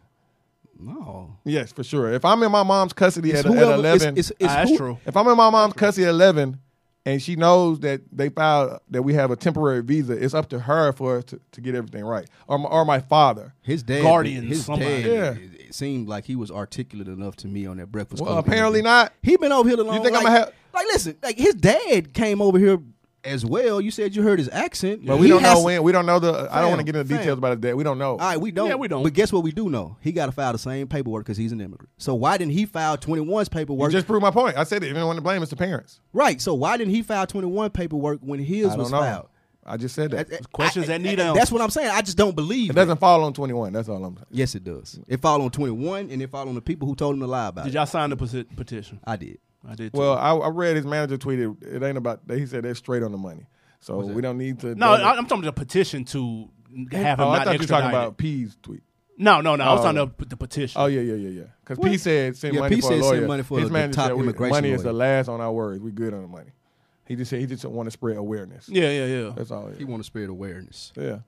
Speaker 3: No.
Speaker 4: Yes, for sure. If I'm in my mom's custody at, at
Speaker 3: Whoever- it's-
Speaker 4: eleven,
Speaker 3: it's- it's
Speaker 2: Ah, that's
Speaker 3: who-
Speaker 2: true.
Speaker 4: if I'm in my mom's custody at eleven, and she knows that they filed that we have a temporary visa, it's up to her for us to, to get everything right, or my, or my father.
Speaker 3: His dad.
Speaker 2: Guardian,
Speaker 3: His
Speaker 2: somebody.
Speaker 3: dad.
Speaker 4: Yeah.
Speaker 3: It, it seemed like he was articulate enough to me on that breakfast.
Speaker 4: Well,
Speaker 3: Club
Speaker 4: apparently
Speaker 3: interview.
Speaker 4: not.
Speaker 3: He been over here alone.
Speaker 4: think
Speaker 3: like,
Speaker 4: I'ma have-
Speaker 3: Like, listen. Like his dad came over here as well. You said you heard his accent.
Speaker 4: But we
Speaker 3: He
Speaker 4: don't know
Speaker 3: has-
Speaker 4: when. We don't know the. I don't
Speaker 3: Fam,
Speaker 4: want to get into
Speaker 3: fam.
Speaker 4: details about his dad. We don't know.
Speaker 3: All right, we don't.
Speaker 2: Yeah, we don't.
Speaker 3: But guess what? We do know he got to file the same paperwork because he's an immigrant. So why didn't he file 21's
Speaker 4: You
Speaker 3: paperwork?
Speaker 4: just proved my point. I said it. If anyone to blame, it's the parents.
Speaker 3: right. So why didn't he file 21 paperwork when his
Speaker 4: I
Speaker 3: was
Speaker 4: don't know.
Speaker 3: filed?
Speaker 4: I just said that.
Speaker 3: That-
Speaker 2: questions that need um,
Speaker 3: That's what I'm saying. I just don't believe.
Speaker 4: It
Speaker 3: that.
Speaker 4: doesn't fall on 21. That's all I'm saying.
Speaker 3: Yes, it does. It fall on 21, and it fall on the people who told him to lie about
Speaker 2: Did
Speaker 3: it.
Speaker 2: y'all sign the peti- petition?
Speaker 3: I did.
Speaker 2: I did. Too.
Speaker 4: Well, I, I read his manager tweeted. It ain't about. He said they're straight on the money. So we don't need to.
Speaker 2: no, I, I'm talking about the petition to have him
Speaker 4: oh,
Speaker 2: not
Speaker 4: I thought you were talking
Speaker 2: extradited.
Speaker 4: about P's tweet.
Speaker 2: no, no, no. I was talking about p- the petition.
Speaker 4: Oh yeah, yeah, yeah, yeah. Because P said send
Speaker 3: Yeah,
Speaker 4: money
Speaker 3: P
Speaker 4: for
Speaker 3: said
Speaker 4: a
Speaker 3: send
Speaker 4: lawyer.
Speaker 3: money for
Speaker 4: his
Speaker 3: the
Speaker 4: manager
Speaker 3: top
Speaker 4: said we-
Speaker 3: immigration
Speaker 4: money is
Speaker 3: lawyer.
Speaker 4: the last on our words. We good on the money. He just said he just want to spread awareness.
Speaker 2: Yeah, yeah, yeah.
Speaker 4: That's all. it
Speaker 3: He
Speaker 4: is.
Speaker 3: want Hmm. to spread awareness.
Speaker 4: Yeah,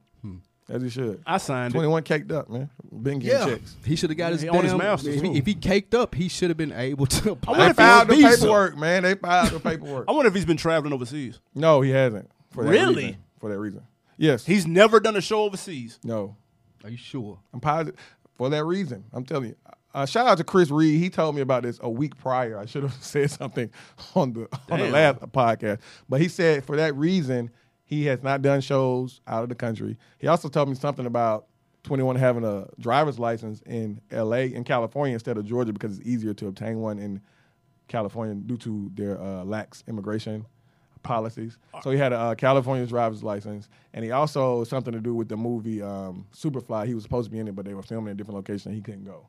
Speaker 4: as he should.
Speaker 2: I signed
Speaker 4: Twenty
Speaker 2: it.
Speaker 4: one caked up, man. Been getting checks.
Speaker 3: he should have got his
Speaker 2: He
Speaker 3: damn,
Speaker 2: on his masters,
Speaker 3: if, he,
Speaker 2: too.
Speaker 3: if he caked up, he should have been able to. apply
Speaker 2: wonder if he
Speaker 3: for
Speaker 4: They
Speaker 3: a
Speaker 4: filed the
Speaker 3: visa.
Speaker 4: paperwork, man. They filed the paperwork.
Speaker 2: I wonder if he's been traveling overseas.
Speaker 4: No, he hasn't. For that
Speaker 2: Really?
Speaker 4: reason. For that reason. Yes.
Speaker 2: He's never done a show overseas.
Speaker 4: no.
Speaker 3: Are you sure?
Speaker 4: I'm positive for that reason. I'm telling you. Uh, shout out to Chris Reed. He told me about this a week prior. I should have said something on the on the
Speaker 2: Damn.
Speaker 4: last podcast, but he said for that reason he has not done shows out of the country. He also told me something about 21 having a driver's license in L.A. in California instead of Georgia because it's easier to obtain one in California due to their uh, lax immigration policies. So he had a uh, California driver's license, and he also something to do with the movie um, Superfly. He was supposed to be in it, but they were filming in a different location. and He couldn't go.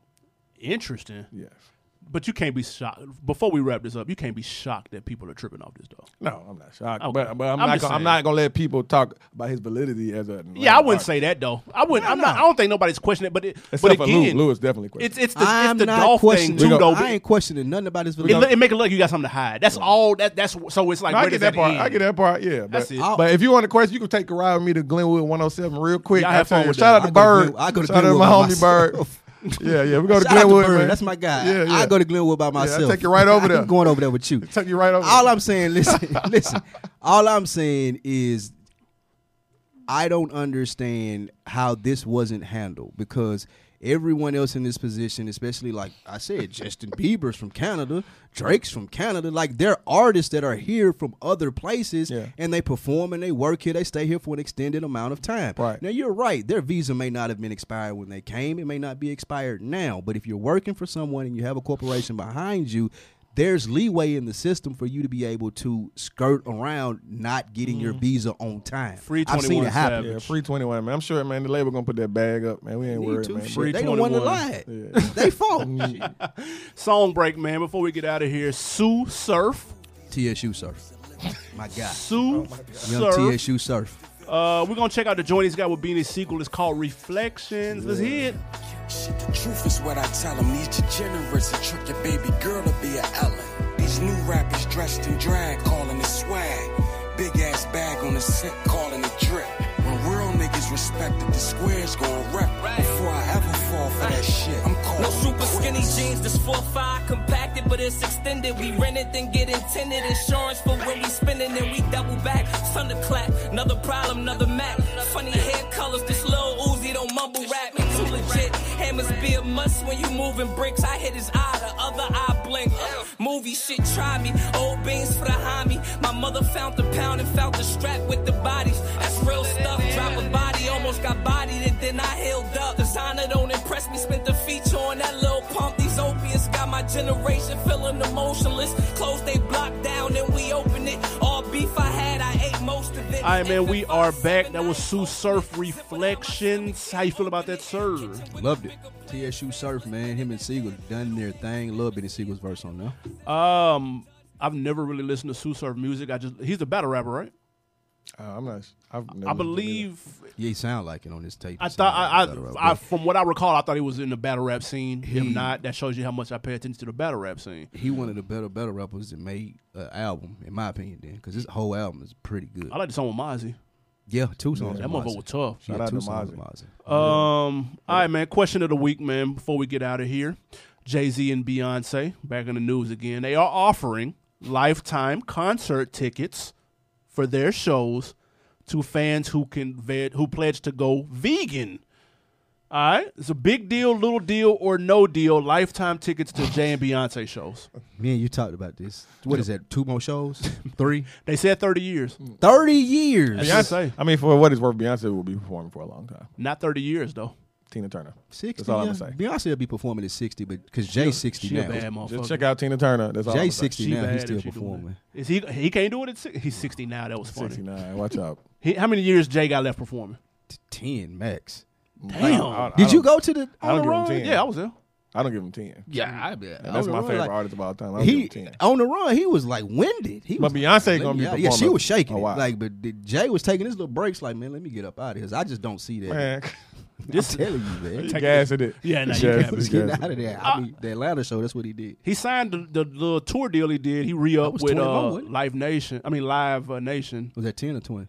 Speaker 2: Interesting.
Speaker 4: Yes.
Speaker 2: But you can't be shocked. Before we wrap this up, you can't be shocked that people are tripping off this though.
Speaker 4: No, I'm not shocked,
Speaker 2: Okay.
Speaker 4: but, but I'm,
Speaker 2: I'm
Speaker 4: not
Speaker 2: just
Speaker 4: gonna, I'm
Speaker 2: saying.
Speaker 4: not gonna let people talk about his validity as a
Speaker 2: Yeah, I wouldn't say that though. I wouldn't. I'm not. I don't think nobody's questioning it. But it,
Speaker 4: Except
Speaker 2: but
Speaker 4: for Lou.
Speaker 2: again,
Speaker 4: Lou is definitely questioning.
Speaker 2: it's it's the it's the Dolph thing
Speaker 3: questioning.
Speaker 2: too though.
Speaker 3: I ain't questioning nothing about his
Speaker 2: It,
Speaker 3: validity.
Speaker 2: look- it make it look like you got something to hide. That's all. That that's so it's like
Speaker 4: No, I
Speaker 2: where
Speaker 4: get
Speaker 2: does
Speaker 4: that part.
Speaker 2: end?
Speaker 4: I get that part. Yeah, but,
Speaker 2: That's it.
Speaker 3: I'll-
Speaker 4: but if you want a question, you can take a ride with me to Glenwood 107 real quick.
Speaker 2: Y'all
Speaker 4: I
Speaker 2: have
Speaker 4: tell
Speaker 2: fun
Speaker 4: you,
Speaker 2: with
Speaker 4: Shout
Speaker 2: that.
Speaker 4: out to
Speaker 3: I go to
Speaker 4: Bird.
Speaker 3: Glen- I go to
Speaker 4: Shout out to
Speaker 3: Glenwood
Speaker 4: my
Speaker 3: by
Speaker 4: homie
Speaker 3: myself.
Speaker 4: Bird. yeah, yeah, we go to
Speaker 3: Shout out to
Speaker 4: Glenwood.
Speaker 3: Bird.
Speaker 4: man.
Speaker 3: That's my guy.
Speaker 4: Yeah, yeah.
Speaker 3: I go to Glenwood by
Speaker 4: I
Speaker 3: myself.
Speaker 4: take you right over
Speaker 3: I keep
Speaker 4: there.
Speaker 3: going over there with you.
Speaker 4: Take you right over.
Speaker 3: all I'm saying, listen, listen. All I'm saying is I don't understand how this wasn't handled because everyone else in this position, especially like I said, Justin Bieber's from Canada, Drake's from Canada, like they're artists that are here from other places
Speaker 4: Yeah.
Speaker 3: and they perform and they work here, they stay here for an extended amount of time.
Speaker 4: Right.
Speaker 3: Now you're right, their visa may not have been expired when they came, it may not be expired now, but if you're working for someone and you have a corporation behind you, there's leeway in the system for you to be able to skirt around not getting your
Speaker 4: Mm-hmm.
Speaker 3: visa on time.
Speaker 2: Free
Speaker 3: I've seen
Speaker 2: 21
Speaker 3: it happen.
Speaker 2: Savage.
Speaker 4: Yeah, free 21, man. I'm sure, man, the label gonna put that bag up, man. We ain't
Speaker 3: Need
Speaker 4: worried,
Speaker 3: to,
Speaker 4: man.
Speaker 3: shit.
Speaker 2: Free
Speaker 3: They don't want to
Speaker 2: 21.
Speaker 3: lie. They fault.
Speaker 2: Song break, man. Before we get out of here, Sue Surf,
Speaker 3: TSU surf. My God.
Speaker 4: Oh,
Speaker 2: Sue
Speaker 3: Young
Speaker 2: Surf.
Speaker 3: TSU surf.
Speaker 2: Uh, we're gonna check out the joint he's got with Beanie's sequel. It's called Reflections. Let's hear it.
Speaker 5: Shit, the truth is what I tell them. These degenerates that trick your baby girl to be a Ellen. These new rappers dressed in drag, calling it swag. Big ass bag on the set, calling it drip. When real niggas respected, the squares gon' rep. Before I ever fall for that shit, I'm calling
Speaker 6: No super
Speaker 5: it
Speaker 6: skinny
Speaker 5: quits.
Speaker 6: jeans, this 4-5 compacted, but it's extended. We rent it, then get intended. Insurance for when we spending, then we double back. Thunderclap, another problem, another map. Funny hair colors, this little Uzi don't mumble rap. It's too legit. Hammers be a must when you moving bricks. I hit his eye, the other eye blink. Uh, movie shit, try me. Old beans for the homie. My mother found the pound and found the strap with the bodies. That's real stuff. Drop a body, almost got bodied, and then I healed up. Designer don't impress me. Spent the feature on that little pump. These opiates got my generation feeling emotionless. Close they block down, and we open it. All beef I had, I ate most of it.
Speaker 2: All right, man. We are back. That was Sue Surf Reflections. How you feel about that, sir?
Speaker 3: Loved it. TSU surf, man. Him and Siegel done their thing. Love Benny Siegel's verse on there.
Speaker 2: Um, I've never really listened to Sue Surf music. I just he's a battle rapper, right?
Speaker 4: Uh, I'm not. I've never
Speaker 2: I believe.
Speaker 3: Yeah, he sound like it on this tape.
Speaker 2: I
Speaker 3: He
Speaker 2: thought
Speaker 3: sound like
Speaker 2: I, I, I,
Speaker 3: that.
Speaker 2: from what I recall, I thought he was in the battle rap scene. If
Speaker 3: He-
Speaker 2: not, that shows you how much I pay attention to the battle rap scene.
Speaker 3: he one of the better better rappers that made an album, in my opinion, then, because this whole album is pretty good.
Speaker 2: I like the song with Mozzie.
Speaker 3: Yeah, two songs.
Speaker 2: That
Speaker 3: on
Speaker 2: motherfucker
Speaker 3: Mozzie.
Speaker 2: was tough.
Speaker 3: Yeah,
Speaker 4: Shout out
Speaker 3: two
Speaker 4: to
Speaker 3: songs
Speaker 4: Mozzie.
Speaker 3: on Mozzie.
Speaker 2: Um, all right, man. Question of the week, man. Before we get out of here, Jay Z and Beyonce back in the news again. They are offering lifetime concert tickets for their shows to fans who can ve- who pledge to go vegan. All right, it's a big deal, little deal, or no deal. Lifetime tickets to Jay and Beyonce shows.
Speaker 3: Me and you talked about this. What is that? Two more shows? Three?
Speaker 2: They said thirty years,
Speaker 3: Thirty years.
Speaker 2: Beyonce-
Speaker 4: Beyonce. I mean, for what it's worth, Beyonce will be performing for a long time.
Speaker 2: not thirty years though.
Speaker 4: Tina Turner.
Speaker 3: 60.
Speaker 4: That's all
Speaker 3: yeah.
Speaker 4: I'm gonna say.
Speaker 3: Beyonce will be performing at 60, but because Jay's 60
Speaker 2: She a bad
Speaker 3: now.
Speaker 2: motherfucker.
Speaker 4: Just check out Tina Turner. That's all.
Speaker 3: Jay
Speaker 4: I'm gonna say.
Speaker 3: 60
Speaker 2: She
Speaker 3: now,
Speaker 2: bad
Speaker 3: he's
Speaker 2: if
Speaker 3: still
Speaker 2: she doing
Speaker 3: performing.
Speaker 2: it. Is he? He can't do it at six. He's sixty now. That was funny.
Speaker 4: 69. Watch out.
Speaker 2: He, how many years Jay got left performing?
Speaker 3: T- 10 max.
Speaker 2: Damn.
Speaker 4: I- I
Speaker 3: Did you
Speaker 4: don't-
Speaker 3: go to the.
Speaker 4: I
Speaker 3: on the
Speaker 4: don't give him
Speaker 3: run?
Speaker 4: 10.
Speaker 2: yeah, I was there.
Speaker 4: I don't give him 10.
Speaker 3: Yeah, I bet.
Speaker 4: And that's my favorite artist of all time. I don't
Speaker 3: He
Speaker 4: give him 10.
Speaker 3: on the run, he was like winded. He was
Speaker 4: But Beyonce
Speaker 3: like,
Speaker 4: gonna
Speaker 3: let
Speaker 4: be
Speaker 3: me out. Yeah, she
Speaker 4: performing
Speaker 3: was shaking
Speaker 4: a
Speaker 3: it.
Speaker 4: while.
Speaker 3: Like, but the- Jay was taking his little breaks. Like, man, let me get up out of here. 'cause I just don't see that.
Speaker 4: Man,
Speaker 2: This
Speaker 3: I'm telling you, man.
Speaker 4: You gassing it.
Speaker 2: Yeah, no, you
Speaker 4: Gassing
Speaker 2: capping.
Speaker 4: it,
Speaker 3: Let's get
Speaker 4: gassing
Speaker 3: out
Speaker 4: it.
Speaker 3: of there. I mean, the Atlanta show, that's what he did.
Speaker 2: He signed the, the little tour deal he did. He re
Speaker 3: was
Speaker 2: upped with
Speaker 3: 21,
Speaker 2: uh,
Speaker 3: wasn't it?
Speaker 2: Live Nation. I mean, Live uh, Nation.
Speaker 3: Was that 10 or 20?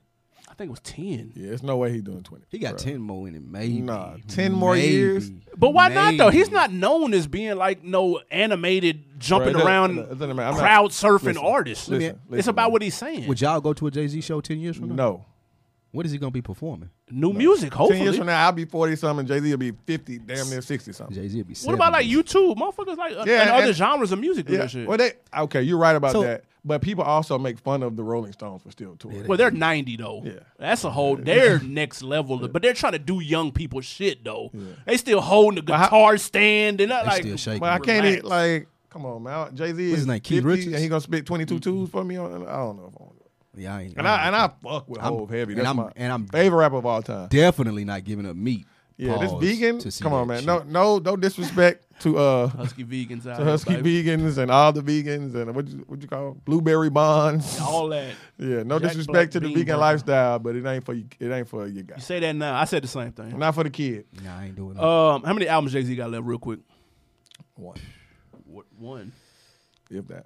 Speaker 2: I think it was 10.
Speaker 4: Yeah, there's no way he doing 20.
Speaker 3: He got 10 more in it, maybe.
Speaker 4: Nah, 10 more years?
Speaker 2: But why not, though?
Speaker 3: Maybe.
Speaker 2: He's not known as being like no animated, jumping
Speaker 4: Bruh, it doesn't-
Speaker 2: around,
Speaker 4: it doesn't matter. I'm not-
Speaker 2: crowd surfing
Speaker 4: listen,
Speaker 2: artist.
Speaker 4: listen,
Speaker 2: it's
Speaker 4: listen,
Speaker 2: about
Speaker 4: man.
Speaker 2: what he's saying.
Speaker 3: Would y'all go to a Jay Z show 10 years from now?
Speaker 4: No.
Speaker 3: What is he going to be performing?
Speaker 2: New music, hopefully.
Speaker 4: Ten years from now, I'll be forty something. Jay Z will be fifty, damn near sixty something.
Speaker 3: Jay Z would be
Speaker 2: what about
Speaker 3: 70.
Speaker 2: like YouTube? Motherfuckers like uh,
Speaker 4: Yeah,
Speaker 2: and other
Speaker 4: and-
Speaker 2: genres of music do that shit.
Speaker 4: Well, they okay. You're right about
Speaker 3: So-
Speaker 4: that. But people also make fun of the Rolling Stones for still touring.
Speaker 2: Well, they're 90 though.
Speaker 4: Yeah.
Speaker 2: That's a whole they're next level, but they're trying to do young people shit though. They still holding a
Speaker 4: how-
Speaker 2: guitar stand and not
Speaker 3: They
Speaker 2: like
Speaker 3: still shaking.
Speaker 4: But I can't
Speaker 2: Relax.
Speaker 4: eat like. Come on, man. Jay Z
Speaker 3: What's
Speaker 4: is
Speaker 3: his name, Keith
Speaker 4: 50,
Speaker 3: Richards?
Speaker 4: and he gonna spit 22 twos for me. On, I don't know if I want to.
Speaker 3: Yeah, I ain't.
Speaker 4: And I and I fuck with
Speaker 3: I'm-
Speaker 4: Hove heavy.
Speaker 3: and
Speaker 4: That's
Speaker 3: I'm-
Speaker 4: my
Speaker 3: and I'm-
Speaker 4: favorite rapper of all time.
Speaker 3: definitely not giving up meat.
Speaker 4: Yeah, this
Speaker 3: Pause
Speaker 4: vegan.
Speaker 3: to see
Speaker 4: Come on, man.
Speaker 3: that
Speaker 4: No,
Speaker 3: shit.
Speaker 4: no, no disrespect to uh
Speaker 2: husky vegans out
Speaker 4: to
Speaker 2: here,
Speaker 4: husky
Speaker 2: baby.
Speaker 4: vegans and all the vegans and what you, what you call 'em? blueberry bonds.
Speaker 2: all that.
Speaker 4: Yeah, no
Speaker 2: Jack
Speaker 4: disrespect
Speaker 2: Black
Speaker 4: to the
Speaker 2: bean
Speaker 4: vegan
Speaker 2: burger.
Speaker 4: lifestyle, but it ain't for you. It ain't for you guys.
Speaker 2: You say that now. I said the same thing.
Speaker 4: Not for the kid.
Speaker 3: Nah, I ain't doing
Speaker 4: Uh,
Speaker 3: that.
Speaker 2: Um, how many albums Jay Z got left, real quick?
Speaker 4: One,
Speaker 2: What one?
Speaker 4: if that.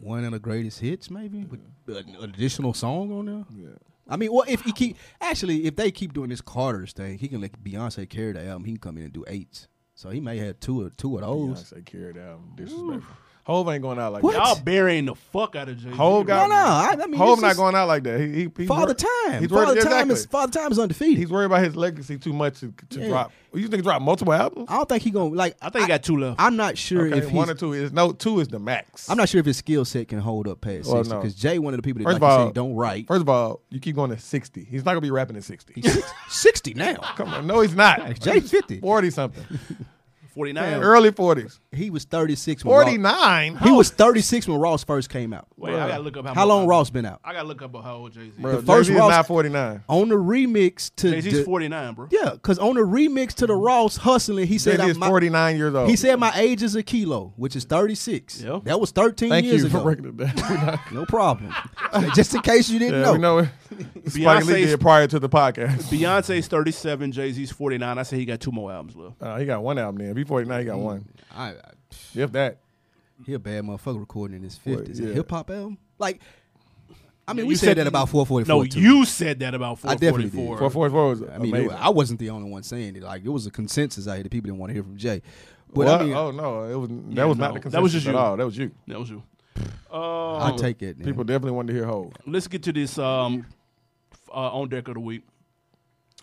Speaker 3: One of the greatest hits, maybe, with an additional song on there.
Speaker 4: Yeah.
Speaker 3: I mean, well, if he keep actually, if they keep doing this Carter's thing, he can let Beyonce carry the album. He can come in and do eights. So he may have two or two of those.
Speaker 4: Beyonce carried out. Disrespectful. Hove ain't going out like
Speaker 3: What?
Speaker 4: that.
Speaker 2: Y'all burying the fuck out of Jay Z.
Speaker 4: Hove got.
Speaker 3: No, no, I- I mean,
Speaker 4: Hove
Speaker 3: this
Speaker 4: not
Speaker 3: is-
Speaker 4: going out like that. He, he, he's
Speaker 3: Father
Speaker 4: wor-
Speaker 3: time,
Speaker 4: He's worried,
Speaker 3: father time
Speaker 4: exactly.
Speaker 3: is father time is undefeated.
Speaker 4: He's worried about his legacy too much to, to
Speaker 3: Yeah.
Speaker 4: drop. You think drop multiple albums?
Speaker 3: I don't think he gonna like.
Speaker 2: I think he got two left.
Speaker 3: I'm not sure
Speaker 4: Okay,
Speaker 3: if he's,
Speaker 4: one or two is no two is the max.
Speaker 3: I'm not sure if his skill set can hold up past
Speaker 4: Well,
Speaker 3: sixty.
Speaker 4: no.
Speaker 3: Because Jay, one of the people that
Speaker 4: First
Speaker 3: like
Speaker 4: of
Speaker 3: you
Speaker 4: all,
Speaker 3: said, don't write.
Speaker 4: First of all, you keep going to sixty. He's not gonna be rapping at sixty.
Speaker 3: sixty now.
Speaker 4: Come on, no, he's not.
Speaker 3: Jay 50.
Speaker 4: forty something,
Speaker 2: forty nine.
Speaker 4: early forties,
Speaker 3: He was thirty six.
Speaker 4: forty nine.
Speaker 3: He was 36 when Ross first came out.
Speaker 2: Wait, I gotta look up how,
Speaker 3: How
Speaker 2: much-
Speaker 3: long Ross been out?
Speaker 2: I gotta look up how old Jay Z.
Speaker 4: Bro,
Speaker 3: the first
Speaker 4: Jay-Z is
Speaker 3: Ross- Oh,
Speaker 4: not forty nine.
Speaker 3: On the remix to
Speaker 2: Jay Z's
Speaker 3: the-
Speaker 2: forty nine, bro.
Speaker 3: Yeah, because on the remix to the Ross hustling, he
Speaker 4: Jay
Speaker 3: said
Speaker 4: Z
Speaker 3: I-
Speaker 4: is
Speaker 3: my,
Speaker 4: forty nine years old.
Speaker 3: He said my age is a kilo, which is 36.
Speaker 2: Yeah.
Speaker 3: That was 13
Speaker 4: "Thank
Speaker 3: years
Speaker 4: you for
Speaker 3: ago.
Speaker 4: breaking it down." We not-
Speaker 3: no problem. Just in case you didn't
Speaker 4: Yeah,
Speaker 3: know.
Speaker 4: we know it. Spike Lee
Speaker 2: Beyonce's-
Speaker 4: did prior to the podcast.
Speaker 2: Beyonce's thirty seven. Jay Z's forty nine. I say he got two more albums left.
Speaker 4: Uh, he got one album then. Before he now he got one.
Speaker 3: I, I,
Speaker 4: If that.
Speaker 3: he a bad motherfucker recording in his 50s. A
Speaker 4: yeah.
Speaker 3: hip hop album? Like, I mean,
Speaker 2: You
Speaker 3: we said, that about 444.
Speaker 2: No,
Speaker 3: too.
Speaker 2: you said that about
Speaker 3: I definitely did.
Speaker 2: 444.
Speaker 4: Four four four was
Speaker 3: I mean, it
Speaker 4: amazing.
Speaker 3: wa- I wasn't the only one saying it. Like, it was a consensus out here that people didn't want to hear from Jay. But
Speaker 4: What?
Speaker 3: I mean,
Speaker 4: oh no, it was that
Speaker 2: Yeah,
Speaker 4: was
Speaker 2: no.
Speaker 4: not the consensus
Speaker 2: That was just
Speaker 4: at
Speaker 2: you.
Speaker 4: all. That was you.
Speaker 2: That was you.
Speaker 3: I take it. Now.
Speaker 4: People definitely wanted to hear Hove.
Speaker 2: Let's get to this um, f- uh, on deck of the week.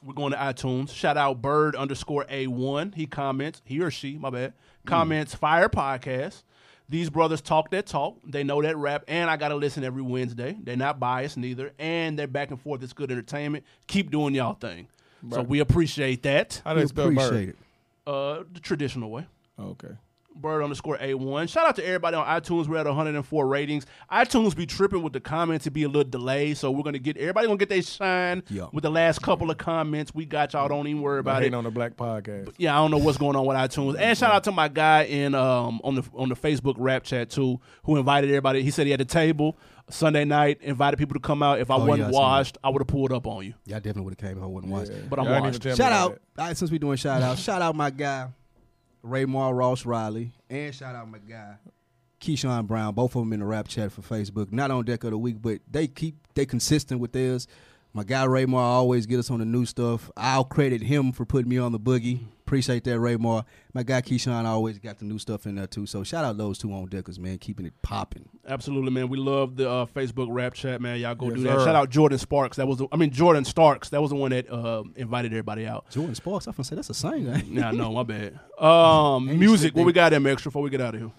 Speaker 2: We're going to iTunes. Shout out Bird underscore A one. He comments he or she, my bad,
Speaker 3: Hmm.
Speaker 2: comments Fire Podcast. These brothers talk that talk. They know that rap, and I gotta listen every Wednesday. They're not biased neither, and they're back and forth. It's good entertainment. Keep doing y'all thing. So we appreciate that.
Speaker 4: How
Speaker 3: We
Speaker 4: did spell
Speaker 3: appreciate
Speaker 4: Bird?
Speaker 3: it.
Speaker 2: Uh, the traditional way.
Speaker 4: Okay.
Speaker 2: Bird underscore A1. Shout out to everybody on iTunes. We're at 104 ratings. iTunes be tripping with the comments. It be a little delay. So we're gonna get everybody gonna get their shine
Speaker 3: Yeah.
Speaker 2: with the last couple of comments. We got y'all. Don't even worry about
Speaker 4: About
Speaker 2: it.
Speaker 4: hating on the black podcast.
Speaker 2: Yeah, I don't know what's going on with iTunes. And shout out to my guy in um on the on the Facebook rap chat too, who invited everybody. He said he had a table Sunday night, invited people to come out. If I
Speaker 3: Oh, yeah, I
Speaker 2: wasn't
Speaker 3: seen that.
Speaker 2: washed, I would have pulled up on you.
Speaker 3: Yeah, I definitely would have came home and watched.
Speaker 2: But I'm
Speaker 4: Y'all ain't
Speaker 2: washed.
Speaker 4: even tell
Speaker 3: Shout
Speaker 4: me
Speaker 3: out,
Speaker 4: about
Speaker 3: all right, since we doing shout out, shout out my guy, Raymar Ross Riley, and shout out my guy, Keyshawn Brown. Both of them in the rap chat for Facebook. Not on deck of the week, but they keep they consistent with theirs. My guy Raymar always get us on the new stuff. I'll credit him for putting me on the boogie. Appreciate that, Raymar. My guy Keyshawn always got the new stuff in there too. So shout out those two on deckers, man, keeping it popping.
Speaker 2: Absolutely, man. We love the uh, Facebook rap chat, man. Y'all go
Speaker 4: Yes,
Speaker 2: do that.
Speaker 4: sir.
Speaker 2: Shout out Jordan Sparks. That was the, I mean Jordan Starks. That was the one that uh, invited everybody out.
Speaker 3: Jordan Sparks, I'm gonna say that's a singer.
Speaker 2: Nah, no, my bad. Um, music. What we got in extra before we get out of here?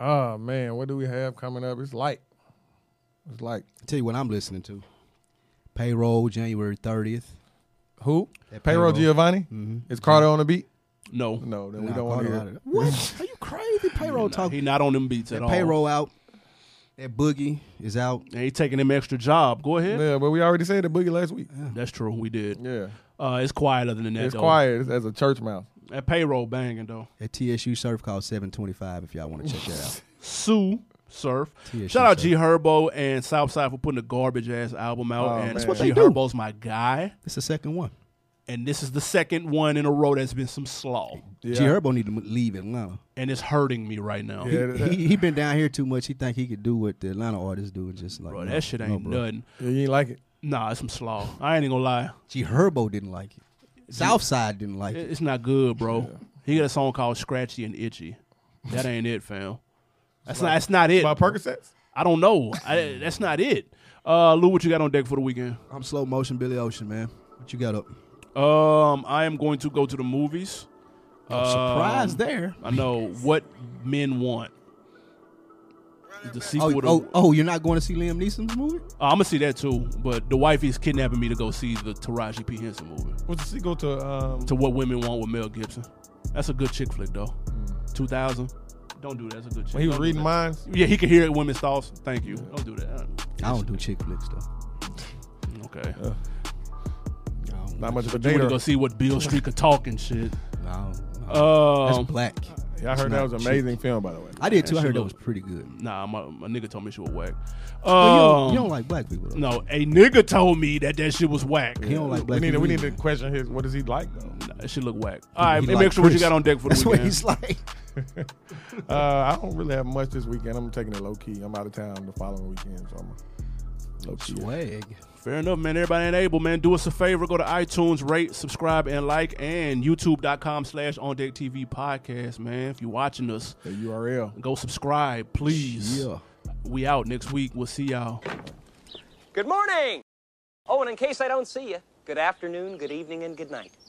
Speaker 4: that. Oh man, what do we have coming up? It's light. It's like
Speaker 3: Tell you what I'm listening to. Payroll January 30th.
Speaker 4: who?
Speaker 3: That payroll.
Speaker 4: Payroll
Speaker 3: Mm-hmm.
Speaker 4: Giovanni? Is Carter on the beat?
Speaker 2: No,
Speaker 4: No, then we
Speaker 3: Nah,
Speaker 4: don't want
Speaker 3: Carter
Speaker 4: to hear
Speaker 3: out of
Speaker 4: it.
Speaker 3: there. What? Are you crazy? Payroll
Speaker 2: Nah,
Speaker 3: talk.
Speaker 2: he not on them beats at all.
Speaker 3: payroll out. That boogie is out.
Speaker 2: And he taking them extra job. Go ahead.
Speaker 4: Yeah, but we already said the boogie last week.
Speaker 2: That's true. We did.
Speaker 4: Yeah.
Speaker 2: Uh, it's quiet other than that.
Speaker 4: It's
Speaker 2: though.
Speaker 4: quiet It's as a church mouth.
Speaker 2: That payroll banging though.
Speaker 3: That TSU surf call 725 if y'all want to check that out.
Speaker 2: Sue Surf.
Speaker 3: TSU
Speaker 2: Shout out
Speaker 3: Surf.
Speaker 2: G Herbo and Southside for putting a garbage ass album out.
Speaker 4: Oh,
Speaker 2: and
Speaker 4: man. That's what
Speaker 2: G
Speaker 3: they do.
Speaker 2: Herbo's my guy.
Speaker 3: It's the second one.
Speaker 2: and this is the second one in a row that's been some slaw,
Speaker 3: G Herbo need to m- leave Atlanta.
Speaker 2: and it's hurting me right now.
Speaker 4: Yeah, that-
Speaker 3: He he been down here too much. He think he could do what the Atlanta artists do and just like
Speaker 2: Bro,
Speaker 3: no,
Speaker 2: that shit
Speaker 3: no,
Speaker 2: ain't
Speaker 3: bro.
Speaker 2: nothing.
Speaker 4: you ain't like it.
Speaker 2: Nah, it's some slaw. I ain't even gonna lie.
Speaker 3: G Herbo didn't like it. Southside didn't like
Speaker 2: It-
Speaker 3: it.
Speaker 2: It's not good, bro. He got a song called "Scratchy and Itchy." That ain't it, fam. That's not. That's not it.
Speaker 4: By Percocets?
Speaker 2: I don't know. I, that's not it. Uh, Lou, what you got on deck for the weekend?
Speaker 3: I'm slow motion Billy Ocean, man. What you got up?
Speaker 2: Um, I am going to go to the movies.
Speaker 3: Surprise
Speaker 2: Um,
Speaker 3: there.
Speaker 2: I know what men want. The sequel.
Speaker 3: Oh,
Speaker 2: to,
Speaker 3: oh, oh, you're not going to see Liam Neeson's movie?
Speaker 2: I'm gonna see that too. But the wife is kidnapping me to go see the Taraji P Henson movie.
Speaker 4: What's the sequel to? Um,
Speaker 2: To what women want with Mel Gibson. That's a good chick flick though. Two thousand. Don't do that. That's a good. Chick.
Speaker 4: when he was
Speaker 2: Don't do
Speaker 4: reading
Speaker 2: that.
Speaker 4: minds.
Speaker 2: Yeah, he can hear it women's thoughts. Thank you. Don't do that.
Speaker 3: I don't do chick flicks though.
Speaker 2: Mm, Okay.
Speaker 3: I don't-
Speaker 4: Not much of a
Speaker 2: You want to go
Speaker 4: dater.
Speaker 2: see what Bill Streaker talking shit.
Speaker 3: I don't- I don't-
Speaker 2: Um,
Speaker 3: That's black.
Speaker 4: Yeah, I heard that
Speaker 3: not
Speaker 4: was an amazing film, by the way.
Speaker 3: I did too. I
Speaker 2: she
Speaker 3: heard that was
Speaker 2: look-
Speaker 3: pretty good.
Speaker 2: nah, my, my nigga told me she was whack.
Speaker 3: But you, don't,
Speaker 2: Um,
Speaker 3: you don't like black people. Though.
Speaker 2: no, a nigga told me that that shit was whack.
Speaker 3: he don't like
Speaker 4: we
Speaker 3: black
Speaker 4: need to,
Speaker 3: people.
Speaker 4: we need
Speaker 3: either.
Speaker 4: to question his. What does he like though?
Speaker 2: Nah, that shit look whack. All right,
Speaker 3: He
Speaker 2: make
Speaker 3: like
Speaker 2: sure what you
Speaker 3: Chris.
Speaker 2: got on deck for the
Speaker 3: That's what
Speaker 2: weekend.
Speaker 3: he's like.
Speaker 4: Uh, I don't really have much this weekend. I'm taking it low key. I'm out of town the following weekend, so I'm low key.
Speaker 3: Swag.
Speaker 2: Fair enough, man. Everybody ain't able, man. Do us a favor. Go to iTunes, rate, subscribe, and like, and youtube.com slash on deck TV podcast, man. If you're watching us,
Speaker 4: The URL.
Speaker 2: go subscribe, please.
Speaker 3: Yeah.
Speaker 2: We out next week. We'll see y'all.
Speaker 7: Good morning. Oh, and in case I don't see you, good afternoon, good evening, and good night.